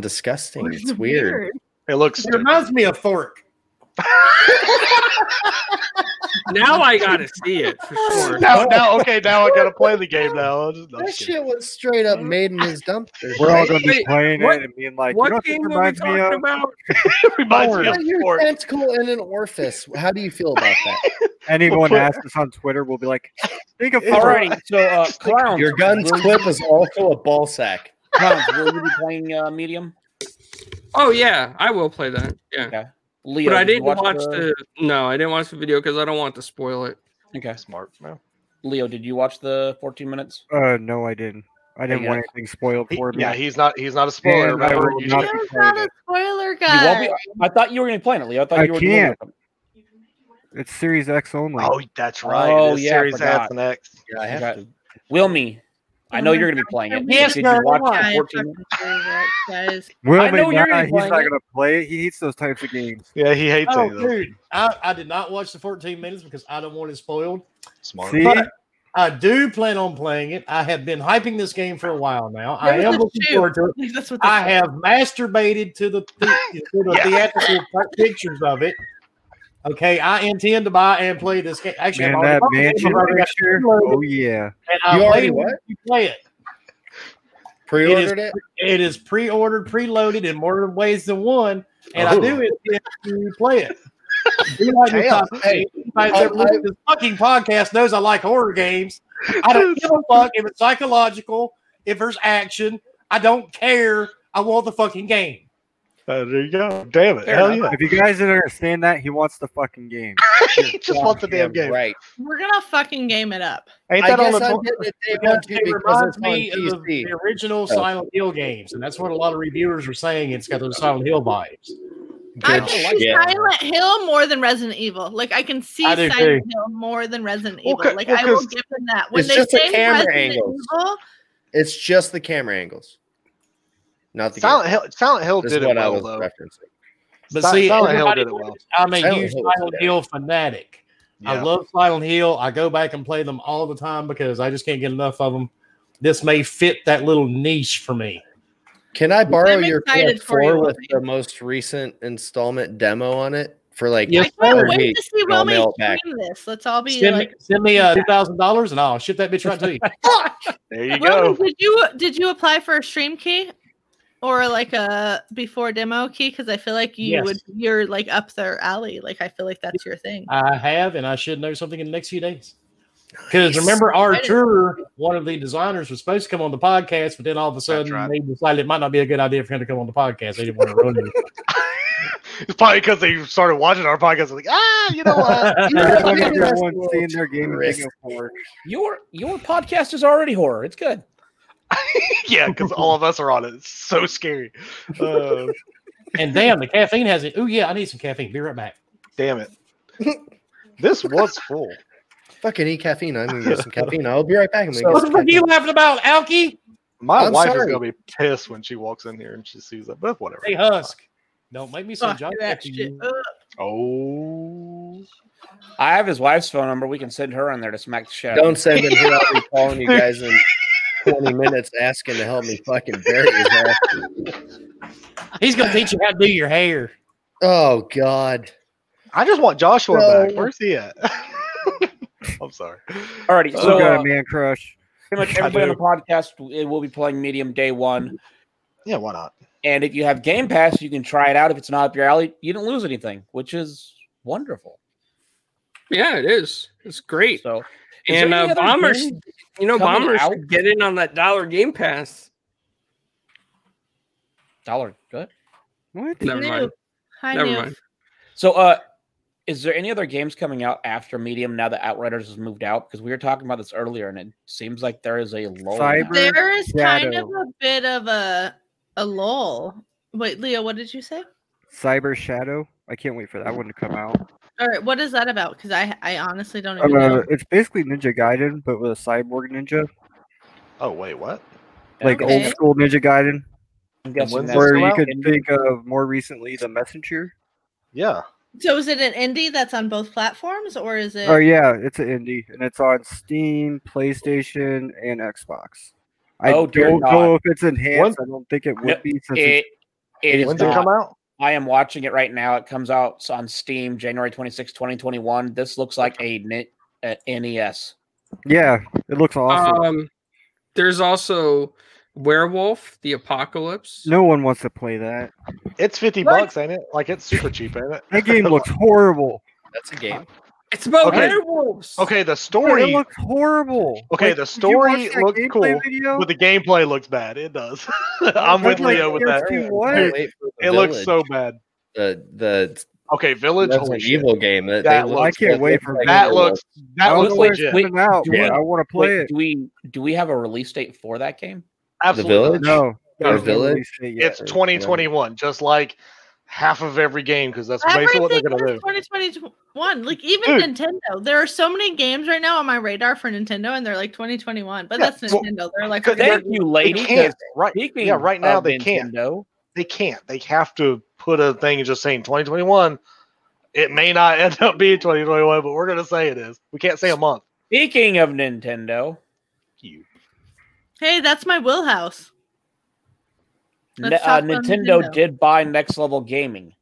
Speaker 5: (laughs)
Speaker 6: disgusting. It's weird.
Speaker 3: it looks.
Speaker 2: it reminds me of Thork.
Speaker 7: Now I gotta see it for sure.
Speaker 3: Now, now, okay, now I gotta play the game now. No, I'm
Speaker 6: That
Speaker 3: just kidding.
Speaker 6: shit was straight up made in his dumpster.
Speaker 1: We're all gonna be
Speaker 7: Wait,
Speaker 1: playing
Speaker 7: what-
Speaker 1: it and being like, you know
Speaker 7: what
Speaker 1: what this
Speaker 7: game were we
Speaker 1: reminds me of?
Speaker 7: talking
Speaker 1: (laughs)
Speaker 3: (laughs)
Speaker 7: about?
Speaker 3: reminds me
Speaker 6: Yeah,
Speaker 3: of
Speaker 6: You're
Speaker 3: sports.
Speaker 6: tentacle in an orifice. How do you feel about
Speaker 3: (laughs)
Speaker 6: that?
Speaker 1: Anyone
Speaker 3: put-
Speaker 1: asks us on Twitter, we'll be like, think of
Speaker 3: All
Speaker 1: Fortnite.
Speaker 4: Alrighty. (laughs) So,
Speaker 1: (laughs)
Speaker 4: uh, Clowns,
Speaker 6: Your gun's clip is also a ball sack.
Speaker 4: Clowns, will you be playing uh, Medium?
Speaker 7: Oh yeah, I will play that. Yeah.
Speaker 4: Leo,
Speaker 7: But I
Speaker 4: did you
Speaker 7: didn't watch
Speaker 4: the...
Speaker 7: the no, I didn't watch the video because I don't want to spoil it.
Speaker 4: Okay.
Speaker 3: Smart. No.
Speaker 4: Leo, did you watch the 14 minutes?
Speaker 1: Uh, no, I didn't. I didn't
Speaker 4: yeah.
Speaker 1: want anything spoiled
Speaker 3: He,
Speaker 1: for me.
Speaker 3: yeah, he's not. He's not a spoiler.
Speaker 1: And I
Speaker 3: Remember,
Speaker 1: will
Speaker 3: you
Speaker 1: not
Speaker 3: should-
Speaker 1: be
Speaker 5: Leo's
Speaker 1: playing
Speaker 5: not
Speaker 1: it.
Speaker 5: a spoiler
Speaker 4: You won't
Speaker 5: guy.
Speaker 4: be- I thought you were going to be playing it, Leo. I thought
Speaker 1: I
Speaker 4: you were doing
Speaker 1: can't.
Speaker 4: it.
Speaker 1: It's Series X only.
Speaker 3: oh, that's right.
Speaker 4: Oh,
Speaker 3: it is
Speaker 4: yeah, I
Speaker 3: Series X
Speaker 4: forgot.
Speaker 3: and X.
Speaker 6: Yeah, I have
Speaker 4: Okay.
Speaker 6: to.
Speaker 4: Wilmy, I
Speaker 3: Oh
Speaker 4: know you're going to be playing it.
Speaker 2: Yes,
Speaker 4: Did you
Speaker 2: sir,
Speaker 4: watch
Speaker 2: come on.
Speaker 4: the
Speaker 5: I
Speaker 4: 14
Speaker 5: fucking hate it, guys.
Speaker 1: Will
Speaker 4: I know you're
Speaker 1: McNally, he's
Speaker 4: playing
Speaker 1: not
Speaker 4: it.
Speaker 1: gonna play it. He hates those types of games.
Speaker 3: Yeah, he hates
Speaker 2: Oh,
Speaker 3: it. though.
Speaker 2: dude, I, I did not watch the 14 minutes because I don't want it spoiled.
Speaker 3: Smart.
Speaker 1: See,
Speaker 2: But I do plan on playing it. I have been hyping this game for a while now. I
Speaker 5: There
Speaker 2: am
Speaker 5: was a
Speaker 2: looking
Speaker 5: shoe.
Speaker 2: forward to it.
Speaker 5: Like, (laughs) That's what they
Speaker 2: I have masturbated to the, the- to the theatrical pictures of it. Okay, I intend to buy and play this game. Actually, I've
Speaker 1: man,
Speaker 2: already
Speaker 1: that
Speaker 2: bought the game.
Speaker 1: mansion
Speaker 2: I've already got it
Speaker 1: picture.
Speaker 2: downloaded,
Speaker 1: Oh yeah.
Speaker 2: and uh, I'm
Speaker 6: You already
Speaker 2: waiting
Speaker 6: what?
Speaker 2: to play it.
Speaker 6: Pre-ordered it.
Speaker 2: It is pre-ordered, preloaded in more ways than one, and I
Speaker 6: Oh.
Speaker 2: do intend to play
Speaker 6: (laughs)
Speaker 2: it. Be like the
Speaker 3: Damn.
Speaker 2: top eight. Anybody that's ever
Speaker 6: I-
Speaker 2: listened to this fucking podcast knows I like horror games. I don't give a fuck if it's psychological, if there's action. I don't care. I want the fucking game.
Speaker 3: Uh, there you go. Damn it.
Speaker 4: Fair
Speaker 3: Hell
Speaker 4: enough.
Speaker 1: If you guys didn't understand that, he wants the fucking game.
Speaker 3: yeah. he just wants the damn game.
Speaker 6: Right.
Speaker 5: We're gonna fucking game it up.
Speaker 3: Ain't
Speaker 6: I
Speaker 3: that on
Speaker 6: guess
Speaker 3: the
Speaker 6: I'm
Speaker 3: book?
Speaker 6: getting it day one
Speaker 2: Because
Speaker 6: too
Speaker 2: it
Speaker 6: because
Speaker 2: reminds
Speaker 6: it's on Oh.
Speaker 2: me of
Speaker 6: PC.
Speaker 2: the original Silent Hill games, and that's what a lot of reviewers are saying. It's got those Silent Hill vibes.
Speaker 5: I can
Speaker 6: Good
Speaker 5: see
Speaker 6: shit.
Speaker 5: Silent Hill more than Resident Evil. Like I can see
Speaker 2: I do
Speaker 5: Silent Hill more than Resident
Speaker 3: Well,
Speaker 5: Evil.
Speaker 3: 'cause-
Speaker 5: Like
Speaker 3: well,
Speaker 5: I will
Speaker 3: 'cause
Speaker 5: give them that. When
Speaker 6: it's
Speaker 5: they
Speaker 6: just the
Speaker 5: say
Speaker 6: camera
Speaker 5: Resident
Speaker 6: angles.
Speaker 5: Evil,
Speaker 6: It's just the camera angles, not the
Speaker 3: Silent Hill, Silent Hill
Speaker 6: game. This is
Speaker 3: did it
Speaker 6: what I
Speaker 3: well,
Speaker 6: was
Speaker 3: though.
Speaker 6: referencing.
Speaker 2: But
Speaker 3: Si-
Speaker 2: see,
Speaker 3: Silent Hill
Speaker 2: everybody
Speaker 3: did it well.
Speaker 2: I'm a
Speaker 6: Silent
Speaker 2: huge
Speaker 6: Hill was
Speaker 2: Silent
Speaker 6: bad.
Speaker 2: Hill fanatic. I
Speaker 3: Yeah.
Speaker 2: love Silent Hill. I go back and play them all the time because I just can't get enough of them. This may fit that little niche for me.
Speaker 6: Can I borrow
Speaker 5: I'm
Speaker 6: your
Speaker 5: excited
Speaker 6: clip
Speaker 5: for you,
Speaker 6: four with
Speaker 5: Robbie.
Speaker 6: the most recent installment demo on it for like?
Speaker 2: Yes,
Speaker 5: I can't
Speaker 2: sir.
Speaker 5: wait to see
Speaker 6: I'll
Speaker 5: Romy
Speaker 6: mail it back.
Speaker 5: stream this. Let's all be
Speaker 2: Send me,
Speaker 6: (laughs)
Speaker 5: like,
Speaker 2: send me uh, two thousand dollars and I'll ship that bitch right to you.
Speaker 3: There you
Speaker 5: Romy,
Speaker 3: go.
Speaker 5: did you did you apply for a stream key or like a before demo key? Because I feel like you
Speaker 2: Yes.
Speaker 5: would you're like up their alley. Like I feel like that's your thing.
Speaker 2: I have, and I should know something in the next few days. Because remember, Artur, one of the designers, was supposed to come on the podcast, but then all of a sudden
Speaker 3: right.
Speaker 2: they decided it might not be a good idea for him to come on the podcast. They didn't want to ruin it.
Speaker 3: (laughs) It's probably because they started watching our podcast. Like, ah, you
Speaker 4: (laughs)
Speaker 3: know what?
Speaker 1: They're
Speaker 6: Maybe
Speaker 1: looking at
Speaker 6: that's
Speaker 1: everyone
Speaker 6: the
Speaker 1: seeing their game and
Speaker 6: risk.
Speaker 1: thinking of work.
Speaker 4: Your your podcast is already horror. It's good.
Speaker 3: yeah, because all of us are on it. It's so scary. Uh,
Speaker 2: And damn, the caffeine has it. Oh yeah, I need some caffeine. Be right back.
Speaker 3: damn it. This was full.
Speaker 6: Fucking eat caffeine. I'm gonna get some caffeine. I'll be right back. I'm gonna get
Speaker 2: What the
Speaker 6: some
Speaker 2: fuck are you
Speaker 6: caffeine.
Speaker 2: laughing about, Alki?
Speaker 3: My
Speaker 6: I'm
Speaker 3: wife is
Speaker 6: sorry.
Speaker 3: gonna be pissed when she walks in here and she sees that, but whatever.
Speaker 2: Hey Husk, don't make me send
Speaker 5: Fuck
Speaker 2: John
Speaker 5: that
Speaker 2: to
Speaker 5: shit.
Speaker 2: you.
Speaker 5: Ugh.
Speaker 3: Oh,
Speaker 4: I have his wife's phone number. We can send her on there to smack the shit. out of him.
Speaker 6: Don't send it here.
Speaker 2: (laughs)
Speaker 6: I'll be calling you guys in 20 minutes asking to help me fucking bury his ass.
Speaker 2: He's gonna teach you how to do your hair.
Speaker 6: Oh God.
Speaker 3: I just want Joshua
Speaker 6: No.
Speaker 3: back. Where's he at? I'm (laughs) sorry.
Speaker 4: Alrighty,
Speaker 1: So,
Speaker 4: so
Speaker 1: got
Speaker 4: uh,
Speaker 1: a man crush.
Speaker 4: pretty much everybody on the podcast it will be playing Medium day one.
Speaker 3: Yeah, why not?
Speaker 4: And if you have Game Pass, you can try it out. If it's not up your alley, you don't lose anything, which is wonderful.
Speaker 7: Yeah, it is. It's great.
Speaker 4: So, is
Speaker 7: And,
Speaker 4: there any
Speaker 7: uh,
Speaker 4: other
Speaker 7: Bombers-
Speaker 4: game-
Speaker 7: You know,
Speaker 4: Coming
Speaker 7: bombers
Speaker 4: out-
Speaker 7: should get in on that dollar game pass.
Speaker 4: dollar good.
Speaker 1: What?
Speaker 7: Never
Speaker 5: Noob.
Speaker 7: mind.
Speaker 5: Hi,
Speaker 7: Never
Speaker 5: Noob.
Speaker 7: mind.
Speaker 4: So, uh, is there any other games coming out after Medium now that Outriders has moved out? Because we were talking about this earlier, and it seems like there is a lull. now.
Speaker 1: Cyber-
Speaker 5: There is kind of
Speaker 1: Shadow.
Speaker 5: a bit of a a lull. Wait, Leo, what did you say?
Speaker 1: Cyber Shadow. I can't wait for that one to come out.
Speaker 5: All right, what is that about? Because I I honestly don't even
Speaker 1: Uh,
Speaker 5: know.
Speaker 1: it's basically Ninja Gaiden, but with a cyborg ninja,
Speaker 3: Oh wait, what?
Speaker 1: like
Speaker 5: Okay.
Speaker 1: old school Ninja Gaiden,
Speaker 4: I'm guessing
Speaker 3: when's
Speaker 4: that's
Speaker 1: where
Speaker 3: go
Speaker 1: you
Speaker 3: out
Speaker 1: could
Speaker 4: in-
Speaker 1: think of more recently the Messenger.
Speaker 3: Yeah.
Speaker 5: So is it an indie that's on both platforms, or is it?
Speaker 1: Oh yeah, it's an indie, and it's on Steam, PlayStation, and Xbox. I
Speaker 4: Oh, dear
Speaker 1: don't know if it's enhanced. I don't think it would
Speaker 4: Yep.
Speaker 1: be since
Speaker 4: it. It is
Speaker 3: When's it
Speaker 4: not.
Speaker 3: come out?
Speaker 4: I am watching it right now. It comes out on Steam January 26, 2021. This looks like a, ni- a E NES.
Speaker 1: it's, yeah, it looks awesome.
Speaker 7: Um, there's also Werewolf, the Apocalypse.
Speaker 1: no one wants to play that.
Speaker 3: It's fifty
Speaker 5: What?
Speaker 3: bucks, ain't it? Like it's super cheap, ain't it?
Speaker 4: (laughs)
Speaker 1: That game looks horrible.
Speaker 6: That's a game.
Speaker 7: It's about
Speaker 3: Okay.
Speaker 7: werewolves.
Speaker 3: Okay, the
Speaker 1: Dude,
Speaker 3: story,
Speaker 1: it looks horrible.
Speaker 3: Okay, the
Speaker 1: did you
Speaker 3: story
Speaker 1: watch that
Speaker 3: looked
Speaker 1: gameplay
Speaker 3: cool,
Speaker 1: video?
Speaker 3: but the gameplay looks bad. It does. (laughs) I'm with
Speaker 1: I'm like,
Speaker 3: Leo with
Speaker 1: there's
Speaker 3: that.
Speaker 1: Dude,
Speaker 6: I'm
Speaker 1: what?
Speaker 6: gonna wait for the
Speaker 3: It looks
Speaker 6: Village,
Speaker 3: so bad.
Speaker 6: the the
Speaker 3: Okay, Village.
Speaker 6: Resident
Speaker 3: Holy shit.
Speaker 6: Evil game. That,
Speaker 3: That
Speaker 6: they
Speaker 3: looks-
Speaker 1: I can't
Speaker 6: that
Speaker 1: wait
Speaker 6: looks
Speaker 1: for
Speaker 6: like
Speaker 3: That
Speaker 6: Village.
Speaker 3: looks. That
Speaker 1: I
Speaker 3: looks
Speaker 1: was
Speaker 4: like-
Speaker 3: legit.
Speaker 4: wait,
Speaker 1: coming out,
Speaker 4: wait,
Speaker 1: but I want to play
Speaker 4: Wait,
Speaker 1: it.
Speaker 4: do we do we have a release date for that game?
Speaker 3: Absolutely.
Speaker 6: Village?
Speaker 1: No,
Speaker 6: Or
Speaker 1: there's no
Speaker 6: Village?
Speaker 1: release date yet.
Speaker 3: It's 2021, just like half of every game because that's basically
Speaker 5: Everything
Speaker 3: what they're
Speaker 5: is
Speaker 3: going to do.
Speaker 5: 2021. Like even
Speaker 3: Dude.
Speaker 5: Nintendo, there are so many games right now on my radar for Nintendo, and they're like 2021. But
Speaker 3: Yeah,
Speaker 5: that's
Speaker 3: well,
Speaker 5: Nintendo. they're like,
Speaker 3: because
Speaker 5: "Okay,
Speaker 4: Thank you,
Speaker 3: They
Speaker 4: lady. 'cause
Speaker 3: can't. Right.
Speaker 4: Speaking
Speaker 3: Yeah, right now
Speaker 4: of
Speaker 3: they can't.
Speaker 4: Nintendo,
Speaker 3: They can't. They have to put a thing just saying 2021. It may not (laughs) end up being 2021, but we're going to say it is. We can't say a month.
Speaker 4: Speaking of Nintendo,
Speaker 3: You.
Speaker 5: hey, that's my wheelhouse.
Speaker 4: N-
Speaker 5: Let's
Speaker 4: uh,
Speaker 5: talk about
Speaker 4: Nintendo,
Speaker 5: Nintendo.
Speaker 4: did buy Next Level Gaming.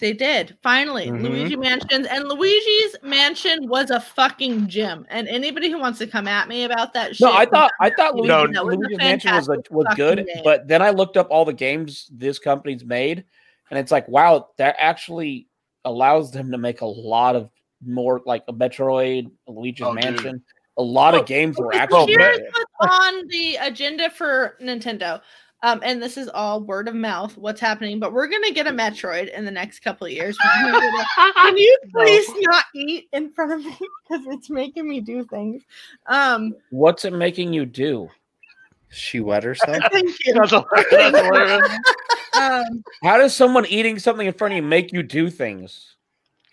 Speaker 5: They did finally
Speaker 3: Mm-hmm.
Speaker 4: Mhm.
Speaker 5: Luigi Mansions, and Luigi's Mansion was a fucking gem. And anybody who wants to come at me about that, shit
Speaker 4: No, I
Speaker 5: can
Speaker 4: thought
Speaker 5: come
Speaker 4: I
Speaker 5: at
Speaker 4: thought
Speaker 5: me.
Speaker 4: Luigi,
Speaker 3: No,
Speaker 5: That was a
Speaker 4: Luigi's Mansion was a,
Speaker 5: fantastic
Speaker 4: was
Speaker 5: fucking
Speaker 4: good,
Speaker 5: game.
Speaker 4: but then I looked up all the games this company's made, and it's like, wow, that actually allows them to make a lot of more like a Metroid, a Luigi's
Speaker 3: Oh, dude.
Speaker 4: Mansion. A lot
Speaker 5: Well,
Speaker 4: of games were
Speaker 5: Because
Speaker 4: actually
Speaker 5: here's
Speaker 4: made.
Speaker 5: what's on the agenda for Nintendo. Um, and this is all word of mouth, what's happening, but we're gonna get a Metroid in the next couple of years. We're gonna get a-
Speaker 4: (laughs)
Speaker 5: Can you please not eat in front of me? Because it's making me do things. Um
Speaker 4: What's it making you do?
Speaker 6: She wet herself.
Speaker 5: thank
Speaker 4: (laughs)
Speaker 5: you. (laughs)
Speaker 3: That's a- that's hilarious.
Speaker 5: Um
Speaker 4: How does someone eating something in front of you make you do things?
Speaker 5: (laughs)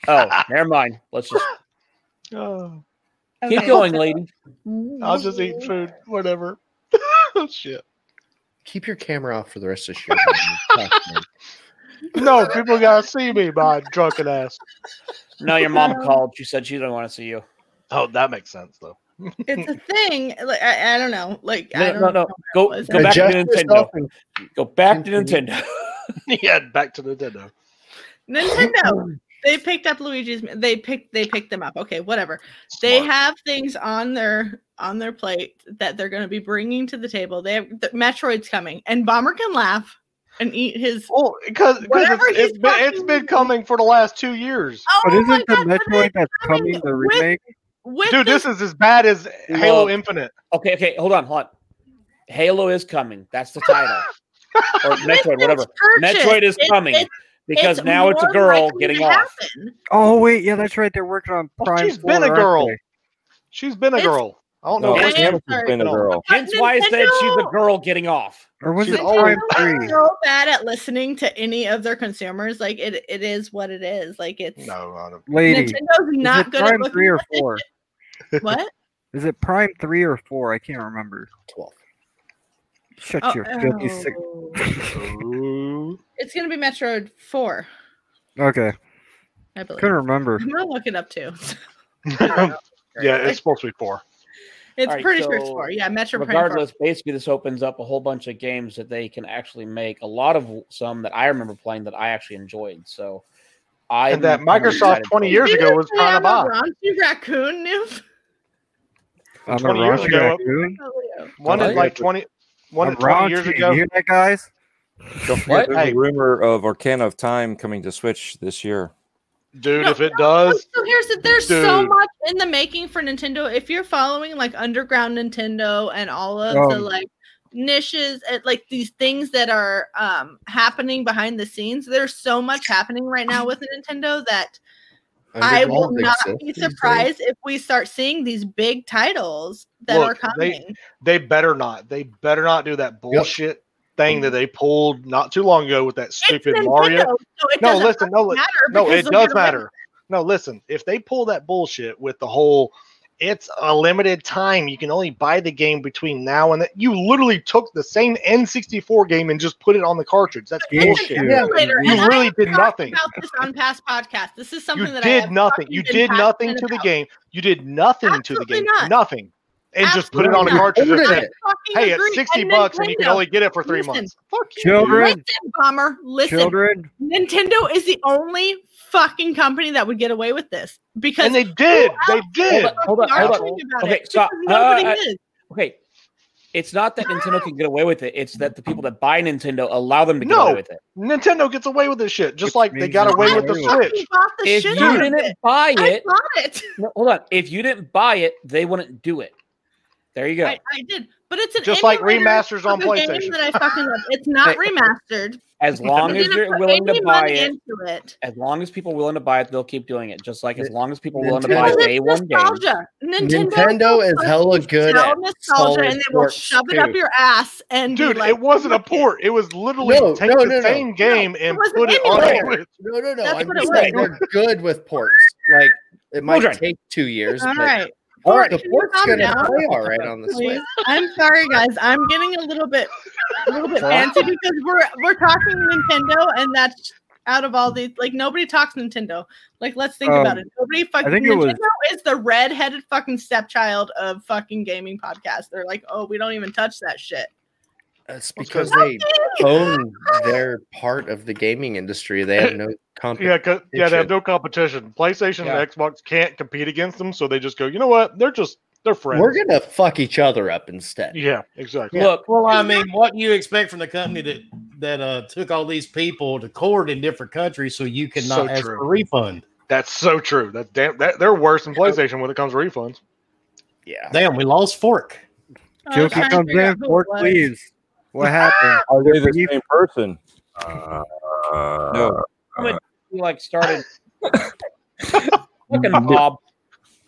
Speaker 4: Oh, never mind. Let's just
Speaker 3: Oh,
Speaker 4: keep
Speaker 5: okay.
Speaker 4: going, lady.
Speaker 3: I'll just eat food, whatever. Shit.
Speaker 6: Keep your camera off for the rest of the (laughs) show.
Speaker 3: No, people got to see me, my drunken ass.
Speaker 4: No, your mom
Speaker 5: Um,
Speaker 4: called. She said she didn't want to see you.
Speaker 3: Oh, that makes sense, though.
Speaker 5: It's a thing. Like I, I don't know. Like I
Speaker 4: No,
Speaker 5: don't
Speaker 4: no,
Speaker 5: know.
Speaker 4: no. Go,
Speaker 5: was.
Speaker 4: go back to
Speaker 6: Adjust
Speaker 4: Nintendo.
Speaker 6: yourself and
Speaker 4: Go back to
Speaker 6: Continue.
Speaker 3: (laughs)
Speaker 4: Nintendo. (laughs)
Speaker 3: yeah, back to Nintendo. (laughs)
Speaker 5: Nintendo. They picked up Luigi's. They picked. They picked them up. Okay, whatever. They
Speaker 3: Smart.
Speaker 5: have things on their on their plate that they're going to be bringing to the table. They have the, Metroid's coming, and Bomber can laugh and eat his.
Speaker 3: Well, because
Speaker 5: Whatever
Speaker 3: it's,
Speaker 5: he's
Speaker 3: it's been, it's
Speaker 5: fucking-
Speaker 3: been coming for the last two years.
Speaker 5: Oh
Speaker 1: But
Speaker 5: my
Speaker 1: isn't the
Speaker 5: god! what are they
Speaker 1: Metroid that's
Speaker 5: coming
Speaker 1: coming the
Speaker 5: with-
Speaker 1: remake?
Speaker 5: with
Speaker 3: Dude,
Speaker 5: this,
Speaker 3: this is as bad as Halo
Speaker 4: Well-
Speaker 3: Infinite.
Speaker 4: Okay, okay, hold on, hold on. Halo is coming. That's the
Speaker 3: (laughs)
Speaker 4: title. or Metroid, whatever.
Speaker 5: purchase,
Speaker 4: Metroid is
Speaker 5: it-
Speaker 4: coming
Speaker 5: it's-
Speaker 4: because now it's a
Speaker 5: more
Speaker 4: girl
Speaker 5: likely
Speaker 4: getting
Speaker 5: to
Speaker 4: off.
Speaker 5: happen.
Speaker 1: Oh wait, yeah, that's right. They're working on
Speaker 3: Well,
Speaker 1: Prime.
Speaker 3: she's been
Speaker 1: 4,
Speaker 3: a
Speaker 1: aren't
Speaker 3: girl.
Speaker 1: they?
Speaker 3: She's been a
Speaker 5: It's-
Speaker 3: girl. I don't
Speaker 8: No,
Speaker 3: know.
Speaker 5: I
Speaker 8: Lance
Speaker 5: am
Speaker 8: Hampton's
Speaker 5: sorry.
Speaker 8: been a girl.
Speaker 4: Hence why I said she's the
Speaker 5: Nintendo-
Speaker 4: girl getting off.
Speaker 1: Or was
Speaker 3: She's
Speaker 1: it
Speaker 3: always-
Speaker 1: Prime
Speaker 5: Nintendo's
Speaker 1: Three?
Speaker 5: so bad at listening to any of their consumers. Like it, it is what it is. Like it's
Speaker 3: No, I don't.
Speaker 1: Lady, is
Speaker 5: Nintendo's not
Speaker 1: it
Speaker 5: good at
Speaker 1: Prime
Speaker 5: looking
Speaker 1: Three or
Speaker 5: at it.
Speaker 1: Four?
Speaker 5: (laughs) What?
Speaker 1: Is it Prime Three or Four? I can't remember.
Speaker 6: 12.
Speaker 1: Shut
Speaker 5: Oh,
Speaker 1: your filthy sick.
Speaker 5: oh.
Speaker 3: Oh.
Speaker 5: It's gonna be Metroid Four,
Speaker 1: (laughs) Okay,
Speaker 5: I believe.
Speaker 1: couldn't remember.
Speaker 5: I'm gonna look it up too.
Speaker 3: (laughs)
Speaker 5: (laughs)
Speaker 3: yeah, it's supposed to be four.
Speaker 5: It's
Speaker 4: Alright,
Speaker 5: pretty sure it's
Speaker 4: so
Speaker 5: four. Yeah, Metroid Prime
Speaker 4: Regardless, basically, this opens up a whole bunch of games that they can actually make. A lot of some that I remember playing that I actually enjoyed. So I
Speaker 3: And that Microsoft 20
Speaker 5: Four.
Speaker 3: years
Speaker 5: Did
Speaker 3: ago
Speaker 5: you
Speaker 3: was
Speaker 5: say
Speaker 3: trying to
Speaker 5: I'm
Speaker 3: buy.
Speaker 5: a raunchy raccoon (laughs) noob?
Speaker 1: I'm a
Speaker 3: 20 years
Speaker 1: raunchy
Speaker 3: ago-
Speaker 1: raccoon.
Speaker 3: One
Speaker 8: What?
Speaker 3: is like 20, one
Speaker 1: I'm
Speaker 3: is 20 years
Speaker 1: raunchy,
Speaker 3: ago.
Speaker 1: You hear that, guys?
Speaker 8: Don't forget,
Speaker 4: What?
Speaker 8: there's
Speaker 3: Hey.
Speaker 8: a rumor of Arcana of Time coming to Switch this year.
Speaker 3: Dude,
Speaker 5: No,
Speaker 3: if it
Speaker 5: Well,
Speaker 3: does,
Speaker 5: (laughs) so here's the, there's so
Speaker 3: Dude.
Speaker 5: much in the making for Nintendo. If you're following like underground Nintendo and all of the
Speaker 1: Um,
Speaker 5: like niches and like these things that are um happening behind the scenes, there's so much happening right now with Nintendo that I will
Speaker 6: Underground
Speaker 5: not
Speaker 6: exists
Speaker 5: be
Speaker 6: these days.
Speaker 5: surprised if we start seeing these big titles that
Speaker 3: Look,
Speaker 5: are
Speaker 3: they-
Speaker 5: coming.
Speaker 3: they better not. They better not do that bullshit thing that they pulled not too long ago with that stupid
Speaker 5: Nintendo,
Speaker 3: Mario.
Speaker 5: so it
Speaker 3: No,
Speaker 5: doesn't
Speaker 3: listen, no, li-
Speaker 5: matter
Speaker 3: no,
Speaker 5: because
Speaker 3: it
Speaker 5: they'll
Speaker 3: does
Speaker 5: get away with
Speaker 3: matter. No, listen, if they pull that bullshit with the whole it's a limited time, you can only buy the game between now and that. You literally took the same N64 game and just put it on the cartridge. That's
Speaker 1: Game
Speaker 3: bullshit.
Speaker 1: Shoot.
Speaker 5: Yeah, later,
Speaker 3: You
Speaker 5: and I
Speaker 3: really
Speaker 5: have
Speaker 3: did
Speaker 5: talked
Speaker 3: nothing.
Speaker 5: About this on past podcasts, this is something
Speaker 3: you
Speaker 5: that I
Speaker 3: did
Speaker 5: have
Speaker 3: nothing.
Speaker 5: fucking
Speaker 3: You
Speaker 5: been
Speaker 3: did nothing to the
Speaker 5: passionate
Speaker 3: game. You did nothing to the
Speaker 5: Absolutely
Speaker 3: game.
Speaker 5: not.
Speaker 3: Nothing. And just put it on a
Speaker 5: Absolutely not.
Speaker 3: cartridge and
Speaker 6: Ordered
Speaker 3: said,
Speaker 6: it.
Speaker 5: about. Fucking
Speaker 3: hey, it's
Speaker 5: agree.
Speaker 3: 60
Speaker 5: And
Speaker 3: bucks and you can
Speaker 5: Nintendo-
Speaker 3: only get it for three
Speaker 5: listen,
Speaker 3: months.
Speaker 1: Children,
Speaker 5: Listen, bomber. Listen,
Speaker 1: children.
Speaker 5: Nintendo is the only fucking company that would get away with this because
Speaker 3: And they did.
Speaker 5: else
Speaker 3: They did.
Speaker 4: Hold on, hold on,
Speaker 5: fucking
Speaker 4: hold on.
Speaker 5: arguing about
Speaker 4: Okay,
Speaker 5: it
Speaker 4: stop.
Speaker 5: because nobody
Speaker 4: Uh, I-
Speaker 5: is.
Speaker 4: Okay, it's not that Nintendo can get away with it. It's that the people that buy Nintendo allow them to get
Speaker 3: No.
Speaker 4: away with it.
Speaker 3: Nintendo gets away with this shit, just
Speaker 1: Which
Speaker 3: like they
Speaker 1: means
Speaker 3: got
Speaker 1: they're
Speaker 3: away
Speaker 5: I
Speaker 3: with the
Speaker 1: screwed.
Speaker 3: Switch.
Speaker 5: fucking bought the
Speaker 4: If
Speaker 5: shit
Speaker 4: you
Speaker 5: out of
Speaker 4: didn't
Speaker 5: it.
Speaker 4: buy
Speaker 5: I
Speaker 4: it,
Speaker 5: bought it.
Speaker 4: no, hold on. If you didn't buy it, they wouldn't do it. There you go.
Speaker 5: I, I did, but it's an
Speaker 3: Just like
Speaker 5: emulator
Speaker 3: remasters on
Speaker 5: of a game
Speaker 3: PlayStation.
Speaker 5: That I fucking love. It's not remastered. (laughs)
Speaker 4: as long
Speaker 5: I
Speaker 4: as
Speaker 5: didn't
Speaker 4: you're
Speaker 5: put
Speaker 4: willing
Speaker 5: any
Speaker 4: to buy
Speaker 5: money
Speaker 4: it,
Speaker 5: into it.
Speaker 4: as long as people are willing to buy it, they'll keep doing it. Just like as long as people are willing to
Speaker 6: Nintendo-
Speaker 4: buy
Speaker 5: Because
Speaker 4: day
Speaker 5: it's
Speaker 4: one game.
Speaker 5: nostalgia. Nintendo,
Speaker 6: Nintendo is hella good
Speaker 5: sell
Speaker 6: at
Speaker 5: nostalgia, and they will
Speaker 6: solid
Speaker 5: shove it up
Speaker 6: ports,
Speaker 5: your ass and be
Speaker 3: Dude,
Speaker 5: like,
Speaker 3: it wasn't a
Speaker 5: "Look at
Speaker 3: port. It was literally
Speaker 6: No,
Speaker 3: take
Speaker 6: no,
Speaker 3: the
Speaker 6: no, no.
Speaker 3: same game and
Speaker 5: was an
Speaker 3: put it
Speaker 5: (laughs)
Speaker 3: on
Speaker 5: emulator.
Speaker 3: there.
Speaker 6: No, no, no.
Speaker 5: That's
Speaker 6: I'm
Speaker 5: what it
Speaker 6: just
Speaker 5: was.
Speaker 6: saying they're good with ports. Like it might
Speaker 4: Children.
Speaker 6: take two years,
Speaker 5: All
Speaker 6: but
Speaker 5: right.
Speaker 6: all right, the
Speaker 5: Can you
Speaker 6: port's
Speaker 5: calm
Speaker 6: gonna
Speaker 5: down,
Speaker 6: play all right on the Switch.
Speaker 5: please? I'm sorry, guys. I'm getting a little bit, a little bit fancy because we're we're talking Nintendo, and that's out of all these. Like nobody talks Nintendo. Like let's think
Speaker 1: Um,
Speaker 5: about it. Nobody fucking
Speaker 1: think it
Speaker 5: Nintendo
Speaker 1: was-
Speaker 5: is the red-headed fucking stepchild of fucking gaming podcasts. They're like, oh, we don't even touch that shit.
Speaker 6: That's
Speaker 3: Let's
Speaker 6: because they own their part of the gaming industry. They have no
Speaker 3: (laughs) Yeah,
Speaker 6: competition.
Speaker 3: 'cause- yeah, they have no competition. PlayStation
Speaker 4: Yeah.
Speaker 3: and Xbox can't compete against them, so they just go, you know what? They're just they're friends.
Speaker 6: We're gonna fuck each other up instead.
Speaker 3: yeah, exactly.
Speaker 4: Look,
Speaker 2: Well, I mean, what do you expect from the company that that uh, took all these people to court in different countries so you cannot
Speaker 3: So
Speaker 2: ask
Speaker 3: true.
Speaker 2: for a refund?
Speaker 3: That's so true. That's damn. That, they're worse than PlayStation when it comes to refunds.
Speaker 6: Yeah.
Speaker 2: Damn, we lost Fork.
Speaker 5: I was
Speaker 1: Josie
Speaker 5: trying to
Speaker 1: comes
Speaker 5: figure out
Speaker 1: in,
Speaker 5: who it
Speaker 1: Bork
Speaker 5: was.
Speaker 1: leaves. What happened?
Speaker 9: Are they the
Speaker 1: Pretty-
Speaker 9: same person? No.
Speaker 4: you like started. Fucking Bob.
Speaker 1: (laughs)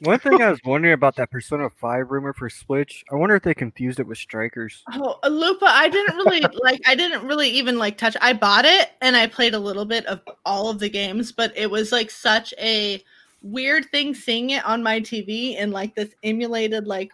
Speaker 1: One thing I was wondering about that Persona 5 rumor for Switch, I wonder if they confused it with Strikers.
Speaker 5: Oh, uh, Lupa, I didn't
Speaker 3: (laughs)
Speaker 5: really like I didn't really even like touch. I bought it and I played a little bit of all of the games, but it was like such a weird thing seeing it on my TV and like this emulated like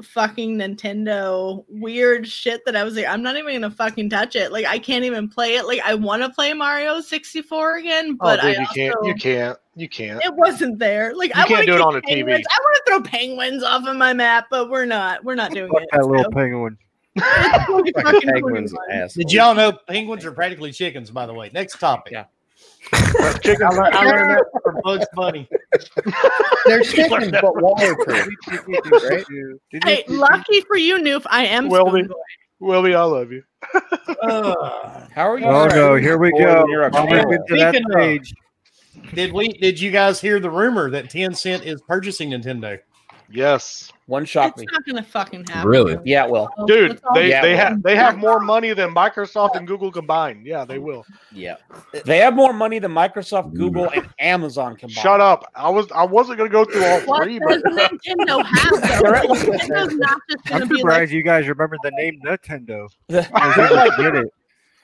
Speaker 5: fucking Nintendo weird shit that I was like I'm not even going to fucking touch it. Like I can't even play it. Like I want to play Mario 64 again, but
Speaker 3: oh, dude,
Speaker 5: I
Speaker 3: you can't.
Speaker 5: also-
Speaker 3: You can't. You can't.
Speaker 5: it wasn't there. Like I
Speaker 3: can't
Speaker 5: wanna
Speaker 3: do it
Speaker 5: kick
Speaker 3: on a TV.
Speaker 5: penguins- I want to throw penguins off of my map, but we're not. We're not doing
Speaker 1: Fuck
Speaker 5: it.
Speaker 1: that
Speaker 5: so.
Speaker 1: little penguin.
Speaker 5: Fucking
Speaker 6: Fucking
Speaker 5: penguins
Speaker 6: penguins
Speaker 5: are
Speaker 6: ass.
Speaker 2: Did y'all know penguins are practically chickens? By the way, next topic.
Speaker 4: Yeah.
Speaker 3: Chicken-
Speaker 2: I, learned, I learned (laughs) that from Bugs Bunny.
Speaker 6: They're chickens,
Speaker 5: (laughs)
Speaker 6: but waterproof. (laughs) Right?
Speaker 5: Hey, lucky for you, Noof, I am
Speaker 3: Will
Speaker 5: Spoon
Speaker 3: be.
Speaker 5: Boy.
Speaker 3: Willie, I love you.
Speaker 2: Ugh.
Speaker 4: How are you?
Speaker 1: Oh no, here we
Speaker 4: Boy,
Speaker 1: go.
Speaker 4: when you're a
Speaker 1: I'm
Speaker 4: kid.
Speaker 1: looking to that
Speaker 2: Speaking of-
Speaker 1: page.
Speaker 2: did we? Did you guys hear the rumor that Tencent is purchasing Nintendo?
Speaker 3: Yes,
Speaker 4: One shock
Speaker 5: It's
Speaker 4: me.
Speaker 5: not gonna fucking happen.
Speaker 10: Really?
Speaker 4: Yeah, it will.
Speaker 5: Oh,
Speaker 3: dude.
Speaker 5: that's all-
Speaker 3: They
Speaker 4: Yeah,
Speaker 3: they
Speaker 4: well.
Speaker 3: have they have more money than Microsoft and Google combined. Yeah, they will.
Speaker 6: Yeah.
Speaker 4: They have more money than Microsoft, Google, and Amazon combined.
Speaker 3: Shut up. I was I wasn't gonna go through all
Speaker 5: What
Speaker 3: three,
Speaker 5: does
Speaker 3: but
Speaker 4: (laughs)
Speaker 5: Nintendo have?
Speaker 4: They're at
Speaker 5: though?
Speaker 4: like-
Speaker 5: Nintendo's not just gonna
Speaker 1: I'm
Speaker 5: be like
Speaker 1: surprised you guys remember the name Nintendo. I
Speaker 5: (laughs)
Speaker 4: They're
Speaker 1: was able
Speaker 4: like,
Speaker 1: to get it.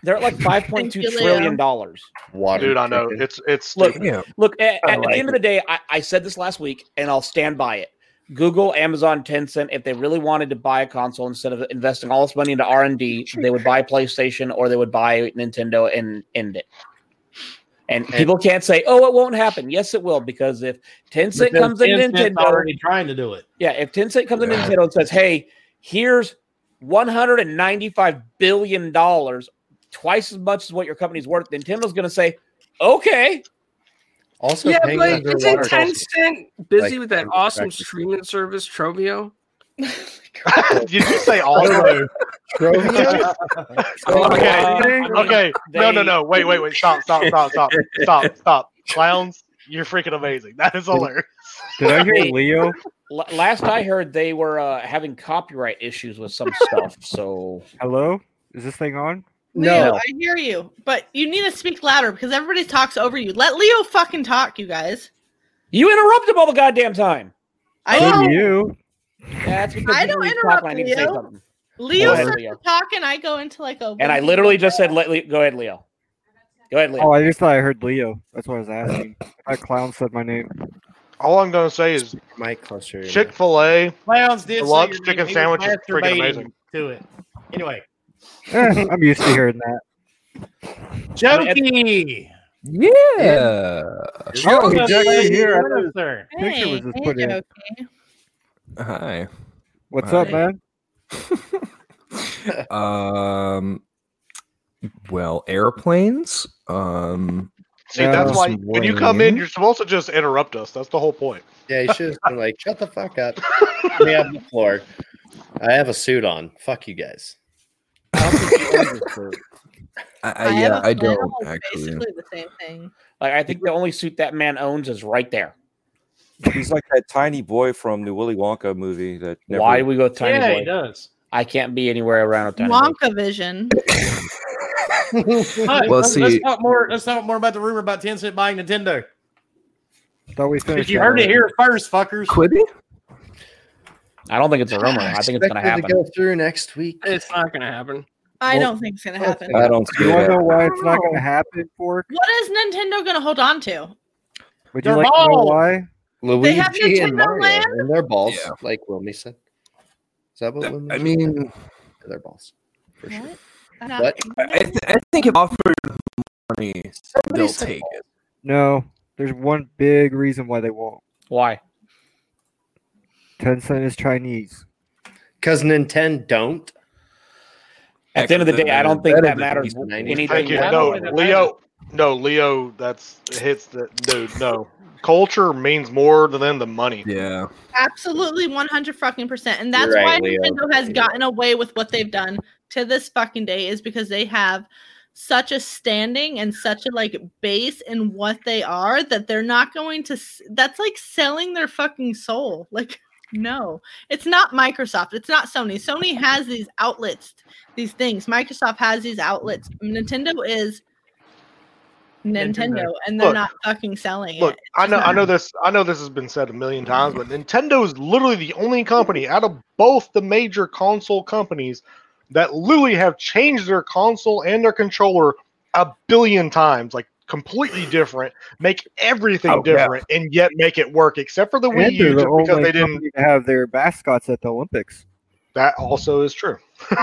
Speaker 4: they're at like 5.2
Speaker 5: Thank you,
Speaker 4: trillion
Speaker 5: Leo.
Speaker 4: dollars.
Speaker 6: Water.
Speaker 3: dude, I know
Speaker 6: chicken.
Speaker 3: it's it's
Speaker 4: Look,
Speaker 9: Damn.
Speaker 4: Look, at,
Speaker 6: I
Speaker 4: at the
Speaker 6: like
Speaker 4: end of the day, I, I said this last week, and I'll stand by it. Google, Amazon, Tencent, if they really wanted to buy a console instead of investing all this money into R and D, they would buy PlayStation or they would buy Nintendo and end it. And people can't say, "Oh, it won't happen." Yes, it will, because if Tencent
Speaker 2: Because
Speaker 4: comes in
Speaker 2: Tencent's
Speaker 4: Nintendo,
Speaker 2: already trying to do it.
Speaker 4: yeah, if Tencent comes in Nintendo and says, "Hey, here's 195 billion dollars, twice as much as what your company's worth," Nintendo's going to say, "Okay,
Speaker 6: also
Speaker 7: Yeah,
Speaker 6: penguins
Speaker 7: but
Speaker 6: are
Speaker 7: isn't
Speaker 6: waterproof.
Speaker 7: Tencent busy
Speaker 6: Like,
Speaker 7: with that
Speaker 6: um,
Speaker 7: awesome
Speaker 6: practice.
Speaker 7: streaming service, Trovio?
Speaker 3: did you say all
Speaker 5: (laughs)
Speaker 3: of them?
Speaker 6: Trovio?
Speaker 5: Oh,
Speaker 3: Okay.
Speaker 4: Uh,
Speaker 3: Okay. No, no,
Speaker 4: They-
Speaker 3: no. Wait, wait, wait. Stop, stop, stop, stop, stop, stop. Clowns, you're freaking amazing. (laughs) That is hilarious.
Speaker 1: (laughs) Did I hear
Speaker 4: Hey.
Speaker 1: Leo?
Speaker 4: L- last I heard, they were uh, having copyright issues with some
Speaker 1: (laughs)
Speaker 4: stuff. So
Speaker 1: Hello? Is this thing on?
Speaker 5: Leo,
Speaker 6: No.
Speaker 5: I hear you, but you need to speak louder because everybody talks over you. Let Leo fucking talk, you guys.
Speaker 4: you interrupt him all the goddamn time.
Speaker 5: I
Speaker 1: Did
Speaker 5: know
Speaker 1: you?
Speaker 4: That's
Speaker 5: (laughs)
Speaker 4: because
Speaker 5: I
Speaker 4: you
Speaker 5: don't
Speaker 4: need to talk
Speaker 5: interrupt
Speaker 4: when I need to say
Speaker 5: you.
Speaker 4: something.
Speaker 5: Leo
Speaker 4: Go ahead,
Speaker 5: starts
Speaker 4: Leo.
Speaker 5: talking, I go into like a
Speaker 4: And I literally just said, "Let Le- go ahead, Leo. Go ahead, Leo."
Speaker 1: Oh, I just thought I heard Leo. That's what I was asking. That clown said my name.
Speaker 3: All I'm gonna say is
Speaker 6: Mike closer. to your
Speaker 3: Chick Fil A.
Speaker 2: Clowns did
Speaker 3: The
Speaker 2: say
Speaker 3: lunch
Speaker 2: your name.
Speaker 3: chicken
Speaker 2: He was
Speaker 3: sandwich is freaking
Speaker 2: masturbating
Speaker 3: amazing.
Speaker 2: To it. Anyway,
Speaker 1: Eh, I'm used to hearing that.
Speaker 2: Jokey.
Speaker 10: Yeah.
Speaker 1: Oh, he's actually here. I thought his
Speaker 2: Sir.
Speaker 1: picture was just put in.
Speaker 10: Hi.
Speaker 1: What's
Speaker 10: Hi.
Speaker 1: up, man?
Speaker 10: (laughs) Um. Well, airplanes. Um.
Speaker 3: See, that's
Speaker 9: Uh,
Speaker 1: Yeah.
Speaker 3: why when you come in,
Speaker 10: Wayne.
Speaker 3: you're supposed to just interrupt us. That's the whole point.
Speaker 6: Yeah, you should have been like, shut the fuck
Speaker 3: (laughs)
Speaker 6: up. We have the floor. I have a suit on. Fuck you guys.
Speaker 10: I, I, Uh, yeah, I don't actually.
Speaker 5: Basically the same thing.
Speaker 4: Like I think the only suit that man owns is right there.
Speaker 9: He's like that tiny boy from the Willy Wonka movie that never
Speaker 4: Why do we go tiny
Speaker 2: yeah, he
Speaker 4: boy?
Speaker 2: does.
Speaker 4: I can't be anywhere around with tiny boy.
Speaker 5: Wonka vision.
Speaker 2: All right,
Speaker 10: Well,
Speaker 2: let's, let's
Speaker 10: see-
Speaker 2: talk more. Let's talk more about the rumor about Tencent buying Nintendo.
Speaker 1: Thought we
Speaker 2: If
Speaker 1: finished.
Speaker 2: you
Speaker 1: that
Speaker 2: heard it
Speaker 1: already.
Speaker 2: here first, fuckers.
Speaker 10: Quid?
Speaker 4: I don't think it's a rumor. I think it's
Speaker 6: Expected
Speaker 4: going to happen.
Speaker 6: go through next week.
Speaker 7: It's not going to happen.
Speaker 5: I
Speaker 10: Well-
Speaker 5: don't think it's gonna happen.
Speaker 9: I don't see
Speaker 1: You want to know
Speaker 9: that.
Speaker 1: why it's not going to happen, Fork?
Speaker 5: What is Nintendo gonna hold on to?
Speaker 1: Would you
Speaker 2: They're
Speaker 1: like to know
Speaker 2: bald.
Speaker 1: why?
Speaker 6: Luigi
Speaker 5: have
Speaker 6: and
Speaker 5: Nintendo
Speaker 6: Mario
Speaker 5: Land?
Speaker 6: and their balls,
Speaker 10: Yeah.
Speaker 6: like Wilmy said. Is that what Wilmy
Speaker 10: I
Speaker 6: said?
Speaker 10: mean,
Speaker 6: their balls for sure.
Speaker 5: What?
Speaker 6: What?
Speaker 10: I, I th- I think if offered money, they'll
Speaker 6: said
Speaker 10: take it.
Speaker 1: No, there's one big reason why they won't.
Speaker 4: Why?
Speaker 1: Tencent is Chinese.
Speaker 6: Because Nintendo don't.
Speaker 4: At the end of the day, I don't think
Speaker 10: Better
Speaker 4: that
Speaker 10: than
Speaker 4: matters
Speaker 10: these
Speaker 4: anything.
Speaker 3: Thank you.
Speaker 4: whatsoever.
Speaker 3: No,
Speaker 2: Yeah.
Speaker 3: Leo. No, Leo. That's hits the dude. No, culture means more to them than money.
Speaker 10: Yeah.
Speaker 5: Absolutely, one hundred fucking percent, and that's
Speaker 6: You're
Speaker 5: why
Speaker 6: right, Leo.
Speaker 5: Nintendo has
Speaker 6: You're
Speaker 5: gotten away with what they've done to this fucking day is because they have such a standing and such a like base in what they are that they're not going to. s- That's like selling their fucking soul. Like, (laughs) no, it's not Microsoft. It's not Sony. Sony has these outlets, these things. Microsoft has these outlets. Nintendo is. Nintendo,
Speaker 2: Nintendo.
Speaker 5: and they're
Speaker 3: Look.
Speaker 5: not fucking selling
Speaker 3: Look,
Speaker 5: it.
Speaker 3: I know, I know this. I know this has been said a million times, but Nintendo is literally the only company out of both the major console companies that literally have changed their console and their controller a billion times, like completely different, make everything
Speaker 10: Oh, yeah.
Speaker 3: different, and yet make it work, except for the Wii
Speaker 1: And they're
Speaker 3: U,
Speaker 1: the
Speaker 3: just because
Speaker 1: only
Speaker 3: they didn't.
Speaker 1: company to have their mascots at the Olympics.
Speaker 3: That also is true. (laughs)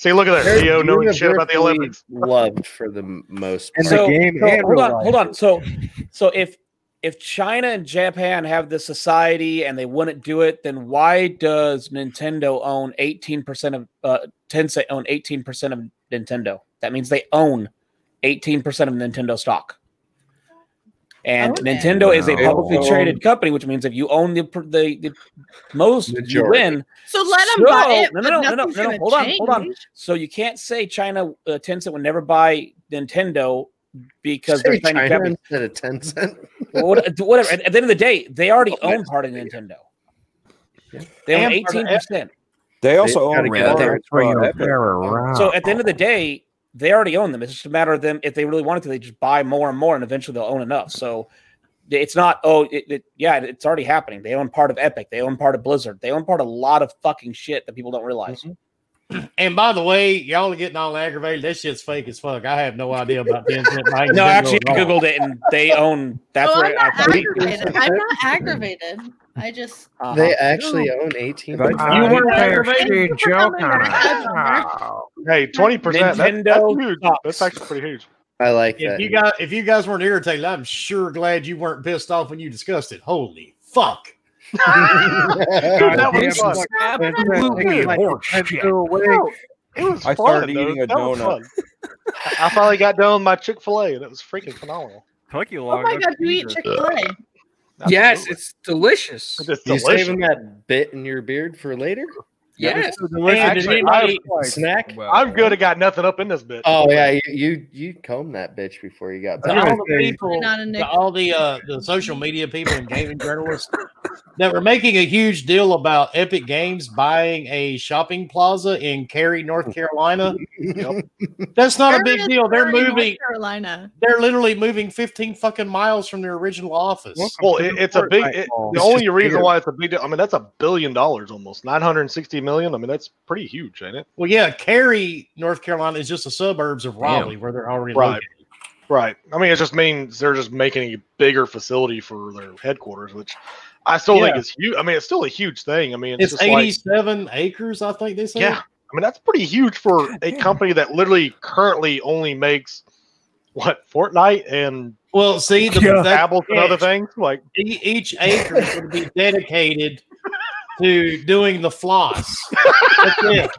Speaker 3: See, look at that,
Speaker 6: They're
Speaker 3: Leo knowing shit about the
Speaker 6: universally
Speaker 3: Olympics.
Speaker 6: Loved for the m- most
Speaker 1: And
Speaker 6: part.
Speaker 1: the game and
Speaker 4: hold
Speaker 1: real
Speaker 4: on,
Speaker 1: life.
Speaker 4: hold on. So, so if if China and Japan have this society and they wouldn't do it, then why does Nintendo own eighteen percent of uh, Tencent own eighteen percent of Nintendo? That means they own eighteen percent of Nintendo stock. And
Speaker 5: Own it.
Speaker 4: Nintendo is a
Speaker 10: Wow.
Speaker 4: publicly traded company, which means if you own the pr- the, the most, you
Speaker 6: Majority.
Speaker 4: win.
Speaker 5: So let them buy
Speaker 4: So-
Speaker 5: it.
Speaker 4: no,
Speaker 5: No,
Speaker 4: no, no, no, no, no, no, hold on, hold on. So you can't say China uh, Tencent would never buy Nintendo because they're
Speaker 6: Say
Speaker 4: Chinese
Speaker 6: China
Speaker 4: Japanese.
Speaker 6: instead
Speaker 4: (laughs)
Speaker 6: of Tencent.
Speaker 4: What- uh, Whatever. At, at the end of the day, they already
Speaker 6: Oh,
Speaker 4: own part of Nintendo.
Speaker 6: Yeah.
Speaker 4: They own
Speaker 2: And part
Speaker 4: eighteen
Speaker 2: of-
Speaker 4: percent.
Speaker 9: They also own
Speaker 6: gotta
Speaker 10: Yeah,
Speaker 6: get
Speaker 9: Walmart,
Speaker 10: they're
Speaker 6: They're
Speaker 9: uh, Epic.
Speaker 4: So at the end of the day, they already own them. It's just a matter of them if they really wanted to, they just buy more and more, and eventually they'll own enough. So it's not oh it, it, yeah, it's already happening. They own part of Epic. They own part of Blizzard. They own part of a lot of fucking shit that people don't realize.
Speaker 6: Mm-hmm.
Speaker 2: And by the way, y'all are getting all aggravated. That shit's fake as fuck. I have no idea about Tencent. buying
Speaker 4: (laughs) No,
Speaker 2: Nintendo
Speaker 4: actually,
Speaker 2: at
Speaker 4: I
Speaker 2: all.
Speaker 4: googled it, and they own.
Speaker 3: Oh,
Speaker 4: That's
Speaker 5: no, I'm
Speaker 4: where
Speaker 5: not
Speaker 4: I think-
Speaker 5: aggravated. I'm not aggravated. I just
Speaker 4: Uh-huh.
Speaker 6: They actually own 18.
Speaker 10: If I-
Speaker 2: You
Speaker 10: I
Speaker 2: weren't
Speaker 10: think I
Speaker 2: aggravated?
Speaker 10: should
Speaker 5: Thank you for
Speaker 10: joke
Speaker 5: coming
Speaker 10: on
Speaker 5: back.
Speaker 10: it. Oh.
Speaker 3: Hey, twenty percent. That's,
Speaker 4: Nintendo
Speaker 3: huge.
Speaker 4: sucks.
Speaker 3: That's actually pretty huge.
Speaker 6: I like
Speaker 2: If
Speaker 6: that.
Speaker 2: you guys, if you guys weren't irritated, I'm sure glad you weren't pissed off when you discussed it. Holy
Speaker 3: (laughs)
Speaker 2: fuck!
Speaker 3: Dude, that was
Speaker 10: Damn,
Speaker 3: fun.
Speaker 10: it's
Speaker 1: Absolutely
Speaker 10: horseshit.
Speaker 3: No, it was
Speaker 9: I
Speaker 3: fun.
Speaker 9: started
Speaker 3: though.
Speaker 9: eating a
Speaker 3: That was
Speaker 9: donut.
Speaker 3: fun. I- I finally got done with my Chick Fil A, and it was freaking phenomenal.
Speaker 1: Took you
Speaker 5: oh my god, you eat Chick Fil A?
Speaker 7: Yes,
Speaker 3: Absolutely.
Speaker 7: it's delicious.
Speaker 3: it's
Speaker 6: You
Speaker 3: delicious.
Speaker 6: saving that bit in your beard for later?
Speaker 7: Yes.
Speaker 3: Actually, I,
Speaker 6: Snack?
Speaker 10: Well,
Speaker 3: I'm good. I got nothing up in this bit.
Speaker 6: Oh yeah, you you, you combed that bitch before you got
Speaker 2: To
Speaker 1: gonna
Speaker 6: back.
Speaker 2: all the
Speaker 1: say-
Speaker 2: people,
Speaker 5: Not a
Speaker 2: to
Speaker 5: nickel.
Speaker 2: all the uh, the social media people and gaming journalists that were making a huge deal about Epic Games buying a shopping plaza in Cary, North Carolina. That's not a
Speaker 5: Where
Speaker 2: big
Speaker 5: is
Speaker 2: deal. They're
Speaker 5: Curry, North
Speaker 2: moving.
Speaker 5: Carolina.
Speaker 2: They're literally moving 15 fucking miles from their original office.
Speaker 3: Well, it, it's a big. It, the
Speaker 10: It's
Speaker 3: only
Speaker 10: just
Speaker 3: reason
Speaker 10: weird.
Speaker 3: why it's a big deal. I mean, that's a billion dollars almost. Nine hundred sixty million. I mean, that's pretty huge, ain't it?
Speaker 2: Well, yeah, Cary, North Carolina is just the suburbs of Raleigh where they're already
Speaker 3: Right.
Speaker 2: located.
Speaker 3: Right. I mean, it just means they're just making a bigger facility for their headquarters, which I still think is huge. I mean, it's still a huge thing. I mean, it's,
Speaker 2: It's,
Speaker 3: just like
Speaker 2: 87 acres, I think they said.
Speaker 3: yeah. I mean, that's pretty huge for a company that literally currently only makes what Fortnite and
Speaker 2: Well, see, the, that,
Speaker 3: Apples and
Speaker 2: it.
Speaker 3: other things. Like,
Speaker 2: e- each acre would be dedicated to doing the floss. That's
Speaker 3: (laughs)
Speaker 2: it.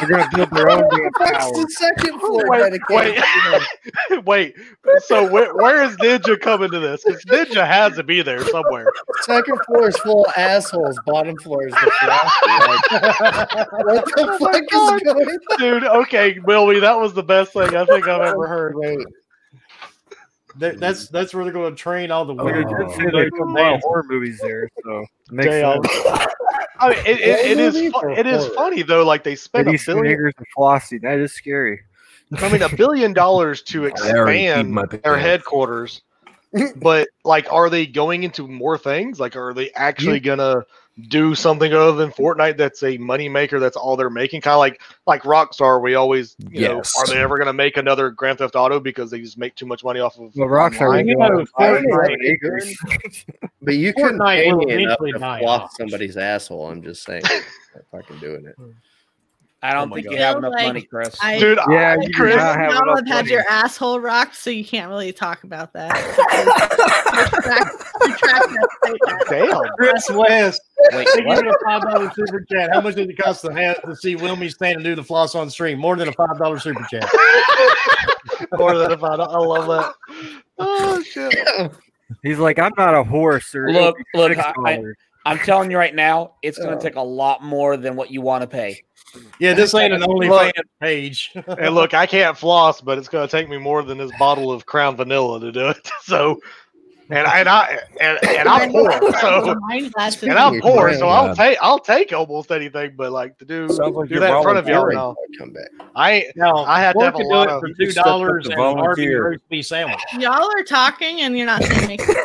Speaker 1: They're gonna build their own damn
Speaker 6: Fuck's
Speaker 1: tower.
Speaker 6: the second floor
Speaker 3: Wait,
Speaker 6: dedicated.
Speaker 3: wait. (laughs) wait, so where, where is Ninja coming to this? Because Ninja has to be there somewhere.
Speaker 6: Second floor is full of assholes. Bottom floor is the
Speaker 3: (laughs)
Speaker 6: philosophy. Like, what
Speaker 3: Oh
Speaker 6: the fuck is going on?
Speaker 3: Dude, okay, Billy, that was the best thing I think I've ever heard.
Speaker 6: Wait.
Speaker 2: That- that's that's where they're going to train all the
Speaker 1: Like I
Speaker 2: women.
Speaker 1: did say they put a lot of horror movies there, so it makes
Speaker 2: They all-
Speaker 1: sense.
Speaker 3: (laughs) I mean, it, it, it is fu- it is
Speaker 2: Horror.
Speaker 3: funny though. Like they spent
Speaker 1: Maybe
Speaker 3: a
Speaker 1: some
Speaker 3: billion,
Speaker 1: niggers and flossy. That is scary.
Speaker 3: I mean, a billion
Speaker 10: (laughs)
Speaker 3: dollars to
Speaker 10: already peed
Speaker 3: expand
Speaker 10: my
Speaker 3: their
Speaker 10: pants. (laughs)
Speaker 3: headquarters. but like, are they going into more things? Like, are they actually gonna do something other than Fortnite? That's a moneymaker. That's all they're making. Kind of like like Rockstar. We always, you
Speaker 10: Yes.
Speaker 3: know, are they ever gonna make another Grand Theft Auto because they just make too much money off of
Speaker 1: Well, rocks are
Speaker 3: online?
Speaker 1: really
Speaker 2: know,
Speaker 1: good. I don't know,
Speaker 2: Fortnite-
Speaker 1: five acres.
Speaker 6: But you couldn't
Speaker 2: Fortnite
Speaker 6: pay
Speaker 2: will
Speaker 6: me enough
Speaker 2: eventually
Speaker 6: to
Speaker 2: die
Speaker 6: flop
Speaker 2: off.
Speaker 6: somebody's asshole. I'm just saying, I'm fucking doing
Speaker 3: Hmm.
Speaker 6: it.
Speaker 4: I don't
Speaker 10: my
Speaker 4: think
Speaker 10: God.
Speaker 4: you Oh have enough
Speaker 5: Like,
Speaker 4: money, Chris.
Speaker 5: I,
Speaker 3: Oh Dude,
Speaker 1: Yeah,
Speaker 3: I,
Speaker 1: you do
Speaker 3: Chris,
Speaker 1: not have
Speaker 5: y'all
Speaker 1: enough
Speaker 5: have had
Speaker 1: money.
Speaker 5: your asshole rocked, so you can't really talk about that. (laughs) Retract- retract that statement.
Speaker 3: damn.
Speaker 2: Chris West,
Speaker 6: Wait,
Speaker 2: they give
Speaker 6: what?
Speaker 2: you a five dollar super chat. How much did it cost to have to see Wilmy stand and do the floss on stream? More than a five dollar super chat.
Speaker 3: (laughs) More than if I, don't- I love that. Oh shit!
Speaker 1: (laughs)
Speaker 2: (laughs)
Speaker 1: He's like, I'm not a horse, sir. It'll
Speaker 4: Look,
Speaker 1: be
Speaker 4: look,
Speaker 1: six
Speaker 4: I- I-
Speaker 1: dollars."
Speaker 4: I'm telling you right now, it's going to take a lot more than what you want to pay.
Speaker 2: Yeah, this ain't an OnlyFans
Speaker 3: Look.
Speaker 2: page.
Speaker 3: And look, I can't floss, but it's going to take me more than this bottle of Crown Vanilla to do it. (laughs) So, and and I and, and I'm poor, so
Speaker 5: Wine glasses.
Speaker 3: and I'm poor, so
Speaker 9: Yeah.
Speaker 3: I'll take I'll take almost anything. But like to do
Speaker 9: Sounds like
Speaker 3: do
Speaker 9: you're
Speaker 3: that in front of y'all,
Speaker 9: volunteering.
Speaker 3: no,
Speaker 6: Come back.
Speaker 3: I ain't.
Speaker 2: No,
Speaker 3: I had to
Speaker 2: Ford
Speaker 3: have a
Speaker 2: could
Speaker 3: lot
Speaker 2: do it
Speaker 3: of-
Speaker 2: for
Speaker 9: you
Speaker 2: two
Speaker 9: stepped up
Speaker 2: dollars
Speaker 9: to
Speaker 2: and an RV
Speaker 9: volunteer.
Speaker 2: roast beef sandwich.
Speaker 5: Y'all are talking and you're not saying
Speaker 1: (laughs)
Speaker 5: anything.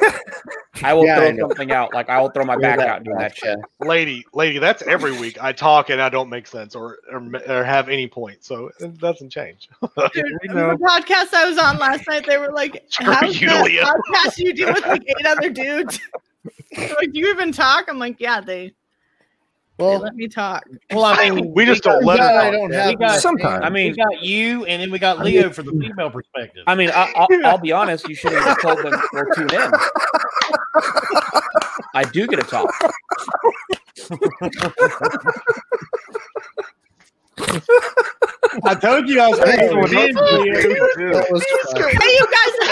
Speaker 4: I will
Speaker 6: Yeah, I
Speaker 4: throw
Speaker 6: know.
Speaker 4: something out. Like I will throw my
Speaker 6: You're
Speaker 4: back out doing that shit.
Speaker 6: guy.
Speaker 3: lady, lady. That's every week. I talk and I don't make sense or or, or have any point, so it doesn't change.
Speaker 5: Dude,
Speaker 1: We know.
Speaker 5: the podcast I was on last night, they were like,
Speaker 4: (laughs)
Speaker 3: Screw
Speaker 5: "How's
Speaker 3: you,
Speaker 5: that
Speaker 3: Leah."
Speaker 5: podcast you do with like eight other dudes?" (laughs) They're like, do you even talk? I'm like, "Yeah, they, they
Speaker 6: Well,
Speaker 5: let me talk."
Speaker 2: (laughs) Well, I mean,
Speaker 3: We just don't let her.
Speaker 6: I
Speaker 3: talk.
Speaker 6: don't
Speaker 2: We
Speaker 6: have.
Speaker 2: got-
Speaker 10: Sometimes.
Speaker 4: I
Speaker 2: we
Speaker 4: mean,
Speaker 2: got you, and then we got Leo for the female perspective.
Speaker 4: I mean, I, I'll, I'll be honest. You should have just told them or tune
Speaker 2: (laughs)
Speaker 4: in. I do get a talk.
Speaker 2: I told you I was
Speaker 1: Hey,
Speaker 2: going
Speaker 1: what
Speaker 2: to
Speaker 1: else
Speaker 2: Leo.
Speaker 1: do you do?
Speaker 6: That was fun.
Speaker 5: Hey, you guys,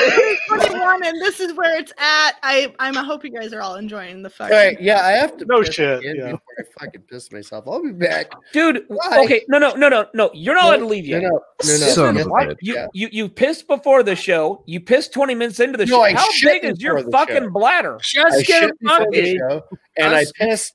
Speaker 5: this is 21, and this is where it's at. I, I'm, I hope you guys are all enjoying the fucking.
Speaker 6: All right, yeah, I have to.
Speaker 3: No
Speaker 6: piss
Speaker 3: shit,
Speaker 6: again
Speaker 3: yeah.
Speaker 6: Before I fucking piss myself, I'll be back.
Speaker 4: Dude,
Speaker 6: Why?
Speaker 4: okay, no, no, no, no, no. You're not allowed to leave
Speaker 6: No,
Speaker 4: yet.
Speaker 6: no, no, no.
Speaker 10: Son
Speaker 6: Yes,
Speaker 10: of a
Speaker 6: I-
Speaker 10: bitch.
Speaker 4: You,
Speaker 6: yeah.
Speaker 4: you you pissed before the show. You pissed 20 minutes into the
Speaker 6: No,
Speaker 4: show.
Speaker 6: I
Speaker 4: How
Speaker 6: shit
Speaker 4: big is
Speaker 6: before
Speaker 4: your
Speaker 6: the
Speaker 4: fucking
Speaker 6: show.
Speaker 4: bladder?
Speaker 6: I
Speaker 7: Just get
Speaker 6: shit
Speaker 7: a
Speaker 6: before the
Speaker 7: bucket.
Speaker 6: show, and I
Speaker 7: Us-
Speaker 6: pissed.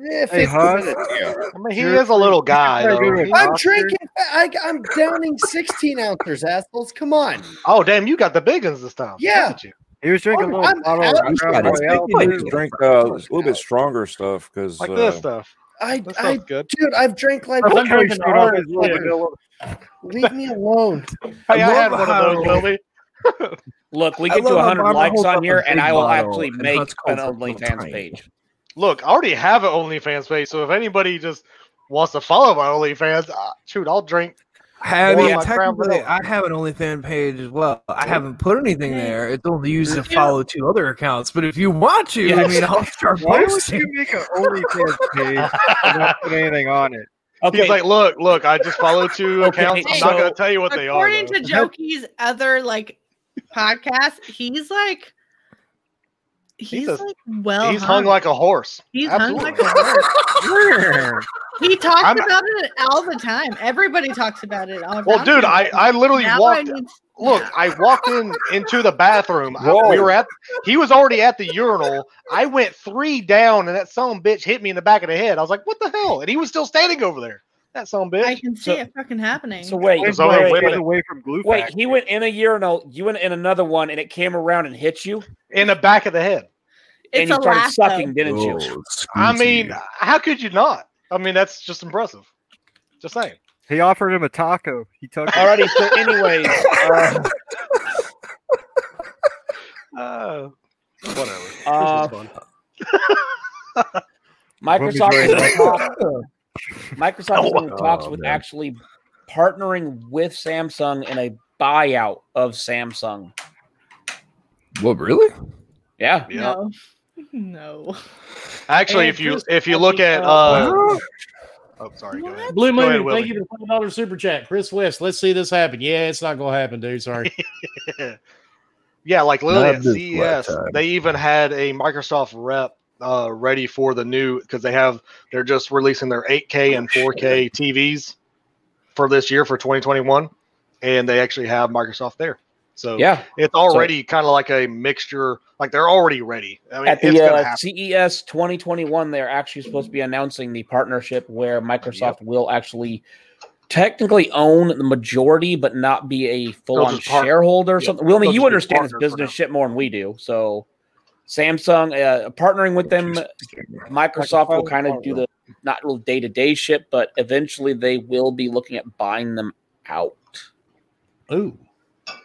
Speaker 6: Yeah, 50
Speaker 1: Hans.
Speaker 6: minutes ago.
Speaker 3: I mean, he
Speaker 1: You're-
Speaker 3: is a little guy.
Speaker 1: You're
Speaker 3: Though.
Speaker 1: doing it,
Speaker 6: I'm
Speaker 1: Oscar.
Speaker 6: drinking. I, I'm downing 16 ounces, assholes. Come on.
Speaker 3: Oh damn, you got the big ones this time. Look
Speaker 6: Yeah.
Speaker 3: at you.
Speaker 1: He was drinking a
Speaker 6: I'm-
Speaker 1: little
Speaker 6: I'm
Speaker 1: bottle
Speaker 6: out.
Speaker 1: of Crown
Speaker 9: I
Speaker 1: Royale,
Speaker 9: think you need
Speaker 1: too.
Speaker 9: to drink uh, a little bit stronger stuff because
Speaker 3: like
Speaker 9: uh,
Speaker 3: this stuff.
Speaker 6: I,
Speaker 3: That
Speaker 6: I
Speaker 3: sounds good.
Speaker 6: dude, I've drank like.
Speaker 1: I like how he
Speaker 2: drinking
Speaker 1: showed off his
Speaker 2: orange
Speaker 1: little
Speaker 2: juice.
Speaker 1: vanilla.
Speaker 6: Leave me alone.
Speaker 3: (laughs) Hey, I,
Speaker 10: love
Speaker 3: had one of those,
Speaker 10: how-
Speaker 3: Wilby.
Speaker 4: Look, we
Speaker 10: I
Speaker 4: get to
Speaker 10: love how
Speaker 4: 100
Speaker 10: Mama
Speaker 4: likes
Speaker 10: holds up
Speaker 4: on
Speaker 10: a
Speaker 4: here, and
Speaker 10: big
Speaker 4: I will
Speaker 10: bottle
Speaker 4: actually
Speaker 10: and
Speaker 4: make
Speaker 10: Hunt's
Speaker 4: an
Speaker 10: calls it all
Speaker 4: OnlyFans
Speaker 10: time.
Speaker 4: page.
Speaker 3: Look, I already have an OnlyFans page, so if anybody just wants to follow my OnlyFans, uh, shoot, I'll drink.
Speaker 10: I
Speaker 3: Or
Speaker 10: mean,
Speaker 3: my Crown
Speaker 10: technically,
Speaker 3: Vanilla.
Speaker 10: I have an OnlyFans page as well. I haven't put anything there. It's only used to
Speaker 5: Yeah.
Speaker 10: follow two other accounts. But if you want to, I
Speaker 4: Yes.
Speaker 10: mean, I'll start
Speaker 1: Why would
Speaker 10: posting. (laughs)
Speaker 1: you make an OnlyFans page and not put anything on it?
Speaker 4: Okay,
Speaker 3: He's like, look, look, I just follow two
Speaker 4: Okay,
Speaker 3: accounts. I'm
Speaker 5: so-
Speaker 3: not going to tell you what they are.
Speaker 5: According
Speaker 3: though.
Speaker 5: to Jokey's other like podcast, he's like, he's,
Speaker 3: a-
Speaker 5: like well,
Speaker 3: He's hung like a horse.
Speaker 5: He's hung like
Speaker 3: Absolutely.
Speaker 5: a horse. He talks
Speaker 3: I'm-
Speaker 5: about it all the time. Everybody talks about it all the
Speaker 3: Well,
Speaker 5: time.
Speaker 3: dude, I, I literally
Speaker 5: Now I
Speaker 3: walked.
Speaker 5: need-
Speaker 3: (laughs) Look, I walked in into the bathroom. I- we were at. He was already at the urinal. I went three down, and that son bitch hit me in the back of the head. I was like, "What the hell?" And he was still standing over there. That son
Speaker 5: I
Speaker 3: bitch.
Speaker 5: can see
Speaker 4: So-
Speaker 5: it fucking happening.
Speaker 4: so wait,
Speaker 3: There's
Speaker 4: wait,
Speaker 3: only
Speaker 4: wait,
Speaker 3: women-
Speaker 1: Get away from glue
Speaker 4: wait,
Speaker 1: Factory.
Speaker 4: he went in a urinal, you went in another one, and it came around and hit you,
Speaker 3: in the back of the head.
Speaker 4: and
Speaker 5: it's
Speaker 4: you
Speaker 5: a
Speaker 4: started
Speaker 5: laugh.
Speaker 4: sucking, didn't you?
Speaker 3: I mean, how could you not? I mean, that's just impressive. Just saying.
Speaker 1: He offered him a taco. He took it.
Speaker 4: Alrighty, so
Speaker 1: (laughs)
Speaker 3: (laughs)
Speaker 4: anyways, uh,
Speaker 5: Oh.
Speaker 3: Uh, whatever.
Speaker 4: uh,
Speaker 3: this is fun.
Speaker 4: (laughs) Microsoft is in talks,
Speaker 10: (laughs)
Speaker 4: Microsoft is in
Speaker 10: Oh,
Speaker 4: talks with
Speaker 10: man.
Speaker 4: actually partnering with Samsung in a buyout of Samsung.
Speaker 10: What really?
Speaker 4: Yeah,
Speaker 3: Yeah.
Speaker 5: No. (laughs) No.
Speaker 3: Actually,
Speaker 2: And
Speaker 3: if you
Speaker 2: Chris
Speaker 3: if you look at uh, oh sorry, go ahead.
Speaker 2: Blue
Speaker 3: Go ahead,
Speaker 2: Moon,
Speaker 3: Willie.
Speaker 2: thank you for the five dollar super chat, Chris West. Let's see this happen. Yeah, it's not going to happen,
Speaker 3: (laughs)
Speaker 2: dude. Sorry.
Speaker 3: Yeah, like literally
Speaker 10: Not
Speaker 3: at
Speaker 10: this
Speaker 3: CES,
Speaker 10: lifetime.
Speaker 3: they even had a Microsoft rep uh, ready for the new because they have they're just releasing their 8K
Speaker 10: Oh,
Speaker 3: and 4K TVs for this year for 2021, and they actually have Microsoft there. So
Speaker 4: Yeah.
Speaker 3: it's already kind of like a mixture. Like they're already ready. I mean,
Speaker 4: At
Speaker 3: it's
Speaker 4: the
Speaker 3: gonna
Speaker 4: uh,
Speaker 3: happen.
Speaker 4: CES 2021, they're actually supposed to be announcing the partnership where Microsoft will actually technically own the majority, but not be a full-on
Speaker 3: just part-
Speaker 4: shareholder or
Speaker 3: yeah,
Speaker 4: something. Well, I
Speaker 3: they'll
Speaker 4: mean,
Speaker 3: just
Speaker 4: you
Speaker 3: be
Speaker 4: understand this
Speaker 3: partner for
Speaker 4: business shit more than we do. So Samsung uh, partnering with them, Microsoft will kind of do the not real day-to-day shit, but eventually they will be looking at buying them out.
Speaker 2: Ooh.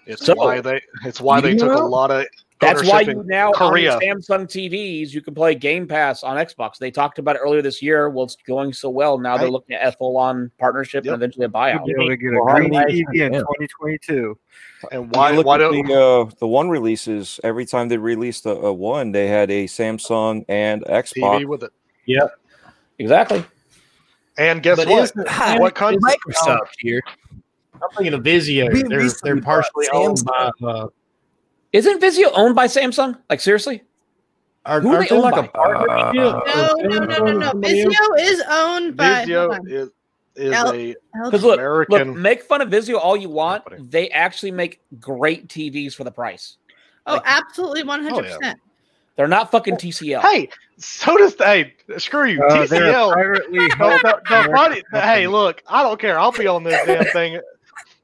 Speaker 3: It's
Speaker 4: So-
Speaker 3: why they. It's why they
Speaker 4: You
Speaker 3: took a
Speaker 4: know?
Speaker 3: lot of.
Speaker 4: That's why
Speaker 3: ownership
Speaker 4: you
Speaker 3: in
Speaker 4: now
Speaker 3: Korea.
Speaker 4: on your Samsung TVs you can play Game Pass on Xbox. They talked about it earlier this year. Well, it's going so well. Now they're
Speaker 3: Right.
Speaker 4: looking at a full-on partnership
Speaker 3: Yep.
Speaker 4: and eventually a
Speaker 1: You'll
Speaker 4: buyout.
Speaker 1: be able to get a
Speaker 8: Well,
Speaker 1: green
Speaker 8: I-
Speaker 1: TV in
Speaker 8: yeah.
Speaker 1: 2022.
Speaker 3: and
Speaker 8: Why
Speaker 3: why?
Speaker 8: look
Speaker 3: Why
Speaker 8: at
Speaker 3: don't?
Speaker 8: the, uh, the one releases? Every time they released a, a one, they had a Samsung and Xbox.
Speaker 3: TV with it.
Speaker 4: Exactly.
Speaker 3: And guess
Speaker 2: But
Speaker 3: what?
Speaker 2: isn't-
Speaker 3: What country? Oh,
Speaker 2: Microsoft
Speaker 6: here.
Speaker 2: I'm thinking of Vizio.
Speaker 10: We
Speaker 2: They're,
Speaker 10: recently
Speaker 2: they're partially
Speaker 10: bought
Speaker 2: owned by. Uh,
Speaker 4: Isn't Vizio owned by Samsung? Like seriously?
Speaker 2: are,
Speaker 4: Who are
Speaker 2: aren't
Speaker 4: they owned by?
Speaker 2: a partnership?
Speaker 5: No, no, no, no, no. Vizio is owned by.
Speaker 3: Vizio
Speaker 5: hold on.
Speaker 3: is, is
Speaker 5: L-
Speaker 3: a
Speaker 5: L-
Speaker 4: Because look, look,
Speaker 3: American.
Speaker 4: make fun of Vizio all you want.
Speaker 3: Company.
Speaker 4: They actually make great TVs for the price.
Speaker 5: oh, absolutely, one
Speaker 3: Oh,
Speaker 5: hundred percent.
Speaker 4: They're not fucking TCL.
Speaker 3: Hey, so does they. Screw you,
Speaker 1: Uh, they're a
Speaker 3: TCL.
Speaker 1: privately
Speaker 3: No,
Speaker 1: held
Speaker 3: no, no,
Speaker 1: American
Speaker 3: buddy,
Speaker 1: company.
Speaker 3: hey, look, I don't care. I'll be on this damn thing.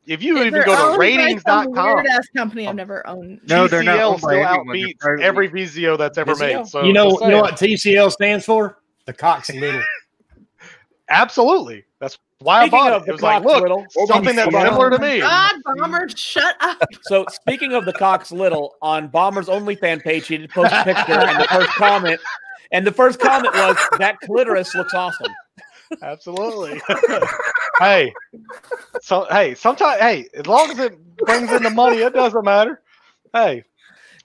Speaker 3: If you even go to ratings.com,
Speaker 5: Weird ass company I've never owned.
Speaker 1: No, they're not
Speaker 3: TCL
Speaker 1: owned by
Speaker 3: still
Speaker 1: anyone. They're
Speaker 3: outbeats
Speaker 1: privately-
Speaker 3: every VZO that's ever
Speaker 4: Vizio?
Speaker 3: made. So
Speaker 2: You know,
Speaker 3: just
Speaker 2: you know
Speaker 3: saying.
Speaker 2: what TCL stands for?
Speaker 3: (laughs)
Speaker 2: The Cox Little.
Speaker 3: Absolutely. That's why
Speaker 4: Speaking
Speaker 3: I bought
Speaker 4: of
Speaker 3: it.
Speaker 4: the
Speaker 3: It (laughs) was like,
Speaker 4: Cox
Speaker 3: look,
Speaker 4: Riddle,
Speaker 3: something that's
Speaker 4: TCL.
Speaker 3: similar to me.
Speaker 5: God, bomber, shut up.
Speaker 4: So speaking of the Cox Little on Bomber's OnlyFan page, he did post a picture and the first comment, and the first comment was that clitoris looks awesome.
Speaker 3: Absolutely. (laughs) hey, so hey, sometimes hey, as long as it brings in the money, it doesn't matter. Hey,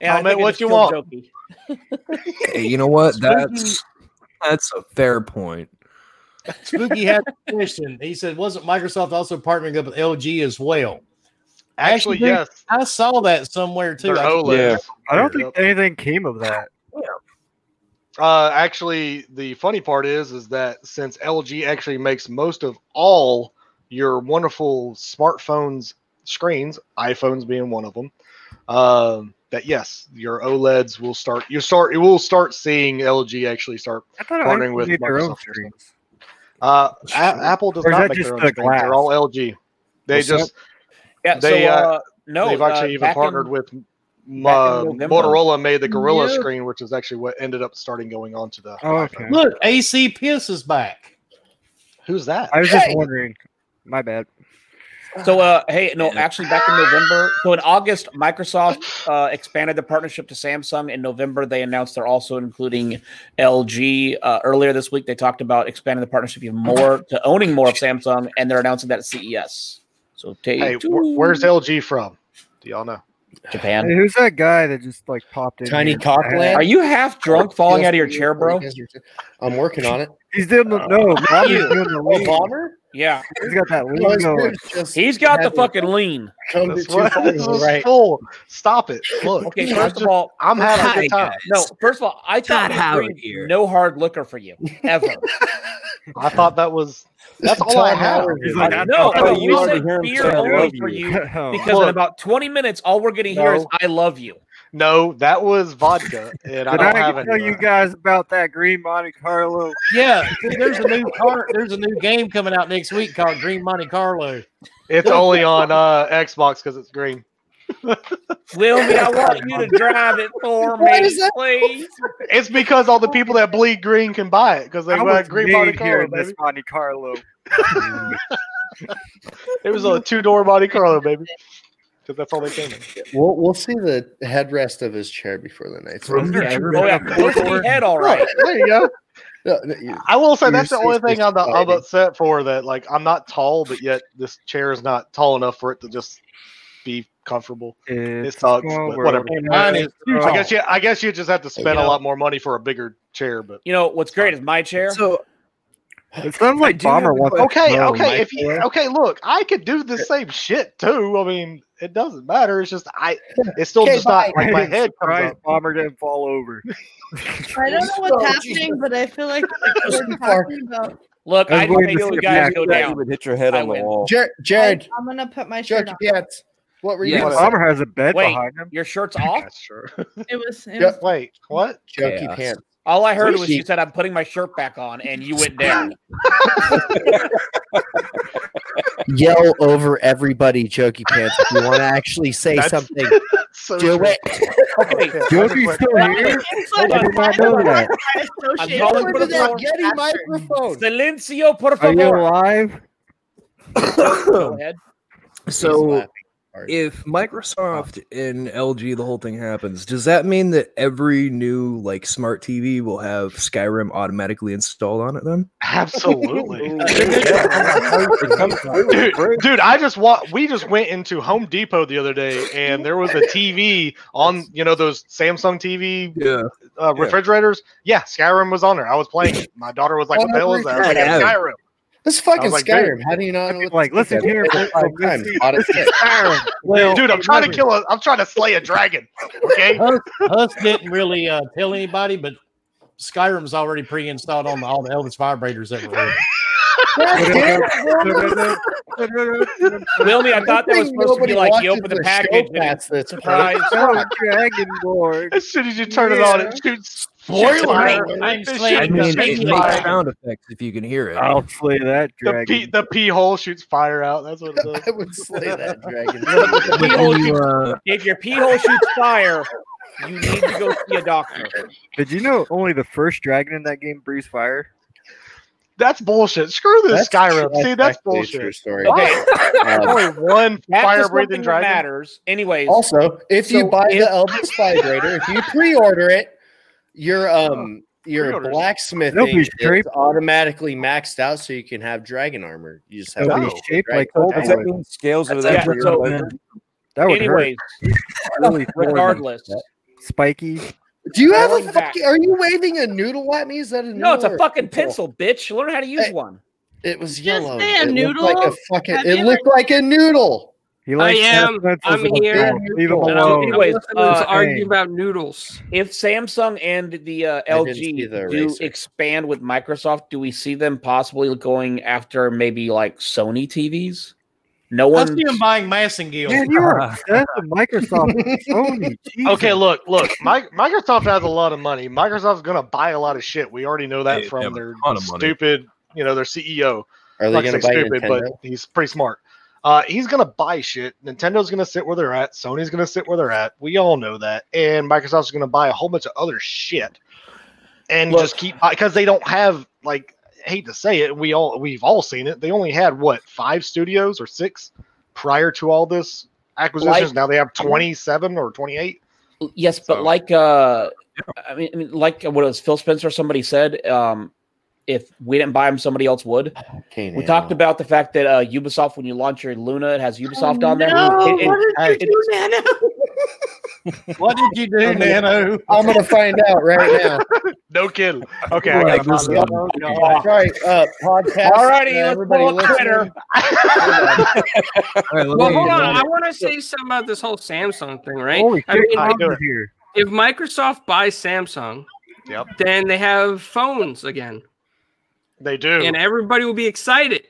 Speaker 4: And I
Speaker 3: Comment
Speaker 4: think it
Speaker 3: what
Speaker 4: is
Speaker 3: you
Speaker 4: still
Speaker 3: want.
Speaker 4: jokey.
Speaker 10: Hey, you know what? That's that's a fair
Speaker 1: (laughs)
Speaker 10: point.
Speaker 2: (laughs) Spooky had a question. He said, wasn't Microsoft also partnering up with LG as well?
Speaker 3: actually,
Speaker 2: Actually,
Speaker 3: yes,
Speaker 2: I saw that somewhere too.
Speaker 3: they're E
Speaker 2: I-
Speaker 3: OLEDs.
Speaker 8: Yeah.
Speaker 1: I don't think anything came of that.
Speaker 3: Uh, actually, the funny part is, is that since LG actually makes most of all your wonderful smartphones screens, iPhones being one of them, um, that yes, your OLEDs will start. You start. You will start seeing LG actually start.
Speaker 1: I thought
Speaker 3: Partnering
Speaker 1: Apple
Speaker 3: with
Speaker 1: made their own
Speaker 3: Microsoft or
Speaker 1: screens.
Speaker 3: Uh, A- Apple does
Speaker 1: Or is
Speaker 3: not
Speaker 1: that
Speaker 3: make
Speaker 1: just
Speaker 3: their own
Speaker 1: the
Speaker 3: screens. They're
Speaker 1: glass?
Speaker 3: all LG. They
Speaker 8: What's
Speaker 3: just
Speaker 4: Yeah,
Speaker 3: They,
Speaker 4: so
Speaker 3: uh,
Speaker 4: uh, no,
Speaker 3: they've
Speaker 4: uh,
Speaker 3: actually even
Speaker 4: back in-
Speaker 3: partnered with. m-
Speaker 4: back in
Speaker 3: Uh,
Speaker 4: November.
Speaker 3: Motorola made the Gorilla
Speaker 5: Yeah.
Speaker 3: screen, which is actually what ended up starting going on to the.
Speaker 1: Oh, okay.
Speaker 2: Look, AC Piss is back.
Speaker 3: Who's that?
Speaker 1: I was just wondering. My bad.
Speaker 4: So, uh, hey, no, actually, back in November. So, in August, Microsoft uh, expanded the partnership to Samsung. In November, they announced they're also including LG. Uh, earlier this week, they talked about expanding the partnership even more to owning more of Samsung, and they're announcing that at CES. So, take
Speaker 3: Hey,
Speaker 4: two.
Speaker 3: wh- where's LG from? Do y'all know?
Speaker 1: Hey,
Speaker 4: Japan?
Speaker 1: who's that guy that just like popped in?
Speaker 6: Tiny
Speaker 1: here?
Speaker 6: Cockland.
Speaker 4: Are you half drunk, falling out of your chair, bro?
Speaker 6: I'm working on it.
Speaker 1: He's doing the
Speaker 4: (laughs)
Speaker 1: no. Bomber's doing the
Speaker 6: Oh,
Speaker 1: lean.
Speaker 6: bomber?
Speaker 4: Yeah,
Speaker 1: He's got that
Speaker 6: No,
Speaker 1: lean
Speaker 6: it's
Speaker 1: going.
Speaker 6: just
Speaker 4: he's got the
Speaker 6: Haven't-
Speaker 4: fucking lean.
Speaker 6: come to
Speaker 3: That's
Speaker 6: two
Speaker 3: what, (laughs)
Speaker 6: things,
Speaker 3: this is
Speaker 6: right?
Speaker 3: full. Stop it. Look,
Speaker 4: Okay,
Speaker 3: I'm,
Speaker 4: first
Speaker 3: just,
Speaker 4: of all,
Speaker 3: I'm having a good
Speaker 7: Hi,
Speaker 3: time.
Speaker 7: guys.
Speaker 4: no. First of all, I
Speaker 7: Todd
Speaker 4: thought we
Speaker 7: Howard
Speaker 4: agreed
Speaker 7: here.
Speaker 4: no hard liquor for you ever.
Speaker 3: (laughs) I thought that was that's all I
Speaker 6: Tom
Speaker 3: have.
Speaker 6: Howard
Speaker 1: He's
Speaker 6: is
Speaker 1: like,
Speaker 6: like,
Speaker 1: I
Speaker 4: no,
Speaker 1: thought
Speaker 4: no,
Speaker 1: you
Speaker 4: you
Speaker 1: wanted
Speaker 4: said
Speaker 1: to hear him
Speaker 4: beer
Speaker 1: say, "I
Speaker 4: only
Speaker 1: love
Speaker 4: for you.
Speaker 1: (laughs) Oh.
Speaker 4: because in
Speaker 3: Look.
Speaker 4: about 20 minutes, all we're going to hear is
Speaker 3: No.
Speaker 4: "I love you."
Speaker 3: No, that was vodka, and I
Speaker 1: But
Speaker 3: don't
Speaker 1: I
Speaker 3: have
Speaker 1: can
Speaker 3: any.
Speaker 1: tell
Speaker 3: of
Speaker 1: you
Speaker 3: that.
Speaker 1: guys about that green Monte Carlo. (laughs)
Speaker 2: Yeah, see, there's a new car. There's a new game coming out next week called Green Monte Carlo.
Speaker 3: It's only on uh, Xbox because
Speaker 4: (laughs)
Speaker 3: it's green.
Speaker 4: Wilmy, I want you to drive it for
Speaker 6: (laughs) Why
Speaker 4: me,
Speaker 6: does that-
Speaker 4: please.
Speaker 3: (laughs) It's because all the people that bleed green can buy it because they
Speaker 1: I
Speaker 3: wear
Speaker 1: was
Speaker 3: green Monte
Speaker 1: made here
Speaker 3: Carlo.
Speaker 1: in this
Speaker 3: Baby.
Speaker 1: Monte Carlo.
Speaker 3: (laughs) It was a two door Monte Carlo, baby. 'Cause that's all they came. In.
Speaker 6: we'll, we'll see the headrest of his chair before the night's over.
Speaker 4: Yeah, oh, yeah, push me head, all right.
Speaker 3: There you go.
Speaker 6: No, no, you-
Speaker 3: I will say
Speaker 6: You're
Speaker 3: that's the only
Speaker 6: seriously
Speaker 3: thing I'm, not, I'm
Speaker 6: sliding.
Speaker 3: upset for that. Like I'm not tall, but yet this chair is not tall enough for it to just be comfortable.
Speaker 1: It's
Speaker 3: sucks,
Speaker 1: a small
Speaker 3: but
Speaker 1: world.
Speaker 3: whatever.
Speaker 1: And
Speaker 2: Mine
Speaker 1: I-
Speaker 2: is too
Speaker 3: I
Speaker 2: tall.
Speaker 3: guess you, I guess you just have to spend
Speaker 4: Yeah.
Speaker 3: a lot more money for a bigger chair, but
Speaker 4: You know what's great is my chair.
Speaker 10: So
Speaker 1: It sounds
Speaker 10: I
Speaker 1: like
Speaker 10: do have
Speaker 1: Bomber
Speaker 10: a
Speaker 1: wants. to
Speaker 3: okay,
Speaker 1: throw
Speaker 3: okay.
Speaker 1: him.
Speaker 3: If you okay, look, I could do the same shit too. I mean, it doesn't matter. It's just I, it's still
Speaker 6: Okay,
Speaker 3: just not
Speaker 1: I
Speaker 3: like my
Speaker 1: am
Speaker 3: head comes
Speaker 1: surprised
Speaker 3: up.
Speaker 1: Bomber didn't fall over.
Speaker 5: I don't know
Speaker 6: Oh,
Speaker 5: what's
Speaker 6: Jesus.
Speaker 5: happening, but I feel like
Speaker 6: (laughs)
Speaker 5: we're talking about.
Speaker 4: Look,
Speaker 1: I was
Speaker 4: I
Speaker 1: going
Speaker 4: say
Speaker 1: to
Speaker 4: you
Speaker 1: say,
Speaker 4: guys
Speaker 1: yeah,
Speaker 4: go
Speaker 1: yeah,
Speaker 4: down.
Speaker 8: would hit your head
Speaker 4: I
Speaker 8: on the
Speaker 4: win.
Speaker 8: wall.
Speaker 6: Jared,
Speaker 5: Jared,
Speaker 6: Jared,
Speaker 5: I'm gonna put my shirt
Speaker 6: Jared,
Speaker 5: on.
Speaker 6: Jared, What were you?
Speaker 7: Yes.
Speaker 6: gonna say?
Speaker 1: Bomber has a bed
Speaker 4: Wait,
Speaker 1: behind him.
Speaker 4: your
Speaker 3: (laughs)
Speaker 4: shirt's off.
Speaker 3: That's true. (laughs)
Speaker 5: It was. It
Speaker 6: Yeah.
Speaker 5: was
Speaker 3: Wait, what?
Speaker 6: Jokey
Speaker 10: Chaos.
Speaker 6: pants.
Speaker 4: All I heard
Speaker 6: Sushi.
Speaker 4: was she said, "I'm putting my shirt back on," and you went
Speaker 3: (laughs)
Speaker 4: down.
Speaker 6: Yell over everybody, jokey pants. If you want to actually say
Speaker 3: That's-
Speaker 6: something,
Speaker 3: (laughs) So
Speaker 6: do
Speaker 3: true.
Speaker 6: it.
Speaker 4: Okay,
Speaker 3: Yeah,
Speaker 1: Yogi's still here.
Speaker 5: it's
Speaker 4: Hold
Speaker 5: like
Speaker 4: on.
Speaker 1: I did not know that.
Speaker 5: I associate
Speaker 4: I'm
Speaker 5: it
Speaker 4: going
Speaker 5: with
Speaker 4: to
Speaker 5: the
Speaker 4: that
Speaker 5: word
Speaker 6: Yeti
Speaker 5: bathroom.
Speaker 6: microphone.
Speaker 4: silencio, por
Speaker 1: Are you
Speaker 4: favor.
Speaker 1: alive?
Speaker 4: Go ahead.
Speaker 10: (coughs) So
Speaker 6: laughing hard.
Speaker 10: if Microsoft and LG the whole thing happens, does that mean that every new like smart TV will have Skyrim automatically installed on it then?
Speaker 3: Absolutely.
Speaker 6: (laughs)
Speaker 9: It comes free with
Speaker 3: dude,
Speaker 9: free.
Speaker 3: dude, I just wa- we just went into Home Depot the other day, and there
Speaker 6: (laughs)
Speaker 3: was a TV on you know those Samsung TV
Speaker 10: Yeah.
Speaker 3: uh,
Speaker 9: Yeah.
Speaker 3: refrigerators. Yeah, Skyrim was on there. I was playing. it. My daughter
Speaker 6: Oh,
Speaker 3: was like, "What the hell is that?" I was like, "It's Skyrim."
Speaker 6: This fucking
Speaker 3: like, dude,
Speaker 6: Skyrim. How do you not? know
Speaker 1: mean,
Speaker 6: what
Speaker 1: like,
Speaker 6: to think
Speaker 1: listen here,
Speaker 6: of?
Speaker 1: bro,
Speaker 6: Five
Speaker 1: this
Speaker 6: times,
Speaker 1: is-
Speaker 3: (laughs)
Speaker 6: out of six.
Speaker 2: Well,
Speaker 3: Dude, I'm trying to kill a. I'm trying to slay a dragon.
Speaker 2: (laughs)
Speaker 3: Okay.
Speaker 2: Huss, Huss didn't really uh, tell anybody, but Skyrim's already pre-installed on all the Elvis vibrators everywhere.
Speaker 4: Wilmy, I thought that was
Speaker 6: Nobody
Speaker 4: supposed to be like you
Speaker 6: watches
Speaker 4: open the
Speaker 6: show
Speaker 4: package and
Speaker 6: past this, bro.
Speaker 1: (laughs)
Speaker 4: surprise.
Speaker 1: Dragon board.
Speaker 3: As soon as you turn it on, it shoots.
Speaker 2: Spoiler! I'm
Speaker 3: It shoots
Speaker 10: I
Speaker 2: slaying
Speaker 10: mean,
Speaker 3: the,
Speaker 10: it
Speaker 3: pea
Speaker 10: makes
Speaker 2: Dragon.
Speaker 3: fire.
Speaker 10: sound effects if you can hear it.
Speaker 1: I'll slay that
Speaker 3: The, pea,
Speaker 1: dragon.
Speaker 3: the pee hole shoots fire out.
Speaker 6: (laughs)
Speaker 3: That's what it does.
Speaker 6: I would slay that
Speaker 3: (laughs)
Speaker 6: dragon.
Speaker 10: But
Speaker 4: Pee
Speaker 10: when
Speaker 4: hole
Speaker 10: you,
Speaker 4: shoots-
Speaker 10: uh,
Speaker 4: If your pee hole shoots fire, you need to go see a doctor.
Speaker 1: Did you know only the first dragon in that game breathes fire?
Speaker 3: That's bullshit. Screw this Skyrim. See, that's
Speaker 6: actually a true
Speaker 3: bullshit.
Speaker 6: story.
Speaker 4: Okay,
Speaker 6: Um,
Speaker 3: Only one
Speaker 4: that's
Speaker 3: Uh, fire
Speaker 4: just one thing
Speaker 3: breathing
Speaker 4: that
Speaker 3: dragon.
Speaker 4: matters. Anyways,
Speaker 6: Also, if you
Speaker 4: So
Speaker 6: buy
Speaker 4: if- (laughs)
Speaker 6: the Elvis vibrator, if you pre-order it, your um your
Speaker 3: Pre-orders.
Speaker 6: blacksmithing
Speaker 1: Nobody's
Speaker 6: is
Speaker 1: shaped-
Speaker 6: automatically maxed out, so you can have dragon armor. You just have
Speaker 1: Nobody's
Speaker 6: to-
Speaker 1: shaped like
Speaker 6: dragon
Speaker 1: Goldberg.
Speaker 9: Does
Speaker 6: armor.
Speaker 9: that mean scales over
Speaker 4: That's
Speaker 9: that?
Speaker 4: yeah,
Speaker 9: for your
Speaker 4: so-
Speaker 9: leather?
Speaker 1: That would hurt.
Speaker 4: anyways,
Speaker 1: Really
Speaker 4: (laughs) regardless.
Speaker 1: spiky.
Speaker 6: Do you have
Speaker 4: Going
Speaker 6: a
Speaker 4: back.
Speaker 6: fucking? Are you waving a noodle at me? Is that a noodle
Speaker 4: No, it's
Speaker 6: or
Speaker 4: a fucking
Speaker 6: pencil?
Speaker 4: pencil, bitch. Learn how to use
Speaker 6: Hey.
Speaker 4: one.
Speaker 6: It was
Speaker 5: Just
Speaker 6: yellow.
Speaker 5: say a
Speaker 6: it
Speaker 5: noodle.
Speaker 6: looked like a fucking.
Speaker 5: Have
Speaker 6: it
Speaker 5: you
Speaker 6: looked like a noodle.
Speaker 1: He
Speaker 7: I
Speaker 1: likes to have
Speaker 7: am.
Speaker 1: pencils
Speaker 7: I'm
Speaker 1: in his
Speaker 7: here.
Speaker 1: mouth. Leave him
Speaker 7: No,
Speaker 4: no,
Speaker 1: alone.
Speaker 4: anyway. Anyways,
Speaker 1: uh,
Speaker 7: let's
Speaker 1: hey.
Speaker 7: argue about noodles.
Speaker 4: If Samsung and the uh,
Speaker 6: I didn't see
Speaker 4: LG
Speaker 6: the
Speaker 4: do
Speaker 6: eraser.
Speaker 4: expand with Microsoft, do we see them possibly going after maybe like Sony TVs? No
Speaker 2: Let's
Speaker 4: one.
Speaker 2: see him buying Massengill.
Speaker 1: Man, you are
Speaker 9: Uh-huh.
Speaker 1: obsessed with Microsoft and Sony. Jesus.
Speaker 3: Okay, look, look. Mi- Microsoft has a lot of money. Microsoft's gonna buy a lot of shit. We already know that
Speaker 10: They
Speaker 3: from
Speaker 10: have a
Speaker 3: their
Speaker 10: ton of money.
Speaker 3: stupid, you know, their CEO.
Speaker 6: Are they
Speaker 3: Not to
Speaker 6: going to
Speaker 3: say
Speaker 6: buy
Speaker 3: stupid,
Speaker 6: Nintendo?
Speaker 3: but he's pretty smart. Uh, he's gonna buy shit. Nintendo's gonna sit where they're at. Sony's gonna sit where they're at. We all know that. And Microsoft's gonna buy a whole bunch of other shit, and
Speaker 4: Look-
Speaker 3: just keep because they don't have like I hate to say it. We all we've all seen it. They only had what five studios or six prior to all this acquisitions.
Speaker 4: Like-
Speaker 3: now they have twenty seven or twenty eight.
Speaker 4: Yes, but
Speaker 3: So-
Speaker 4: like, uh, I mean, I mean, like what it was Phil Spencer? or Somebody said, um, if we didn't buy them, somebody else would.
Speaker 6: Can't
Speaker 4: We
Speaker 6: handle
Speaker 4: talked
Speaker 6: it.
Speaker 4: about the fact that uh, Ubisoft, when you launch your Luna, it
Speaker 2: Oh,
Speaker 4: has Ubisoft on there.
Speaker 5: No,
Speaker 4: It- it-
Speaker 5: what did
Speaker 4: it-
Speaker 5: you do, Nano?
Speaker 2: What did you do, Nano?
Speaker 6: I'm going to find out right now.
Speaker 3: (laughs) No kidding. Okay, I
Speaker 10: Right,
Speaker 3: gotta
Speaker 10: this
Speaker 3: find
Speaker 10: is
Speaker 3: it.
Speaker 10: on-
Speaker 6: All right, uh, podcast.
Speaker 4: Alrighty,
Speaker 6: uh,
Speaker 4: let's
Speaker 6: everybody
Speaker 4: pull up
Speaker 6: listening.
Speaker 4: Twitter.
Speaker 10: all right, let
Speaker 7: Well,
Speaker 10: me-
Speaker 7: hold on. I
Speaker 10: let me-
Speaker 7: want to say something about this whole Samsung thing, right?
Speaker 1: Holy
Speaker 7: I
Speaker 1: shit,
Speaker 7: mean,
Speaker 3: I-
Speaker 1: Bob's here.
Speaker 7: if Microsoft buys Samsung,
Speaker 3: Yep.
Speaker 7: then they have phones again,
Speaker 3: They do.
Speaker 7: and everybody will be excited.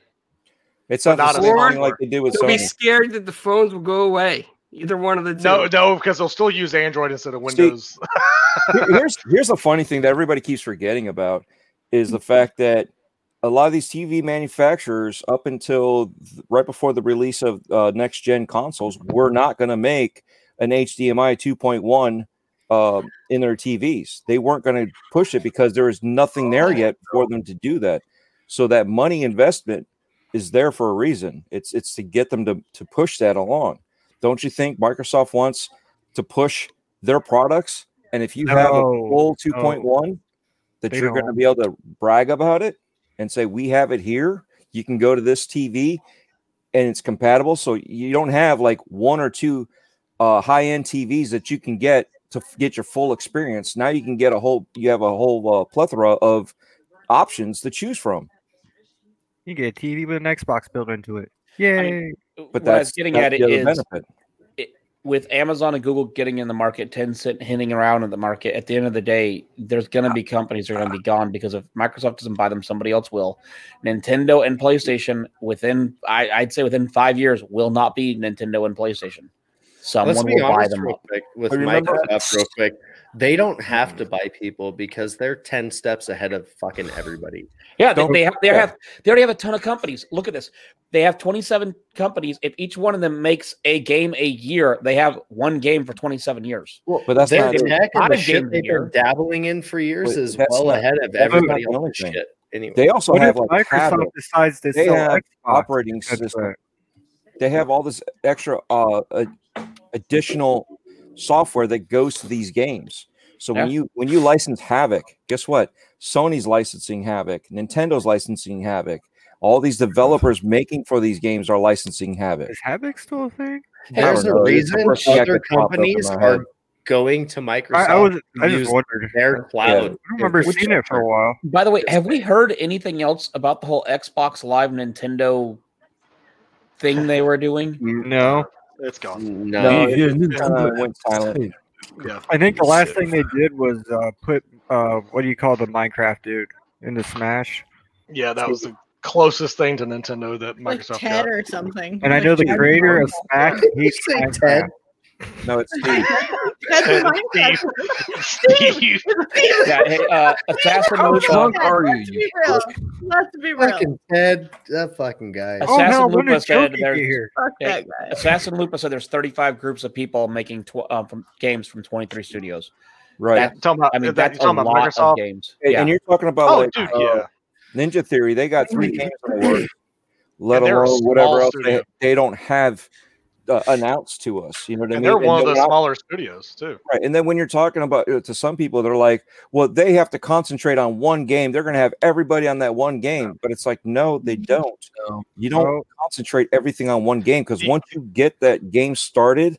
Speaker 9: It's not
Speaker 3: Not
Speaker 9: the
Speaker 3: a
Speaker 9: same
Speaker 7: sword.
Speaker 9: thing like they did with
Speaker 7: They'll be
Speaker 9: Sony.
Speaker 7: scared that the phones will go away. Either one of the two.
Speaker 3: no, no, because they'll still use Android instead of Windows. (laughs)
Speaker 9: Here- here's here's a funny thing that everybody keeps forgetting about is the fact that a lot of these TV manufacturers, up until th- right before the release of uh, next gen consoles, were not going to make an HDMI 2.1 um in their TVs. They weren't going to push it because there is nothing there yet for them to do that. So that money investment is there for a reason. It's it's to get them to to push that along. Don't you think Microsoft wants to push their products? And if (laughs) you have a
Speaker 1: No,
Speaker 9: full 2.1, that
Speaker 1: They
Speaker 9: you're going to
Speaker 1: don't.
Speaker 9: be able to brag about it and say we have it here. You can go to this TV and it's compatible, so you don't have like one or two uh, high-end TVs that you can get to f- get your full experience. Now you can get a whole, you have a whole uh, plethora of options to choose from.
Speaker 1: You get a TV with an Xbox built into it. Yay.
Speaker 9: But
Speaker 4: what I
Speaker 9: that's
Speaker 4: was getting
Speaker 9: that's
Speaker 4: at
Speaker 9: the
Speaker 4: it
Speaker 9: other
Speaker 4: is
Speaker 9: benefit.
Speaker 4: with Amazon and Google getting in the market, Tencent hinting around in the market. At the end of the day, there's going to be companies that are going to be gone because if Microsoft doesn't buy them, somebody else will. Nintendo and PlayStation within, I, I'd say within five years, will not be Nintendo and PlayStation. Someone
Speaker 6: Let's be
Speaker 4: will buy
Speaker 6: honest
Speaker 4: them
Speaker 6: real
Speaker 4: up.
Speaker 6: quick with
Speaker 9: I remember-
Speaker 6: Microsoft real quick. They don't have to
Speaker 4: Mm.
Speaker 6: buy people because they're 10 steps ahead of fucking everybody.
Speaker 4: Yeah, they,
Speaker 9: Don't-
Speaker 4: they have they
Speaker 9: yeah.
Speaker 4: have they already have a ton of companies. Look at this. They have 27 companies. If each one of them makes a game a year, they have one game for 27 years.
Speaker 9: But that's
Speaker 6: Their
Speaker 9: not.
Speaker 4: it.
Speaker 6: tech
Speaker 4: Not
Speaker 6: and the
Speaker 4: a
Speaker 6: shit
Speaker 4: game
Speaker 6: they've
Speaker 4: here.
Speaker 6: been dabbling in for years
Speaker 9: But
Speaker 6: is
Speaker 9: that's
Speaker 6: well
Speaker 9: not-
Speaker 6: ahead of
Speaker 9: that's not
Speaker 6: everybody
Speaker 9: the
Speaker 6: else's
Speaker 9: only thing.
Speaker 6: shit. Anyway,
Speaker 9: They also
Speaker 1: What if
Speaker 9: have like
Speaker 1: Microsoft
Speaker 9: Havoc.
Speaker 1: decides to
Speaker 9: They
Speaker 1: sell
Speaker 9: have
Speaker 1: Xbox?
Speaker 9: operating
Speaker 1: That's
Speaker 9: system.
Speaker 1: right.
Speaker 9: They have all this extra uh, a, additional software that goes to these games. So when
Speaker 4: Yeah.
Speaker 9: you when you license Havoc, guess what? Sony's licensing Havoc, Nintendo's licensing Havoc. All these developers making for these games are licensing Havoc.
Speaker 1: Is Havoc still a thing?
Speaker 9: I don't
Speaker 6: there's a
Speaker 9: know. It's the
Speaker 6: reason
Speaker 9: first thing I
Speaker 6: other
Speaker 9: could pop up in
Speaker 6: companies
Speaker 9: my head.
Speaker 6: are going to
Speaker 1: I,
Speaker 6: Microsoft
Speaker 1: I was. I
Speaker 6: to use
Speaker 1: just wondered.
Speaker 6: their
Speaker 9: Yeah. I
Speaker 6: cloud.
Speaker 9: don't
Speaker 1: I don't remember seeing it for a while.
Speaker 4: By the way, have we heard anything else about the whole Xbox Live Nintendo thing they were doing?
Speaker 3: No, it's gone.
Speaker 6: No,
Speaker 9: No, it kinda went silent.
Speaker 3: Yeah.
Speaker 1: I think the last thing they did was uh, put uh, what do you call the Minecraft dude into Smash?
Speaker 3: Yeah, that was the closest thing to Nintendo that
Speaker 5: like
Speaker 3: Microsoft
Speaker 5: Ted
Speaker 3: got.
Speaker 5: or something.
Speaker 1: And I
Speaker 5: Like
Speaker 1: know the
Speaker 5: Ted
Speaker 1: creator of
Speaker 10: (laughs)
Speaker 5: Minecraft.
Speaker 1: Smash hates
Speaker 6: say
Speaker 1: Minecraft.
Speaker 6: Ted?
Speaker 9: No, (laughs) it's Steve.
Speaker 5: Ted's
Speaker 3: Ted,
Speaker 5: Minecraft.
Speaker 3: Steve.
Speaker 4: Yeah, hey, uh, Assassin
Speaker 5: Oh,
Speaker 4: with,
Speaker 5: yeah,
Speaker 4: uh,
Speaker 10: drunk are you,
Speaker 5: Let's
Speaker 10: you
Speaker 5: be real. Let's be real.
Speaker 6: fucking Ted, that fucking guy.
Speaker 4: Oh,
Speaker 1: Oh
Speaker 4: Assassin
Speaker 1: hell, when
Speaker 4: Lupa
Speaker 1: did
Speaker 4: said
Speaker 1: Joki
Speaker 4: there's-
Speaker 1: get here?
Speaker 5: Fuck
Speaker 4: Yeah.
Speaker 5: that guy.
Speaker 4: Assassin Lupa said there's 35 groups of people making tw- um, from games from 23 studios.
Speaker 9: Right.
Speaker 4: That-
Speaker 3: Talking about,
Speaker 4: I mean,
Speaker 3: that-
Speaker 4: that's
Speaker 3: you're
Speaker 4: a
Speaker 3: talking about
Speaker 4: lot
Speaker 3: Microsoft.
Speaker 4: of games.
Speaker 9: And,
Speaker 4: Yeah.
Speaker 9: and you're talking about
Speaker 3: Oh,
Speaker 9: like
Speaker 3: dude,
Speaker 9: uh,
Speaker 3: yeah.
Speaker 9: Ninja Theory. They got three games in the works, let
Speaker 3: And they're a
Speaker 9: alone
Speaker 3: small
Speaker 9: whatever else
Speaker 3: studio.
Speaker 9: they, they don't have uh, announced to us. You know what I
Speaker 3: And
Speaker 9: mean?
Speaker 3: they're one of
Speaker 9: no
Speaker 3: the
Speaker 9: one else-
Speaker 3: smaller studios too.
Speaker 9: right. And then when you're talking about uh, to some people, they're like, "Well, they have to concentrate on one game. They're going to have everybody on that one game." But it's like, no,
Speaker 3: Mm-hmm.
Speaker 9: they don't.
Speaker 10: No.
Speaker 9: You don't
Speaker 1: Oh,
Speaker 9: concentrate everything on one game because
Speaker 3: Ye-
Speaker 9: once you get that game started,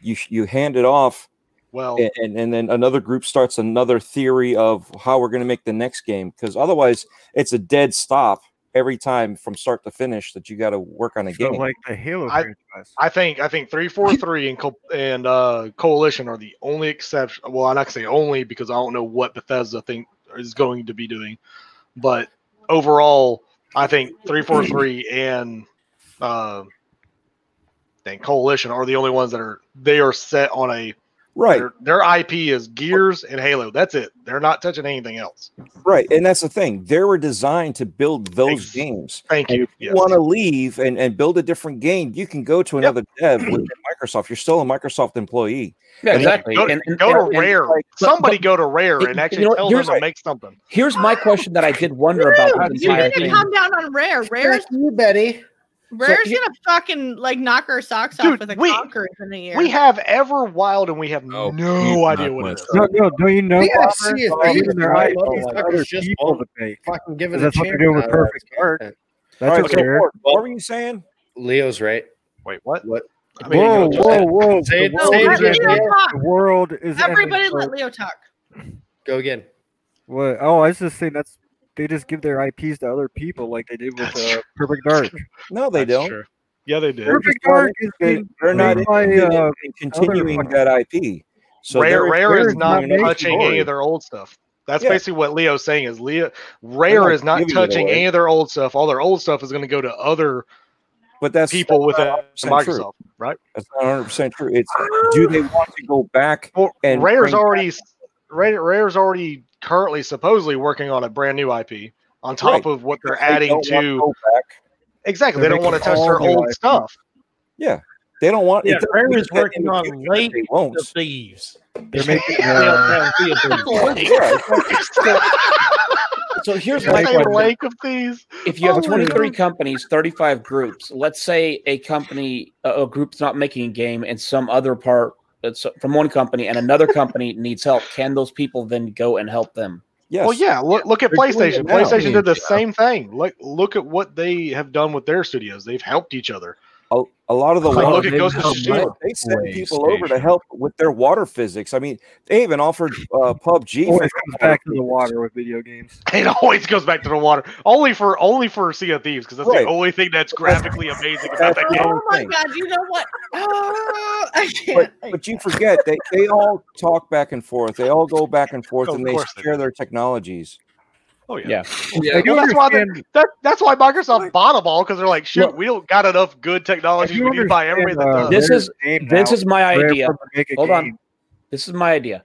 Speaker 9: you sh- you hand it off
Speaker 3: Well,
Speaker 9: and, and, and then another group starts another theory of how we're going to make the next game because otherwise it's a dead stop every time from start to finish that you got to work on a
Speaker 1: so
Speaker 9: game
Speaker 1: like the Halo
Speaker 3: I-
Speaker 1: franchise.
Speaker 3: I think I think three four three and co- and uh, coalition are the only exception. Well, I'm not gonna say only because I don't know what Bethesda think is going to be doing, but overall, I think three four three and uh, and coalition are the only ones that are they are set on a
Speaker 9: right
Speaker 3: their, their IP is Gears and Halo. That's it. They're not touching anything else.
Speaker 9: right and that's the thing they were designed to build those
Speaker 3: Ex-
Speaker 9: games
Speaker 3: Thank
Speaker 9: and
Speaker 3: you.
Speaker 9: if you
Speaker 3: Yes.
Speaker 9: want to leave and, and build a different game you can go to another dev within microsoft you're still a microsoft employee
Speaker 4: Yeah,
Speaker 9: And
Speaker 4: exactly.
Speaker 3: Go,
Speaker 4: And- and-
Speaker 3: go
Speaker 4: and-
Speaker 3: to
Speaker 4: and
Speaker 3: Rare.
Speaker 4: but-
Speaker 3: Somebody
Speaker 4: but-
Speaker 3: go to Rare
Speaker 4: you
Speaker 3: and actually
Speaker 4: know what?
Speaker 3: tell
Speaker 4: You're
Speaker 3: them to
Speaker 9: right.
Speaker 3: make something.
Speaker 4: here's my question that I did wonder about
Speaker 5: Dude,
Speaker 4: this
Speaker 5: you
Speaker 4: entire
Speaker 5: need to
Speaker 4: thing. (laughs)
Speaker 5: calm down on Rare. Rare's
Speaker 6: you, Betty.
Speaker 5: Rare's
Speaker 4: here-
Speaker 5: gonna fucking like knock our socks
Speaker 3: Dude,
Speaker 5: off with a
Speaker 3: we-
Speaker 5: conqueror in a year.
Speaker 3: We have Everwild and we have
Speaker 10: Oh,
Speaker 3: no
Speaker 10: you
Speaker 3: idea
Speaker 10: knocked
Speaker 3: what
Speaker 10: my
Speaker 3: it is.
Speaker 1: No, no, don't you know?
Speaker 6: We gotta
Speaker 1: Robert?
Speaker 6: see if
Speaker 1: Like,
Speaker 6: they-
Speaker 1: even their
Speaker 6: why
Speaker 1: eyes
Speaker 6: don't
Speaker 1: don't
Speaker 6: these
Speaker 1: like
Speaker 6: fuckers
Speaker 1: other
Speaker 6: just
Speaker 1: people
Speaker 6: won't
Speaker 1: to make.
Speaker 6: Fucking give it
Speaker 1: Because
Speaker 6: a
Speaker 1: that's what
Speaker 6: chance.
Speaker 1: they're doing with
Speaker 6: now, that's
Speaker 1: Perfect Dark.
Speaker 6: content.
Speaker 1: That's
Speaker 9: All
Speaker 1: what's
Speaker 9: so
Speaker 1: weird.
Speaker 9: Ford, what were you saying
Speaker 6: Leo's right.
Speaker 3: Wait, what?
Speaker 6: What?
Speaker 3: I mean,
Speaker 1: Whoa,
Speaker 3: you know, just-
Speaker 1: whoa, whoa!
Speaker 6: Say it-
Speaker 1: the,
Speaker 5: no,
Speaker 1: world
Speaker 6: say
Speaker 5: let
Speaker 6: it
Speaker 1: is
Speaker 5: Leo
Speaker 6: again.
Speaker 1: ending.
Speaker 5: talk.
Speaker 1: the world is ending,
Speaker 5: Everybody,
Speaker 1: folks.
Speaker 5: let Leo talk.
Speaker 6: Go again.
Speaker 1: What? Oh, I was just saying that's they just give their IPs to other people like they did with
Speaker 3: That's
Speaker 1: uh,
Speaker 3: true.
Speaker 1: Perfect Dark.
Speaker 9: no they
Speaker 3: That's
Speaker 9: don't
Speaker 3: true. Yeah, they did.
Speaker 1: Perfect
Speaker 9: Just wanna
Speaker 1: Dark is
Speaker 9: They-
Speaker 1: being
Speaker 9: they're not
Speaker 1: made by,
Speaker 9: interested in-
Speaker 1: uh,
Speaker 9: in continuing
Speaker 1: other-
Speaker 9: that IP. So
Speaker 3: Rare,
Speaker 9: they're-
Speaker 3: Rare
Speaker 1: Rare
Speaker 3: is
Speaker 1: is
Speaker 3: not
Speaker 1: not making
Speaker 3: touching any
Speaker 9: story.
Speaker 3: of their old stuff. That's
Speaker 9: Yeah.
Speaker 3: basically what Leo's saying is Leo
Speaker 9: They're
Speaker 3: Rare
Speaker 9: not
Speaker 3: is not
Speaker 9: giving it
Speaker 3: touching
Speaker 9: away.
Speaker 3: any of their old stuff. All their old stuff is going to go to other
Speaker 9: but that's
Speaker 3: people
Speaker 9: that's
Speaker 3: within
Speaker 9: not 100% true.
Speaker 3: Microsoft, right?
Speaker 9: That's not 100 percent true. It's do
Speaker 1: (gasps)
Speaker 9: they want to go back?
Speaker 3: Well,
Speaker 9: And
Speaker 3: Rare's
Speaker 9: bring back-
Speaker 3: already Rare, Rare's already currently supposedly working on a brand new IP on top
Speaker 9: Right.
Speaker 3: of what they're
Speaker 9: They
Speaker 3: adding
Speaker 9: don't want
Speaker 3: to.
Speaker 9: go back.
Speaker 3: Exactly, they
Speaker 1: They're
Speaker 3: don't want to
Speaker 1: making
Speaker 3: touch
Speaker 1: all
Speaker 3: their
Speaker 1: new
Speaker 3: old
Speaker 1: IP.
Speaker 3: stuff.
Speaker 9: They don't want. it
Speaker 2: Yeah,
Speaker 9: doesn't
Speaker 2: Rare
Speaker 9: mean
Speaker 2: is
Speaker 9: that in
Speaker 2: working
Speaker 9: the
Speaker 2: on
Speaker 9: future
Speaker 2: Late
Speaker 9: They
Speaker 2: of
Speaker 9: won't.
Speaker 2: Thieves.
Speaker 1: They're making
Speaker 2: (laughs)
Speaker 1: uh,
Speaker 2: Downtown Sea of Thieves.
Speaker 9: Yeah,
Speaker 5: (laughs)
Speaker 4: So here's my
Speaker 3: Like a
Speaker 4: question.
Speaker 3: lake of thieves.
Speaker 4: if you have
Speaker 3: Oh my
Speaker 4: 23
Speaker 3: God.
Speaker 4: companies 35 groups let's say a company a, a group's not making a game and some other part that's from one company and another company needs help can those people then go and help them
Speaker 9: yes.
Speaker 3: Well, yeah. Look, look at
Speaker 9: They're doing
Speaker 3: PlayStation.
Speaker 9: it now.
Speaker 3: PlayStation did the
Speaker 10: Yeah.
Speaker 3: same thing. Look, look at what they have done with their studios. They've helped each other.
Speaker 9: A, a lot of the
Speaker 3: Like,
Speaker 9: water-
Speaker 3: (laughs) look at
Speaker 10: they've
Speaker 3: Ghost of
Speaker 10: got
Speaker 3: Tsushima.
Speaker 10: my
Speaker 9: they send people over to
Speaker 10: PlayStation.
Speaker 9: help with their water physics. I mean, they even offered uh, PUBG. for
Speaker 1: always comes
Speaker 9: water
Speaker 1: back to the
Speaker 9: physics.
Speaker 1: water with video games.
Speaker 3: It always goes back to the water. Only for only for Sea of Thieves, because that's
Speaker 9: Right.
Speaker 3: the only thing that's graphically amazing about that
Speaker 9: That's
Speaker 3: game.
Speaker 9: the
Speaker 5: Oh
Speaker 9: only
Speaker 5: my
Speaker 9: thing.
Speaker 5: god, you know (laughs) what? Oh, I
Speaker 9: But,
Speaker 5: can't.
Speaker 9: but you forget they, they all talk back and forth. They all go back and forth
Speaker 3: Of
Speaker 9: and they
Speaker 3: course they
Speaker 9: share
Speaker 3: do.
Speaker 9: their technologies.
Speaker 3: Oh yeah.
Speaker 4: Yeah.
Speaker 7: Yeah.
Speaker 3: Well, that's why they-
Speaker 1: understand-
Speaker 3: that, that's why Microsoft bought them all because they're like, shoot, we don't got enough good
Speaker 1: if
Speaker 3: technology.
Speaker 1: you
Speaker 3: We need to buy everything.
Speaker 1: understand, uh,
Speaker 3: that
Speaker 4: This
Speaker 3: does.
Speaker 1: their
Speaker 4: is-
Speaker 1: game
Speaker 4: This
Speaker 1: now,
Speaker 4: is my
Speaker 1: they're
Speaker 4: idea.
Speaker 1: from the mega
Speaker 4: Hold on.
Speaker 1: game.
Speaker 4: This is my idea.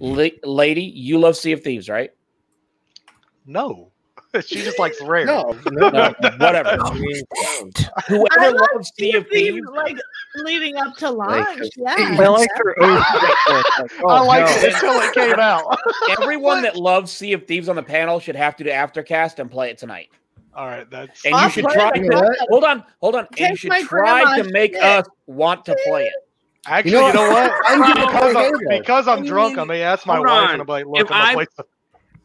Speaker 4: La- lady, you love Sea of Thieves, right?
Speaker 3: No, (laughs) she just likes rare.
Speaker 6: No,
Speaker 3: (laughs)
Speaker 4: No, whatever.
Speaker 5: I
Speaker 4: Whoever
Speaker 5: love
Speaker 4: loves Sea of Thieves,
Speaker 5: like leading up to launch.
Speaker 3: (laughs)
Speaker 5: yeah.
Speaker 1: I like her.
Speaker 5: (laughs)
Speaker 6: "Oh,
Speaker 3: I liked
Speaker 6: (laughs)
Speaker 1: no.
Speaker 3: it until it came out. (laughs)
Speaker 4: everyone that loves Sea of Thieves on the panel should have to do Aftercast and play it tonight.
Speaker 3: all right, that's
Speaker 4: And
Speaker 5: I'll
Speaker 4: you should
Speaker 5: play
Speaker 4: try.
Speaker 5: it.
Speaker 6: You know what?
Speaker 4: Hold on, hold on. And you
Speaker 5: Take
Speaker 4: should
Speaker 5: my
Speaker 4: try to
Speaker 5: grandma's
Speaker 4: make
Speaker 5: shit.
Speaker 4: us want to play it.
Speaker 3: actually,
Speaker 6: You know
Speaker 3: you know what?
Speaker 6: I'm gonna
Speaker 3: because,
Speaker 6: play
Speaker 3: I'm,
Speaker 6: Halo.
Speaker 3: because I'm drunk, I may ask my
Speaker 7: Hold
Speaker 3: wife,
Speaker 7: on.
Speaker 3: and I'm like, look,
Speaker 7: If
Speaker 3: I'm
Speaker 7: I-
Speaker 3: gonna play.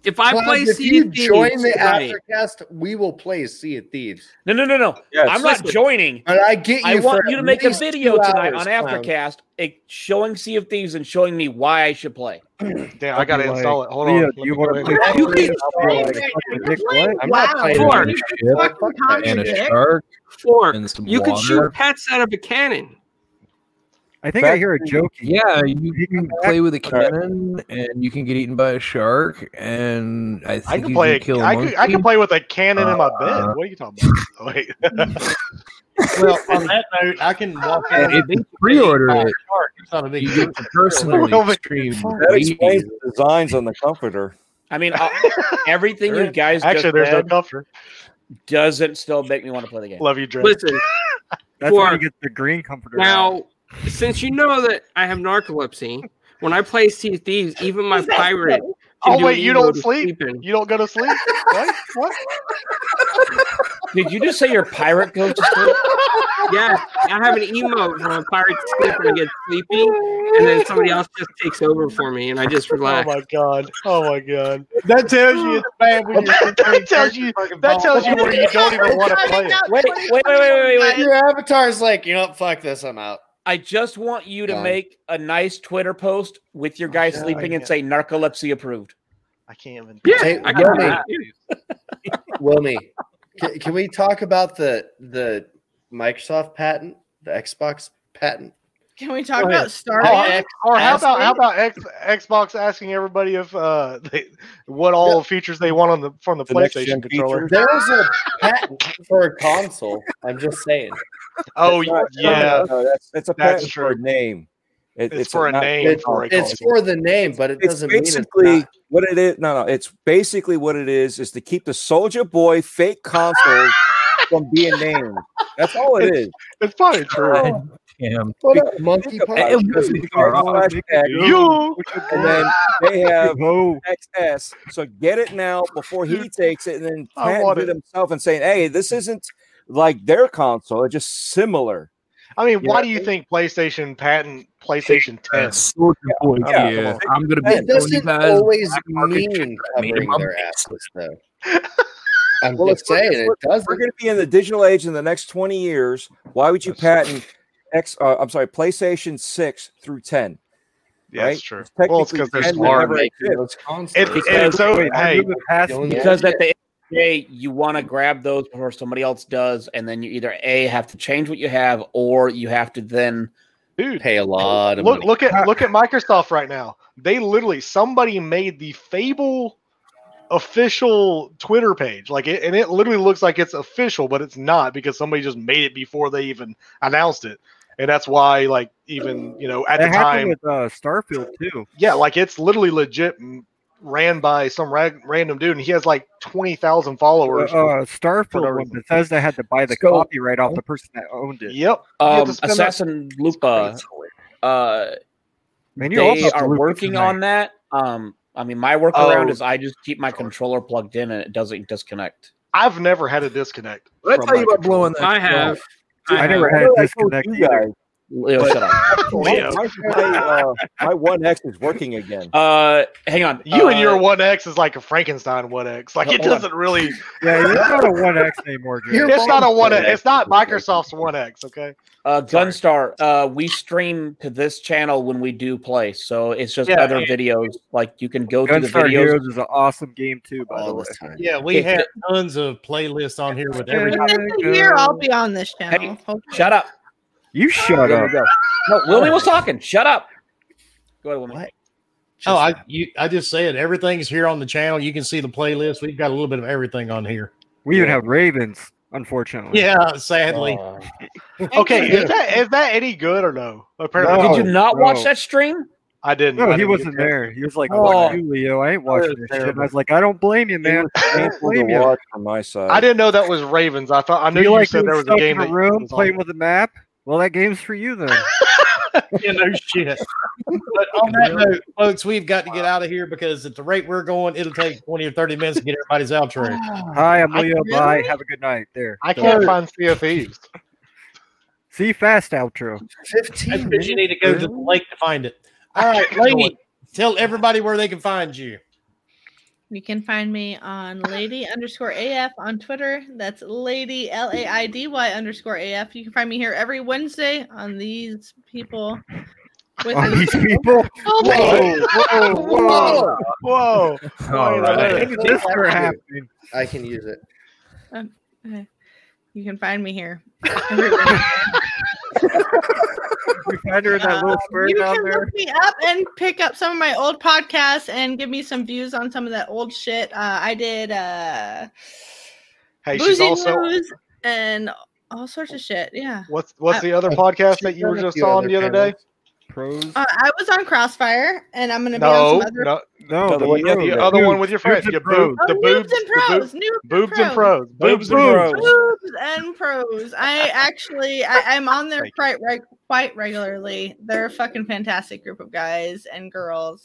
Speaker 7: If I
Speaker 6: Cloud,
Speaker 7: play
Speaker 6: if (laughs)
Speaker 7: Sea
Speaker 6: you
Speaker 7: of Thieves,
Speaker 6: join the
Speaker 7: tonight-
Speaker 6: aftercast, we will play Sea of Thieves.
Speaker 4: No, no, no, no.
Speaker 9: Yes.
Speaker 4: I'm not
Speaker 7: Listen.
Speaker 4: joining.
Speaker 6: But I get you. (laughs)
Speaker 4: I want
Speaker 6: for
Speaker 4: you to
Speaker 6: at
Speaker 4: make a
Speaker 6: least
Speaker 4: video
Speaker 6: two
Speaker 4: tonight
Speaker 6: hours,
Speaker 4: on
Speaker 6: Cloud.
Speaker 4: Aftercast eh, showing Sea of Thieves and showing me why I should play.
Speaker 3: (clears throat) Damn, I gotta
Speaker 1: I'll be
Speaker 3: install it. Hold on.
Speaker 1: Leah,
Speaker 3: let
Speaker 1: do
Speaker 3: me
Speaker 1: you
Speaker 3: go
Speaker 1: want to
Speaker 3: ahead.
Speaker 1: play?
Speaker 5: You
Speaker 1: Fortnite?
Speaker 5: can
Speaker 1: I'll be
Speaker 5: play
Speaker 1: like,
Speaker 5: right now. Play
Speaker 1: fucking dick, what?
Speaker 6: I'm not
Speaker 5: Wow,
Speaker 6: playing
Speaker 7: you
Speaker 6: it.
Speaker 7: are
Speaker 10: Ship
Speaker 5: fucking
Speaker 10: and
Speaker 6: And
Speaker 10: a
Speaker 5: contradict.
Speaker 10: shark
Speaker 7: Fork.
Speaker 10: and some
Speaker 7: You
Speaker 10: water.
Speaker 7: could shoot pets out of a cannon.
Speaker 1: I think I hear a joke.
Speaker 10: Yeah, you can play with a
Speaker 9: Alright.
Speaker 10: cannon, and you can get eaten by a shark, and I think
Speaker 3: I can
Speaker 10: you
Speaker 3: play.
Speaker 10: can kill
Speaker 3: A,
Speaker 10: a
Speaker 3: I can, I
Speaker 10: monkey.
Speaker 3: can play with a cannon in my bed.
Speaker 10: Uh,
Speaker 3: What are you talking about? (laughs) Oh, Wait, (laughs)
Speaker 2: Well, um, on that note, I can walk out
Speaker 10: And
Speaker 2: and
Speaker 10: if you pre-order it,
Speaker 2: It's not a big
Speaker 10: you
Speaker 1: (laughs)
Speaker 2: deal.
Speaker 10: get to personally
Speaker 3: (laughs) Well,
Speaker 10: extreme.
Speaker 9: That explains the designs on the comforter.
Speaker 4: I mean, uh, everything you guys
Speaker 3: actually,
Speaker 4: just
Speaker 3: there's no
Speaker 4: said
Speaker 3: comfort.
Speaker 4: doesn't still make me want to play the game.
Speaker 3: Love you, Drew.
Speaker 7: Listen,
Speaker 1: (laughs) That's where
Speaker 7: Fork.
Speaker 1: you get the green comforter. out.
Speaker 7: Now, since you know that I have narcolepsy, when I play Sea of Thieves, even my pirate. can
Speaker 3: Oh,
Speaker 7: do
Speaker 3: wait,
Speaker 7: an
Speaker 3: you
Speaker 7: emo
Speaker 3: don't
Speaker 7: to
Speaker 3: sleep?
Speaker 7: in.
Speaker 3: You don't go to
Speaker 7: (laughs)
Speaker 3: sleep. what? What?
Speaker 4: Did you just say your
Speaker 7: (laughs)
Speaker 4: pirate goes to sleep?
Speaker 7: Yes, I have an emote when my pirate sleep when I get sleepy, and then somebody else just takes over for me, and I just
Speaker 3: Oh
Speaker 7: relax.
Speaker 3: my god! Oh my god!
Speaker 2: That tells you it's bad when you're
Speaker 3: (laughs) That tells you. That tells you where you don't
Speaker 7: (laughs)
Speaker 3: even want to play it.
Speaker 4: Wait, wait, wait, wait, wait, wait.
Speaker 6: Your avatar's like, you know, what, fuck this, I'm out.
Speaker 4: I just want you to
Speaker 6: Done.
Speaker 4: make a nice Twitter post with your guy
Speaker 3: yeah,
Speaker 4: sleeping
Speaker 3: I
Speaker 4: and say narcolepsy approved.
Speaker 3: I can't even.
Speaker 7: Yeah,
Speaker 6: Hey,
Speaker 7: I can do
Speaker 6: Wilmy,
Speaker 7: that.
Speaker 6: Wilmy, can, can we talk about the the Microsoft patent, the Xbox patent?
Speaker 5: Can
Speaker 1: (laughs)
Speaker 5: we talk
Speaker 3: Go ahead.
Speaker 5: about Stargate?
Speaker 6: X-
Speaker 3: Or how about how
Speaker 6: Asking-
Speaker 3: about X, Xbox asking everybody if uh (laughs) they, what all features they want on the from the,
Speaker 9: The next
Speaker 3: PlayStation
Speaker 9: gen
Speaker 3: controller?
Speaker 9: features.
Speaker 6: There's a patent for a console. I'm just saying.
Speaker 3: Oh
Speaker 9: It's not-
Speaker 3: yeah,
Speaker 9: no, no, that's it's a
Speaker 3: That's
Speaker 9: patent for a
Speaker 3: true.
Speaker 9: name. It-
Speaker 3: It's for a
Speaker 9: not-
Speaker 3: name.
Speaker 6: It-
Speaker 3: for a
Speaker 6: it's
Speaker 3: console.
Speaker 6: for the name, but it
Speaker 9: It's
Speaker 6: doesn't mean it's
Speaker 9: basically
Speaker 6: not.
Speaker 9: what it is. No, no, it's basically what it is. Is to keep the Soldier Boy fake console from being named. That's all it is.
Speaker 3: it's probably true.
Speaker 10: God damn.
Speaker 6: What up, monkey
Speaker 9: Think about
Speaker 6: punch?
Speaker 10: It wasn't far off.
Speaker 9: Flash tag,
Speaker 3: You
Speaker 9: and then they have
Speaker 1: go.
Speaker 9: XS. So get it now before he takes it, and then
Speaker 3: I
Speaker 9: patent
Speaker 3: want
Speaker 9: it
Speaker 3: it.
Speaker 9: himself and saying, "Hey, this isn't like their console. It's just similar."
Speaker 3: I mean,
Speaker 9: Yeah.
Speaker 3: why do you think PlayStation patent PlayStation 10?
Speaker 10: Soldier Boy,
Speaker 9: Yeah.
Speaker 10: yeah. I'm gonna be telling you
Speaker 6: It doesn't
Speaker 10: guys.
Speaker 6: always
Speaker 10: black market shit
Speaker 6: mean
Speaker 10: that made
Speaker 6: covering
Speaker 10: my
Speaker 6: their
Speaker 10: face
Speaker 6: asses, though. I'm
Speaker 9: Well,
Speaker 6: just
Speaker 9: it's-
Speaker 6: saying
Speaker 9: it's-
Speaker 6: it doesn't.
Speaker 9: We're going to be in the digital age in the next twenty years. Why would you patent X? Uh, I'm sorry, PlayStation six through ten.
Speaker 3: Yeah, that's
Speaker 9: right?
Speaker 3: true.
Speaker 9: It's
Speaker 3: Well, it's
Speaker 9: technically
Speaker 3: because they're
Speaker 9: ten that
Speaker 3: smart.
Speaker 9: never
Speaker 6: Making
Speaker 9: existed.
Speaker 6: those consoles.
Speaker 3: It, it's so
Speaker 1: Wait, I
Speaker 3: hey,
Speaker 1: moved it past
Speaker 6: Don't
Speaker 1: me.
Speaker 6: get
Speaker 4: Because
Speaker 6: it.
Speaker 4: at the end of the day, you want to grab those before somebody else does, and then you either A, have to change what you have, or you have to then.
Speaker 3: dude,
Speaker 6: pay a lot of
Speaker 3: look
Speaker 6: money.
Speaker 3: look at look at Microsoft right now. They literally somebody made the Fable official Twitter page, like it, and it literally looks like it's official, but it's not because somebody just made it before they even announced it, and that's why, like, even you know, at
Speaker 1: That
Speaker 3: the time,
Speaker 1: happened with uh, Starfield too.
Speaker 3: Yeah, like it's literally legit m- ran by some rag, random dude, and he has like twenty thousand followers.
Speaker 1: Uh, Starfield, when
Speaker 3: reason.
Speaker 1: Bethesda had to buy the
Speaker 4: So-
Speaker 1: copyright off the person that owned it.
Speaker 3: yep. You have
Speaker 4: Um,
Speaker 3: to spend that-
Speaker 4: Assassin Lupa, uh,
Speaker 1: Man, you're
Speaker 4: they
Speaker 1: also
Speaker 4: are
Speaker 1: losing
Speaker 4: working
Speaker 1: tonight.
Speaker 4: on that. Um, I mean, my workaround
Speaker 3: Oh.
Speaker 4: is I just keep my controller plugged in and it doesn't disconnect.
Speaker 3: I've never had a disconnect.
Speaker 10: Did I
Speaker 3: from
Speaker 10: tell you
Speaker 3: my
Speaker 10: about blowing that?
Speaker 7: I have.
Speaker 1: I
Speaker 7: I
Speaker 1: never
Speaker 7: have.
Speaker 1: had
Speaker 9: What did I
Speaker 1: a
Speaker 9: told
Speaker 1: disconnect
Speaker 9: you
Speaker 1: either.
Speaker 4: Leo, shut up.
Speaker 3: controller. Leo.
Speaker 9: My, my, uh, my one X is working again.
Speaker 4: Uh, hang on.
Speaker 3: You and
Speaker 4: Uh,
Speaker 3: your one X is like a Frankenstein one X. Like it
Speaker 4: Hold on.
Speaker 3: doesn't really.
Speaker 1: Uh, Yeah, you're not a one X
Speaker 9: (laughs)
Speaker 1: anymore, Drew.
Speaker 6: You're-
Speaker 3: It's not a one.
Speaker 6: One X.
Speaker 3: It's not Microsoft's one X. Okay.
Speaker 4: Uh,
Speaker 3: Sorry.
Speaker 4: Gunstar, uh, we stream to this channel when we do play, so it's just
Speaker 2: Yeah,
Speaker 4: other
Speaker 2: and-
Speaker 4: videos. Like you can go to the
Speaker 1: Gunstar
Speaker 4: videos.
Speaker 1: Heroes is an awesome game too, by the
Speaker 6: all
Speaker 1: way.
Speaker 6: the time.
Speaker 2: Yeah, we
Speaker 4: If
Speaker 2: have
Speaker 4: it-
Speaker 2: tons of playlists on here with every.
Speaker 5: Within a year, I'll be on this channel. hopefully.
Speaker 4: Shut up.
Speaker 1: You shut
Speaker 4: There
Speaker 1: up.
Speaker 4: we go. No, Willie was talking. Shut up. Go ahead, Willie.
Speaker 6: What?
Speaker 2: oh, I you, I just said everything's here on the channel. You can see the playlist. We've got a little bit of everything on here.
Speaker 1: We even have Ravens, unfortunately.
Speaker 2: Yeah, sadly.
Speaker 3: Okay, is that is that any good or no? Apparently,
Speaker 1: No.
Speaker 4: Did you not
Speaker 1: bro.
Speaker 4: watch that stream?
Speaker 3: I didn't. I
Speaker 1: No, he
Speaker 3: didn't
Speaker 1: wasn't
Speaker 3: get that.
Speaker 1: there. He was like,
Speaker 4: Oh.
Speaker 1: "Fuck you, Leo. I ain't watching this shit." And I was like, "I don't blame you, man. I don't
Speaker 9: Painful to
Speaker 1: blame you."
Speaker 9: watch from my side.
Speaker 3: I didn't know that was Ravens. I thought I knew
Speaker 1: you
Speaker 3: you,
Speaker 1: like
Speaker 3: said
Speaker 1: being
Speaker 3: there was a
Speaker 1: stuck
Speaker 3: game
Speaker 1: in
Speaker 3: that
Speaker 1: a
Speaker 3: you
Speaker 1: room
Speaker 3: was on.
Speaker 1: playing with a map? Well, that game's for you then.
Speaker 2: (laughs) yeah, no shit. But on that note, folks, we've got to get out of here because at the rate we're going, it'll take 20 or 30 minutes to get everybody's outro.
Speaker 1: Hi, I'm
Speaker 3: I
Speaker 1: Leo.
Speaker 3: really-
Speaker 1: Bye. Have a good night. There.
Speaker 3: I can't find Sea of Thieves.
Speaker 1: See you fast outro.
Speaker 2: That's
Speaker 6: 15
Speaker 2: because you need to go to the lake to find it. All right, lady, tell everybody where they can find you.
Speaker 5: You can find me on lady underscore AF on Twitter. That's lady L A I D Y underscore AF. You can find me here every Wednesday on these people. With
Speaker 1: On
Speaker 5: (laughs)
Speaker 1: these people.
Speaker 6: Oh
Speaker 3: Whoa, whoa, whoa, (laughs) whoa!
Speaker 10: All right.
Speaker 1: When did this ever happen?
Speaker 6: I can use it.
Speaker 5: You can find me here.
Speaker 1: We find her in that little
Speaker 5: Um,
Speaker 1: square
Speaker 5: you
Speaker 1: down
Speaker 5: can
Speaker 1: there.
Speaker 5: look me up and pick up some of my old podcasts and give me some views on some of that old shit. Uh, I did uh,
Speaker 3: Hey, she's
Speaker 5: boozy
Speaker 3: also.
Speaker 5: news and all sorts of shit. Yeah,
Speaker 3: What's what's the other
Speaker 6: Uh,
Speaker 3: podcast
Speaker 6: She's
Speaker 3: that you were
Speaker 6: done a
Speaker 3: just
Speaker 6: few
Speaker 3: on
Speaker 6: other
Speaker 3: the other
Speaker 6: panels.
Speaker 3: day?
Speaker 1: Pros.
Speaker 5: uh, I was on Crossfire, and I'm gonna be
Speaker 3: No,
Speaker 5: on some other
Speaker 3: no,
Speaker 1: No,
Speaker 9: No,
Speaker 1: the,
Speaker 9: the one-
Speaker 3: yeah,
Speaker 1: pros.
Speaker 3: the other one
Speaker 1: Dudes,
Speaker 3: with your
Speaker 1: dudes
Speaker 3: friends.
Speaker 1: and
Speaker 3: Your
Speaker 1: pros.
Speaker 3: boob, the
Speaker 5: Oh,
Speaker 3: boobs,
Speaker 5: noobs and
Speaker 3: the boob-
Speaker 5: pros, noobs
Speaker 3: boobs and
Speaker 5: and
Speaker 3: pros, boobs and
Speaker 1: Boobs.
Speaker 3: pros.
Speaker 5: Boobs and pros. I actually, I, I'm on there
Speaker 3: Thank
Speaker 5: quite reg- quite regularly. They're a fucking fantastic group of guys and girls.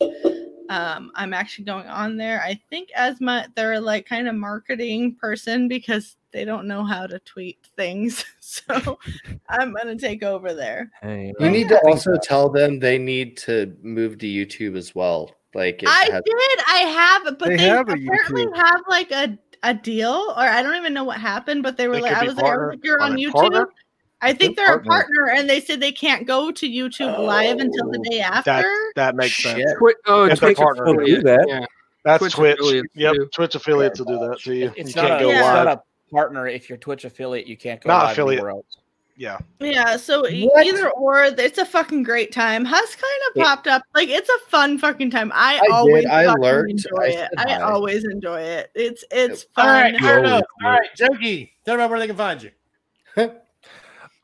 Speaker 5: Um, I'm actually going on there. I think as my they're like kind of marketing person because they don't know how to tweet things. (laughs) So I'm gonna take over there.
Speaker 9: Hey,
Speaker 6: You need to also tell them they need to move to YouTube as well. Like it
Speaker 5: I
Speaker 6: has-
Speaker 5: did. I have, but
Speaker 1: They
Speaker 5: they,
Speaker 1: have a
Speaker 5: apparently
Speaker 1: YouTube.
Speaker 5: have like a a deal, or I don't even know what happened. But they were
Speaker 3: They
Speaker 5: like,
Speaker 3: could
Speaker 5: I
Speaker 3: be
Speaker 5: was there. I was
Speaker 3: partner-
Speaker 5: like, You're
Speaker 3: are
Speaker 5: on
Speaker 3: they
Speaker 5: YouTube.
Speaker 3: partner?
Speaker 5: I think
Speaker 3: They're
Speaker 5: they're a partner, and they said they can't go to YouTube live until
Speaker 6: Oh.
Speaker 5: the day after.
Speaker 3: That that makes sense.
Speaker 6: Shit.
Speaker 7: Twi- oh,
Speaker 3: If they're
Speaker 7: Twitch
Speaker 3: partnered.
Speaker 9: They'll do
Speaker 7: affiliate.
Speaker 9: that.
Speaker 7: Yeah.
Speaker 3: That's Twitch.
Speaker 7: Twitch affiliates,
Speaker 3: yep,
Speaker 7: too.
Speaker 3: Twitch affiliates will do that to you.
Speaker 4: It's
Speaker 3: you
Speaker 4: not,
Speaker 3: can't
Speaker 4: a,
Speaker 3: go
Speaker 4: it's
Speaker 5: Yeah.
Speaker 3: live.
Speaker 4: not a partner if you're Twitch affiliate. You can't go
Speaker 3: Not
Speaker 4: live
Speaker 3: affiliate.
Speaker 4: anywhere else.
Speaker 3: yeah,
Speaker 5: Yeah, so e- either or, it's a fucking great time. Hus kind of
Speaker 6: Yeah.
Speaker 5: popped up. Like it's a fun fucking time. I,
Speaker 6: I did.
Speaker 5: always
Speaker 6: I
Speaker 5: fucking
Speaker 6: lurked.
Speaker 5: enjoy
Speaker 6: I
Speaker 5: it.
Speaker 6: said
Speaker 5: I
Speaker 6: hi.
Speaker 5: always enjoy it. It's it's
Speaker 2: All
Speaker 5: fun.
Speaker 2: right, fair
Speaker 10: always
Speaker 2: enough.
Speaker 10: do.
Speaker 2: All right, Jokey, tell everybody where they can find you.
Speaker 10: (laughs)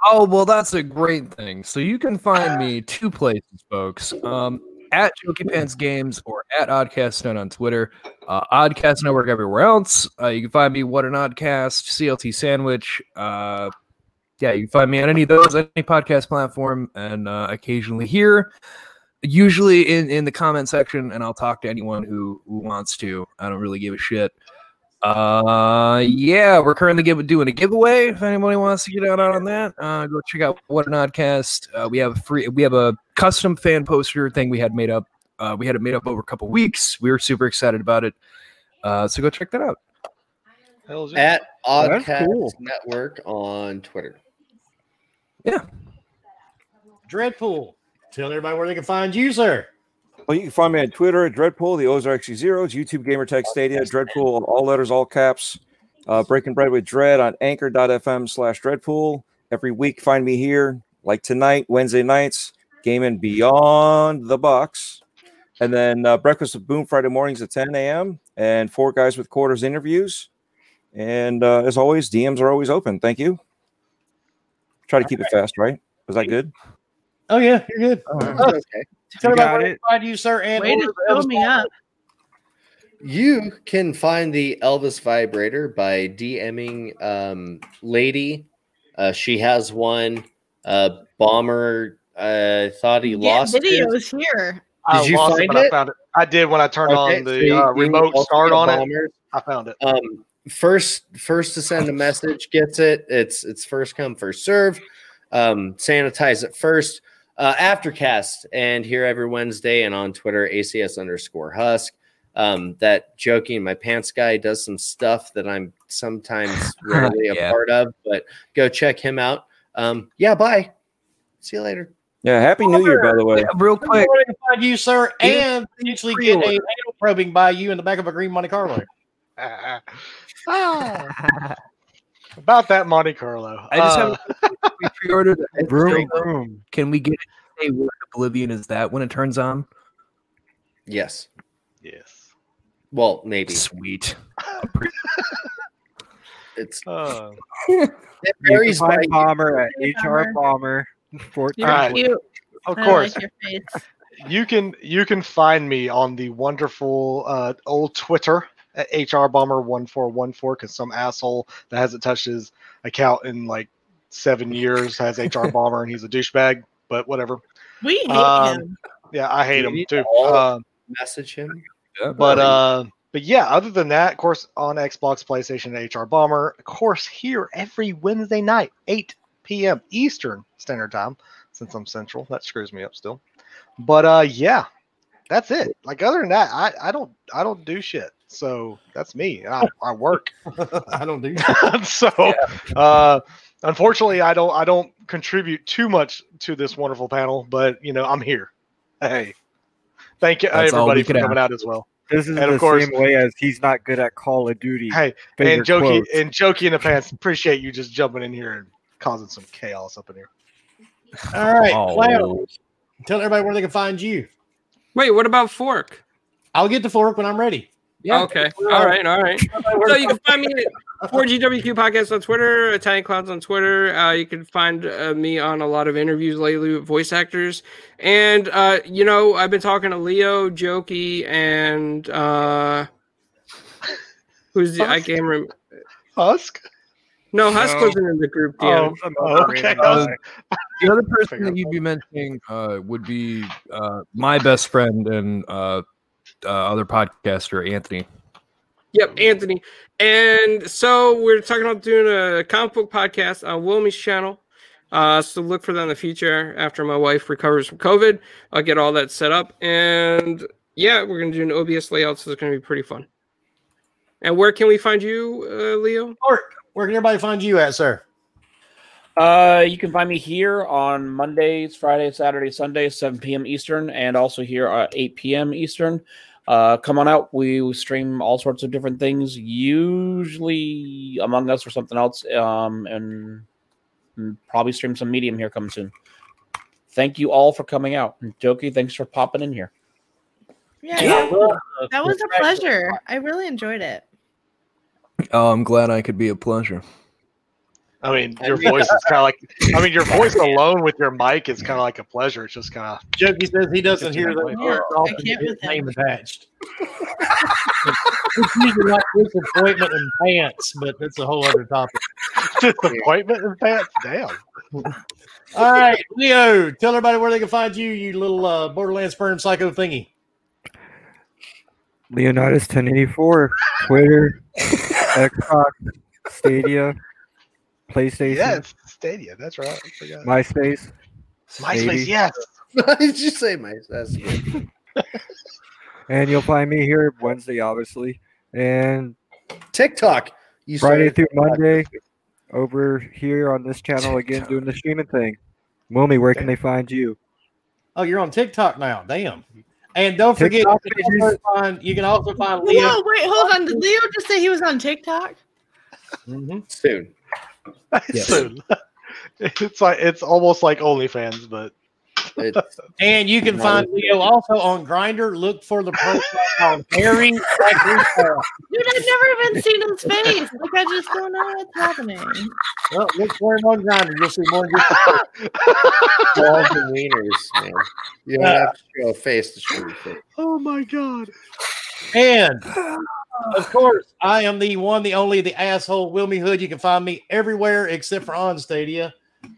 Speaker 10: Oh, well, that's a great thing. So you can find me two places, folks. Um, at Jokey Pants Games or at Oddcast Stone on Twitter. Uh, Oddcast Network everywhere else. Uh, you can find me What an Oddcast, CLT Sandwich. Uh, yeah, you can find me on any of those, any podcast platform, and uh, occasionally here. Usually in, in the comment section, and I'll talk to anyone who, who wants to. I don't really give a shit. Uh, yeah, we're currently give, doing a giveaway. If anybody wants to get out on that, uh, go check out what an oddcast. Uh, we have a free, we have a custom fan poster thing we had made up. Uh, we had it made up over a couple weeks. We were super excited about it. Uh, so go check that
Speaker 1: (laughs)
Speaker 10: out.
Speaker 3: Hell's yeah.
Speaker 6: at
Speaker 1: That's
Speaker 6: Oddcast
Speaker 1: cool.
Speaker 6: Network on Twitter.
Speaker 2: Dreadpool, tell everybody where they can find you, sir.
Speaker 9: Well, you can find me on Twitter at Dreadpool, the O's are actually zeros, YouTube Gamertag Stadia, Dreadpool, all letters, all caps. Uh, Breaking Bread with Dread on anchor.fm slash Dreadpool. Every week, find me here, like tonight, Wednesday nights, gaming beyond the box. And then uh, Breakfast with Boom Friday mornings at 10 a.m. and Four Guys with Quarters interviews. And uh, as always, DMs are always open. Thank you. Try to keep it fast, right? Was that good?
Speaker 2: Oh, yeah, you're good.
Speaker 6: That's okay.
Speaker 2: Tell
Speaker 1: You
Speaker 2: everybody
Speaker 1: got
Speaker 2: where they
Speaker 1: it.
Speaker 2: can find you, sir. And
Speaker 5: Way to
Speaker 2: order the
Speaker 5: fill
Speaker 2: Elvis
Speaker 5: me up.
Speaker 6: You can find the Elvis vibrator by DMing um, Lady. Uh, she has one. Uh, Bomber uh, thought he
Speaker 5: Get
Speaker 6: lost. his.
Speaker 5: videos here.
Speaker 1: Oh.
Speaker 3: I
Speaker 6: Did you
Speaker 3: lost
Speaker 6: find
Speaker 3: it, but I
Speaker 6: it?
Speaker 3: found it. I did when I turned
Speaker 6: Okay,
Speaker 3: on
Speaker 6: so you-
Speaker 3: the uh,
Speaker 6: you
Speaker 3: remote
Speaker 6: also
Speaker 3: start
Speaker 6: get
Speaker 3: on it.
Speaker 6: Bomber.
Speaker 3: I found it.
Speaker 6: um first first to send a message gets it it's it's first come first serve um sanitize it first uh aftercast and here every wednesday and on twitter acs underscore husk um that joking my pants guy does some stuff that i'm
Speaker 10: (laughs)
Speaker 6: sometimes rarely a
Speaker 10: Yeah.
Speaker 6: part of but go check him out um yeah bye see you later
Speaker 9: Yeah. Happy New Year, by the way.
Speaker 10: Yeah, real
Speaker 2: Tell everybody
Speaker 10: quick,
Speaker 2: where they can find you, sir,
Speaker 10: Yeah.
Speaker 2: and potentially get a
Speaker 10: Pre-order.
Speaker 2: anal probing by you in the back of a green Monte Carlo.
Speaker 3: Ah. About that Monte Carlo.
Speaker 10: I just
Speaker 3: Uh,
Speaker 10: haven't we pre-ordered.
Speaker 3: (laughs)
Speaker 10: it.
Speaker 1: Uh, Room, room.
Speaker 10: Can we get it? Hey, what oblivion is that when it turns on?
Speaker 6: Yes.
Speaker 3: Yes.
Speaker 6: Well, maybe
Speaker 10: Sweet. (laughs)
Speaker 6: it's
Speaker 3: Uh,
Speaker 6: it
Speaker 1: You can
Speaker 6: varies by
Speaker 1: find bomber at
Speaker 5: Very
Speaker 1: HR bomber. 14.
Speaker 5: You're
Speaker 3: Alright.
Speaker 5: cute.
Speaker 3: of
Speaker 5: I
Speaker 3: course,
Speaker 5: Like your face.
Speaker 3: you can you can find me on the wonderful uh, old Twitter at hrbomber1414 because some asshole that hasn't touched his account in like seven years has HR bomber and he's a douchebag. But whatever.
Speaker 5: We hate
Speaker 3: Um,
Speaker 5: him.
Speaker 3: Yeah, I hate him
Speaker 6: We
Speaker 3: too.
Speaker 6: all-
Speaker 3: Um,
Speaker 6: message him.
Speaker 3: But uh, but yeah, other than that, of course, on Xbox, PlayStation, and HR Bomber, of course, here every Wednesday night, 8 p.m. Eastern Standard Time, since I'm Central, that screws me up still. But uh, yeah, that's it. Like other than that, I, I don't I don't do shit. So that's me. I, I work.
Speaker 2: I don't do
Speaker 3: (laughs) so uh, unfortunately, I don't I don't contribute too much to this wonderful panel. But you know, I'm here. Hey, thank you
Speaker 10: That's all
Speaker 3: everybody
Speaker 10: we
Speaker 3: for
Speaker 10: could
Speaker 3: coming out as well.
Speaker 1: This is
Speaker 3: And of
Speaker 1: the
Speaker 3: course-
Speaker 1: same way as he's not good at Call of Duty.
Speaker 3: Hey,
Speaker 1: Finger
Speaker 3: and Jokey
Speaker 1: quotes.
Speaker 3: and Jokey in the pants. Appreciate you just jumping in here and causing some chaos up in here.
Speaker 2: All right,
Speaker 10: Oh.
Speaker 2: Clown, tell everybody where they can find you.
Speaker 7: Wait, what about Fork?
Speaker 2: I'll get to Fork when I'm ready. Yeah.
Speaker 7: Okay. All right. All right. so you can find me
Speaker 3: Uh,
Speaker 7: at 4GWQ Podcast on Twitter, Italian Clowns on Twitter. Uh, you can find uh, me on a lot of interviews lately with voice actors. And, uh, you know, I've been talking to Leo, Jokey, and uh, who's the, I can't remember.
Speaker 3: Husk.
Speaker 7: No, Husk
Speaker 1: No.
Speaker 7: wasn't in the group, Dan.
Speaker 1: Oh, some
Speaker 3: Oh,
Speaker 1: other
Speaker 3: okay.
Speaker 1: random guy.
Speaker 10: (laughs) The other
Speaker 3: Figure
Speaker 10: person
Speaker 3: it
Speaker 10: that you'd be mentioning uh, would be uh, my best friend and uh, uh, other podcaster, Anthony.
Speaker 7: Yep, Anthony. And so we're talking about doing a comic book podcast on Wilmy's channel. Uh, so look for that in the future after my wife recovers from COVID. I'll get all that set up. And yeah, we're going to do an OBS layout. So it's going to be pretty fun. And where can we find you, uh, Leo?
Speaker 2: Fork, where can everybody find you at, sir?
Speaker 4: Uh, you can find me here on Mondays, Fridays, Saturdays, Sundays, 7 p.m. Eastern, and also here at 8 p.m. Eastern. Uh, come on out. We stream all sorts of different things, usually Among Us or something else, um, and and probably stream some Medium here coming soon. Thank you all for coming out. And Jokey, thanks for popping in here.
Speaker 5: Yeah, that was a pleasure. I really enjoyed it.
Speaker 10: Oh, I'm glad I could be a pleasure.
Speaker 3: I mean, your
Speaker 6: (laughs)
Speaker 3: voice is kind of like. I mean, your voice alone with your mic is kind of like a pleasure. It's just kind of.
Speaker 2: Jokey says he doesn't
Speaker 3: It's
Speaker 2: hear
Speaker 3: not
Speaker 2: those
Speaker 3: my
Speaker 2: words
Speaker 5: fault.
Speaker 2: often.
Speaker 5: I can't
Speaker 2: with
Speaker 5: with
Speaker 2: his
Speaker 5: him. (laughs)
Speaker 2: name attached. it's usually like disappointment and pants, but that's a whole other topic.
Speaker 3: Disappointment in pants. Damn.
Speaker 2: All right, Leo, tell everybody where they can find you, you little uh, Borderlands sperm psycho thingy.
Speaker 1: Leonidas 1084, Twitter, Xbox,
Speaker 3: (laughs)
Speaker 1: Stadia, PlayStation,
Speaker 3: Yeah, it's Stadia. That's right. I forgot.
Speaker 1: MySpace.
Speaker 3: MySpace.
Speaker 1: maybe.
Speaker 6: (laughs)
Speaker 3: Yes.
Speaker 6: Did you say my? (laughs) That's good.
Speaker 1: And you'll find me here Wednesday, obviously, and
Speaker 6: TikTok. You
Speaker 1: Friday
Speaker 6: started-
Speaker 1: through Monday over here on this channel again doing the streaming thing. Wilmy, where can they find you?
Speaker 2: Oh, you're on TikTok now. Damn. And don't forget,
Speaker 1: TikTok
Speaker 2: you can, also find, you can also find
Speaker 5: Whoa,
Speaker 2: Leo.
Speaker 5: wait, hold on. Did Leo just say he was on TikTok?
Speaker 2: Mhm.
Speaker 3: (laughs)
Speaker 6: soon.
Speaker 10: Yes.
Speaker 3: Soon. (laughs) It's like it's almost like OnlyFans, but (laughs)
Speaker 6: It's-
Speaker 2: And you can find Leo also on Grinder. Look for the profile called Harry. Psycho.
Speaker 5: Dude, I've never even seen (laughs) his face. Like, I just don't know what's happening.
Speaker 2: Well, Oh, look for him on Grinder. You'll see more. Than just
Speaker 6: balls and wieners, man. You don't have to show a face to show your face.
Speaker 3: oh my god.
Speaker 2: And
Speaker 3: (sighs)
Speaker 2: of course, I am the one, the only, the asshole Wilmy Hood. You can find me everywhere except for on Stadia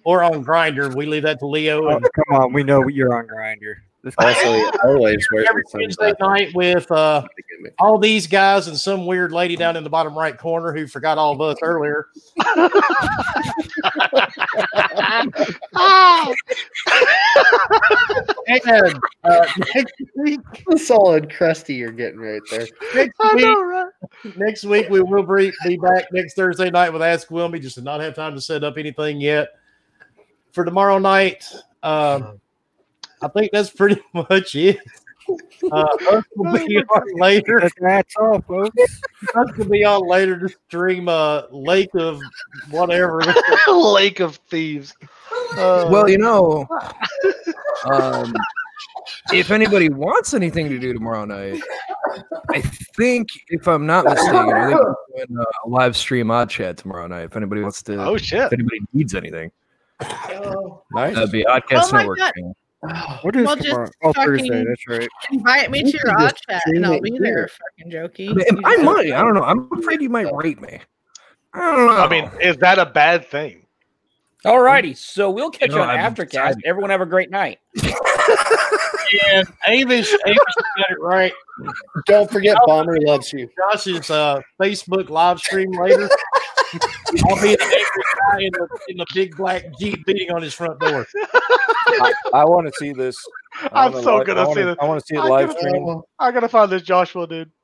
Speaker 2: or on Grinder. We leave that to Leo.
Speaker 1: Oh,
Speaker 2: And
Speaker 1: come on, we know you're on Grinder. This
Speaker 6: Also, he always wears
Speaker 2: every
Speaker 6: the
Speaker 2: Wednesday
Speaker 6: sunglasses.
Speaker 2: night with uh,
Speaker 6: Gimmick.
Speaker 2: all these guys and some weird lady down in the bottom right corner who forgot all of us
Speaker 3: (laughs)
Speaker 2: earlier. (laughs) and
Speaker 6: (laughs)
Speaker 2: uh, next week,
Speaker 6: That's a solid crusty you're getting right there.
Speaker 2: next week, next week we will be, be back next Thursday night with Ask Wilmy. Just did not have time to set up anything yet for tomorrow night. Um, I think that's pretty (laughs) much it. Uh, Husk will be on later.
Speaker 1: That's that's all,
Speaker 2: (laughs)
Speaker 1: folks.
Speaker 2: Husk will be on later to stream uh, Lake of whatever.
Speaker 3: Lake of Thieves. Uh,
Speaker 10: well, you know, (laughs) um, if anybody wants anything to do tomorrow night, I think, if I'm not mistaken, I think we're doing a live stream odd chat tomorrow night. If anybody wants to,
Speaker 3: Oh shit!
Speaker 10: if anybody needs anything,
Speaker 9: Nice.
Speaker 10: that'd be Oddcast
Speaker 5: Oh my
Speaker 10: Network.
Speaker 5: God.
Speaker 1: What is
Speaker 5: Well, just
Speaker 1: tomorrow? Oh, Thursday.
Speaker 5: fucking-
Speaker 1: That's right.
Speaker 5: Invite me to
Speaker 6: You
Speaker 5: your
Speaker 6: can
Speaker 5: odd
Speaker 6: just
Speaker 5: chat
Speaker 6: stream
Speaker 5: and I'll
Speaker 6: it
Speaker 5: be
Speaker 6: here.
Speaker 5: there, fucking jokey.
Speaker 10: I, mean,
Speaker 5: You
Speaker 10: I
Speaker 5: just-
Speaker 10: might. I don't know. I'm afraid you might rate me. I don't know.
Speaker 3: I mean, is that a bad thing?
Speaker 4: All righty. So we'll catch you
Speaker 10: No,
Speaker 4: on
Speaker 10: I'm
Speaker 4: Aftercast.
Speaker 10: excited.
Speaker 4: Everyone have a great night.
Speaker 2: And Avis, Avis (laughs) got it right.
Speaker 6: Don't forget,
Speaker 5: Oh.
Speaker 6: Bomber loves you.
Speaker 2: Josh's uh, Facebook live stream later. I'll be the guy in the, in the big black jeep beating on his front door.
Speaker 9: I, want to see this. I
Speaker 3: I'm
Speaker 9: wanna
Speaker 3: so
Speaker 9: li-
Speaker 3: gonna
Speaker 9: I wanna,
Speaker 3: see this.
Speaker 9: I want to see it
Speaker 3: I'm
Speaker 9: live
Speaker 3: gonna-
Speaker 9: stream.
Speaker 3: I gotta find this Joshua dude.
Speaker 6: (laughs)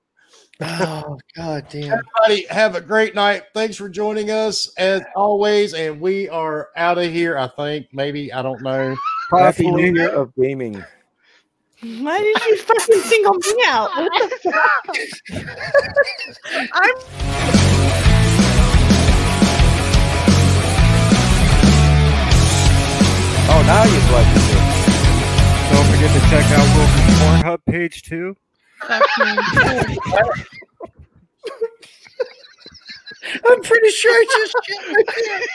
Speaker 6: Oh god damn.
Speaker 2: Everybody, have a great night. Thanks for joining us as always, and we are out of here. I think maybe I don't know.
Speaker 9: Happy
Speaker 1: Possibly.
Speaker 9: New Year of Gaming.
Speaker 5: (laughs) Why did you fucking single me out? What the (laughs) fuck? I'm
Speaker 9: Oh, now you'd like to see it.
Speaker 1: Don't forget to check out Wilkins Pornhub page too.
Speaker 5: fucking.
Speaker 6: I'm pretty sure I just shit my pants.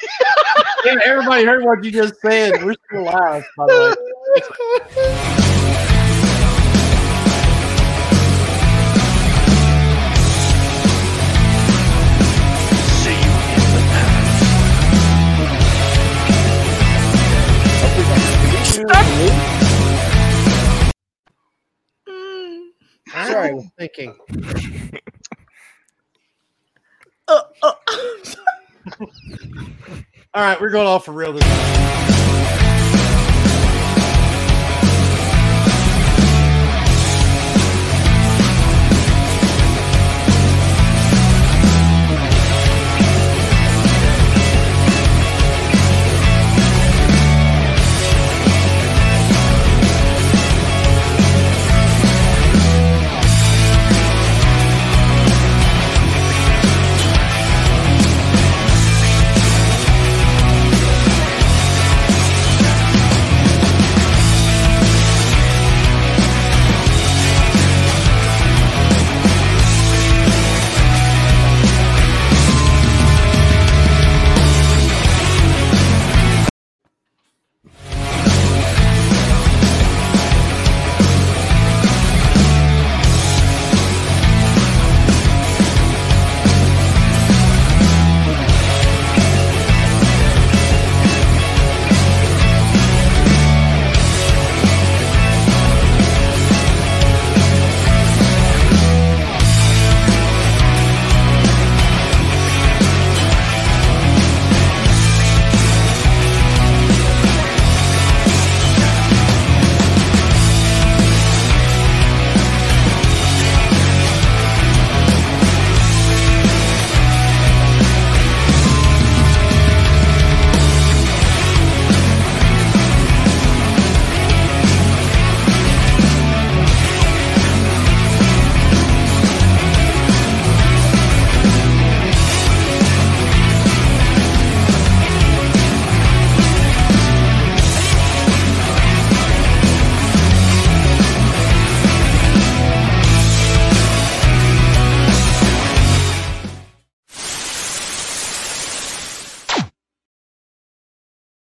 Speaker 2: Hey, Everybody heard what you just said. We're still alive, by the way.
Speaker 5: (laughs)
Speaker 6: (laughs)
Speaker 5: Mm.
Speaker 6: Sorry, I was thinking.
Speaker 5: Uh, uh,
Speaker 2: All right, we're going off for real this time.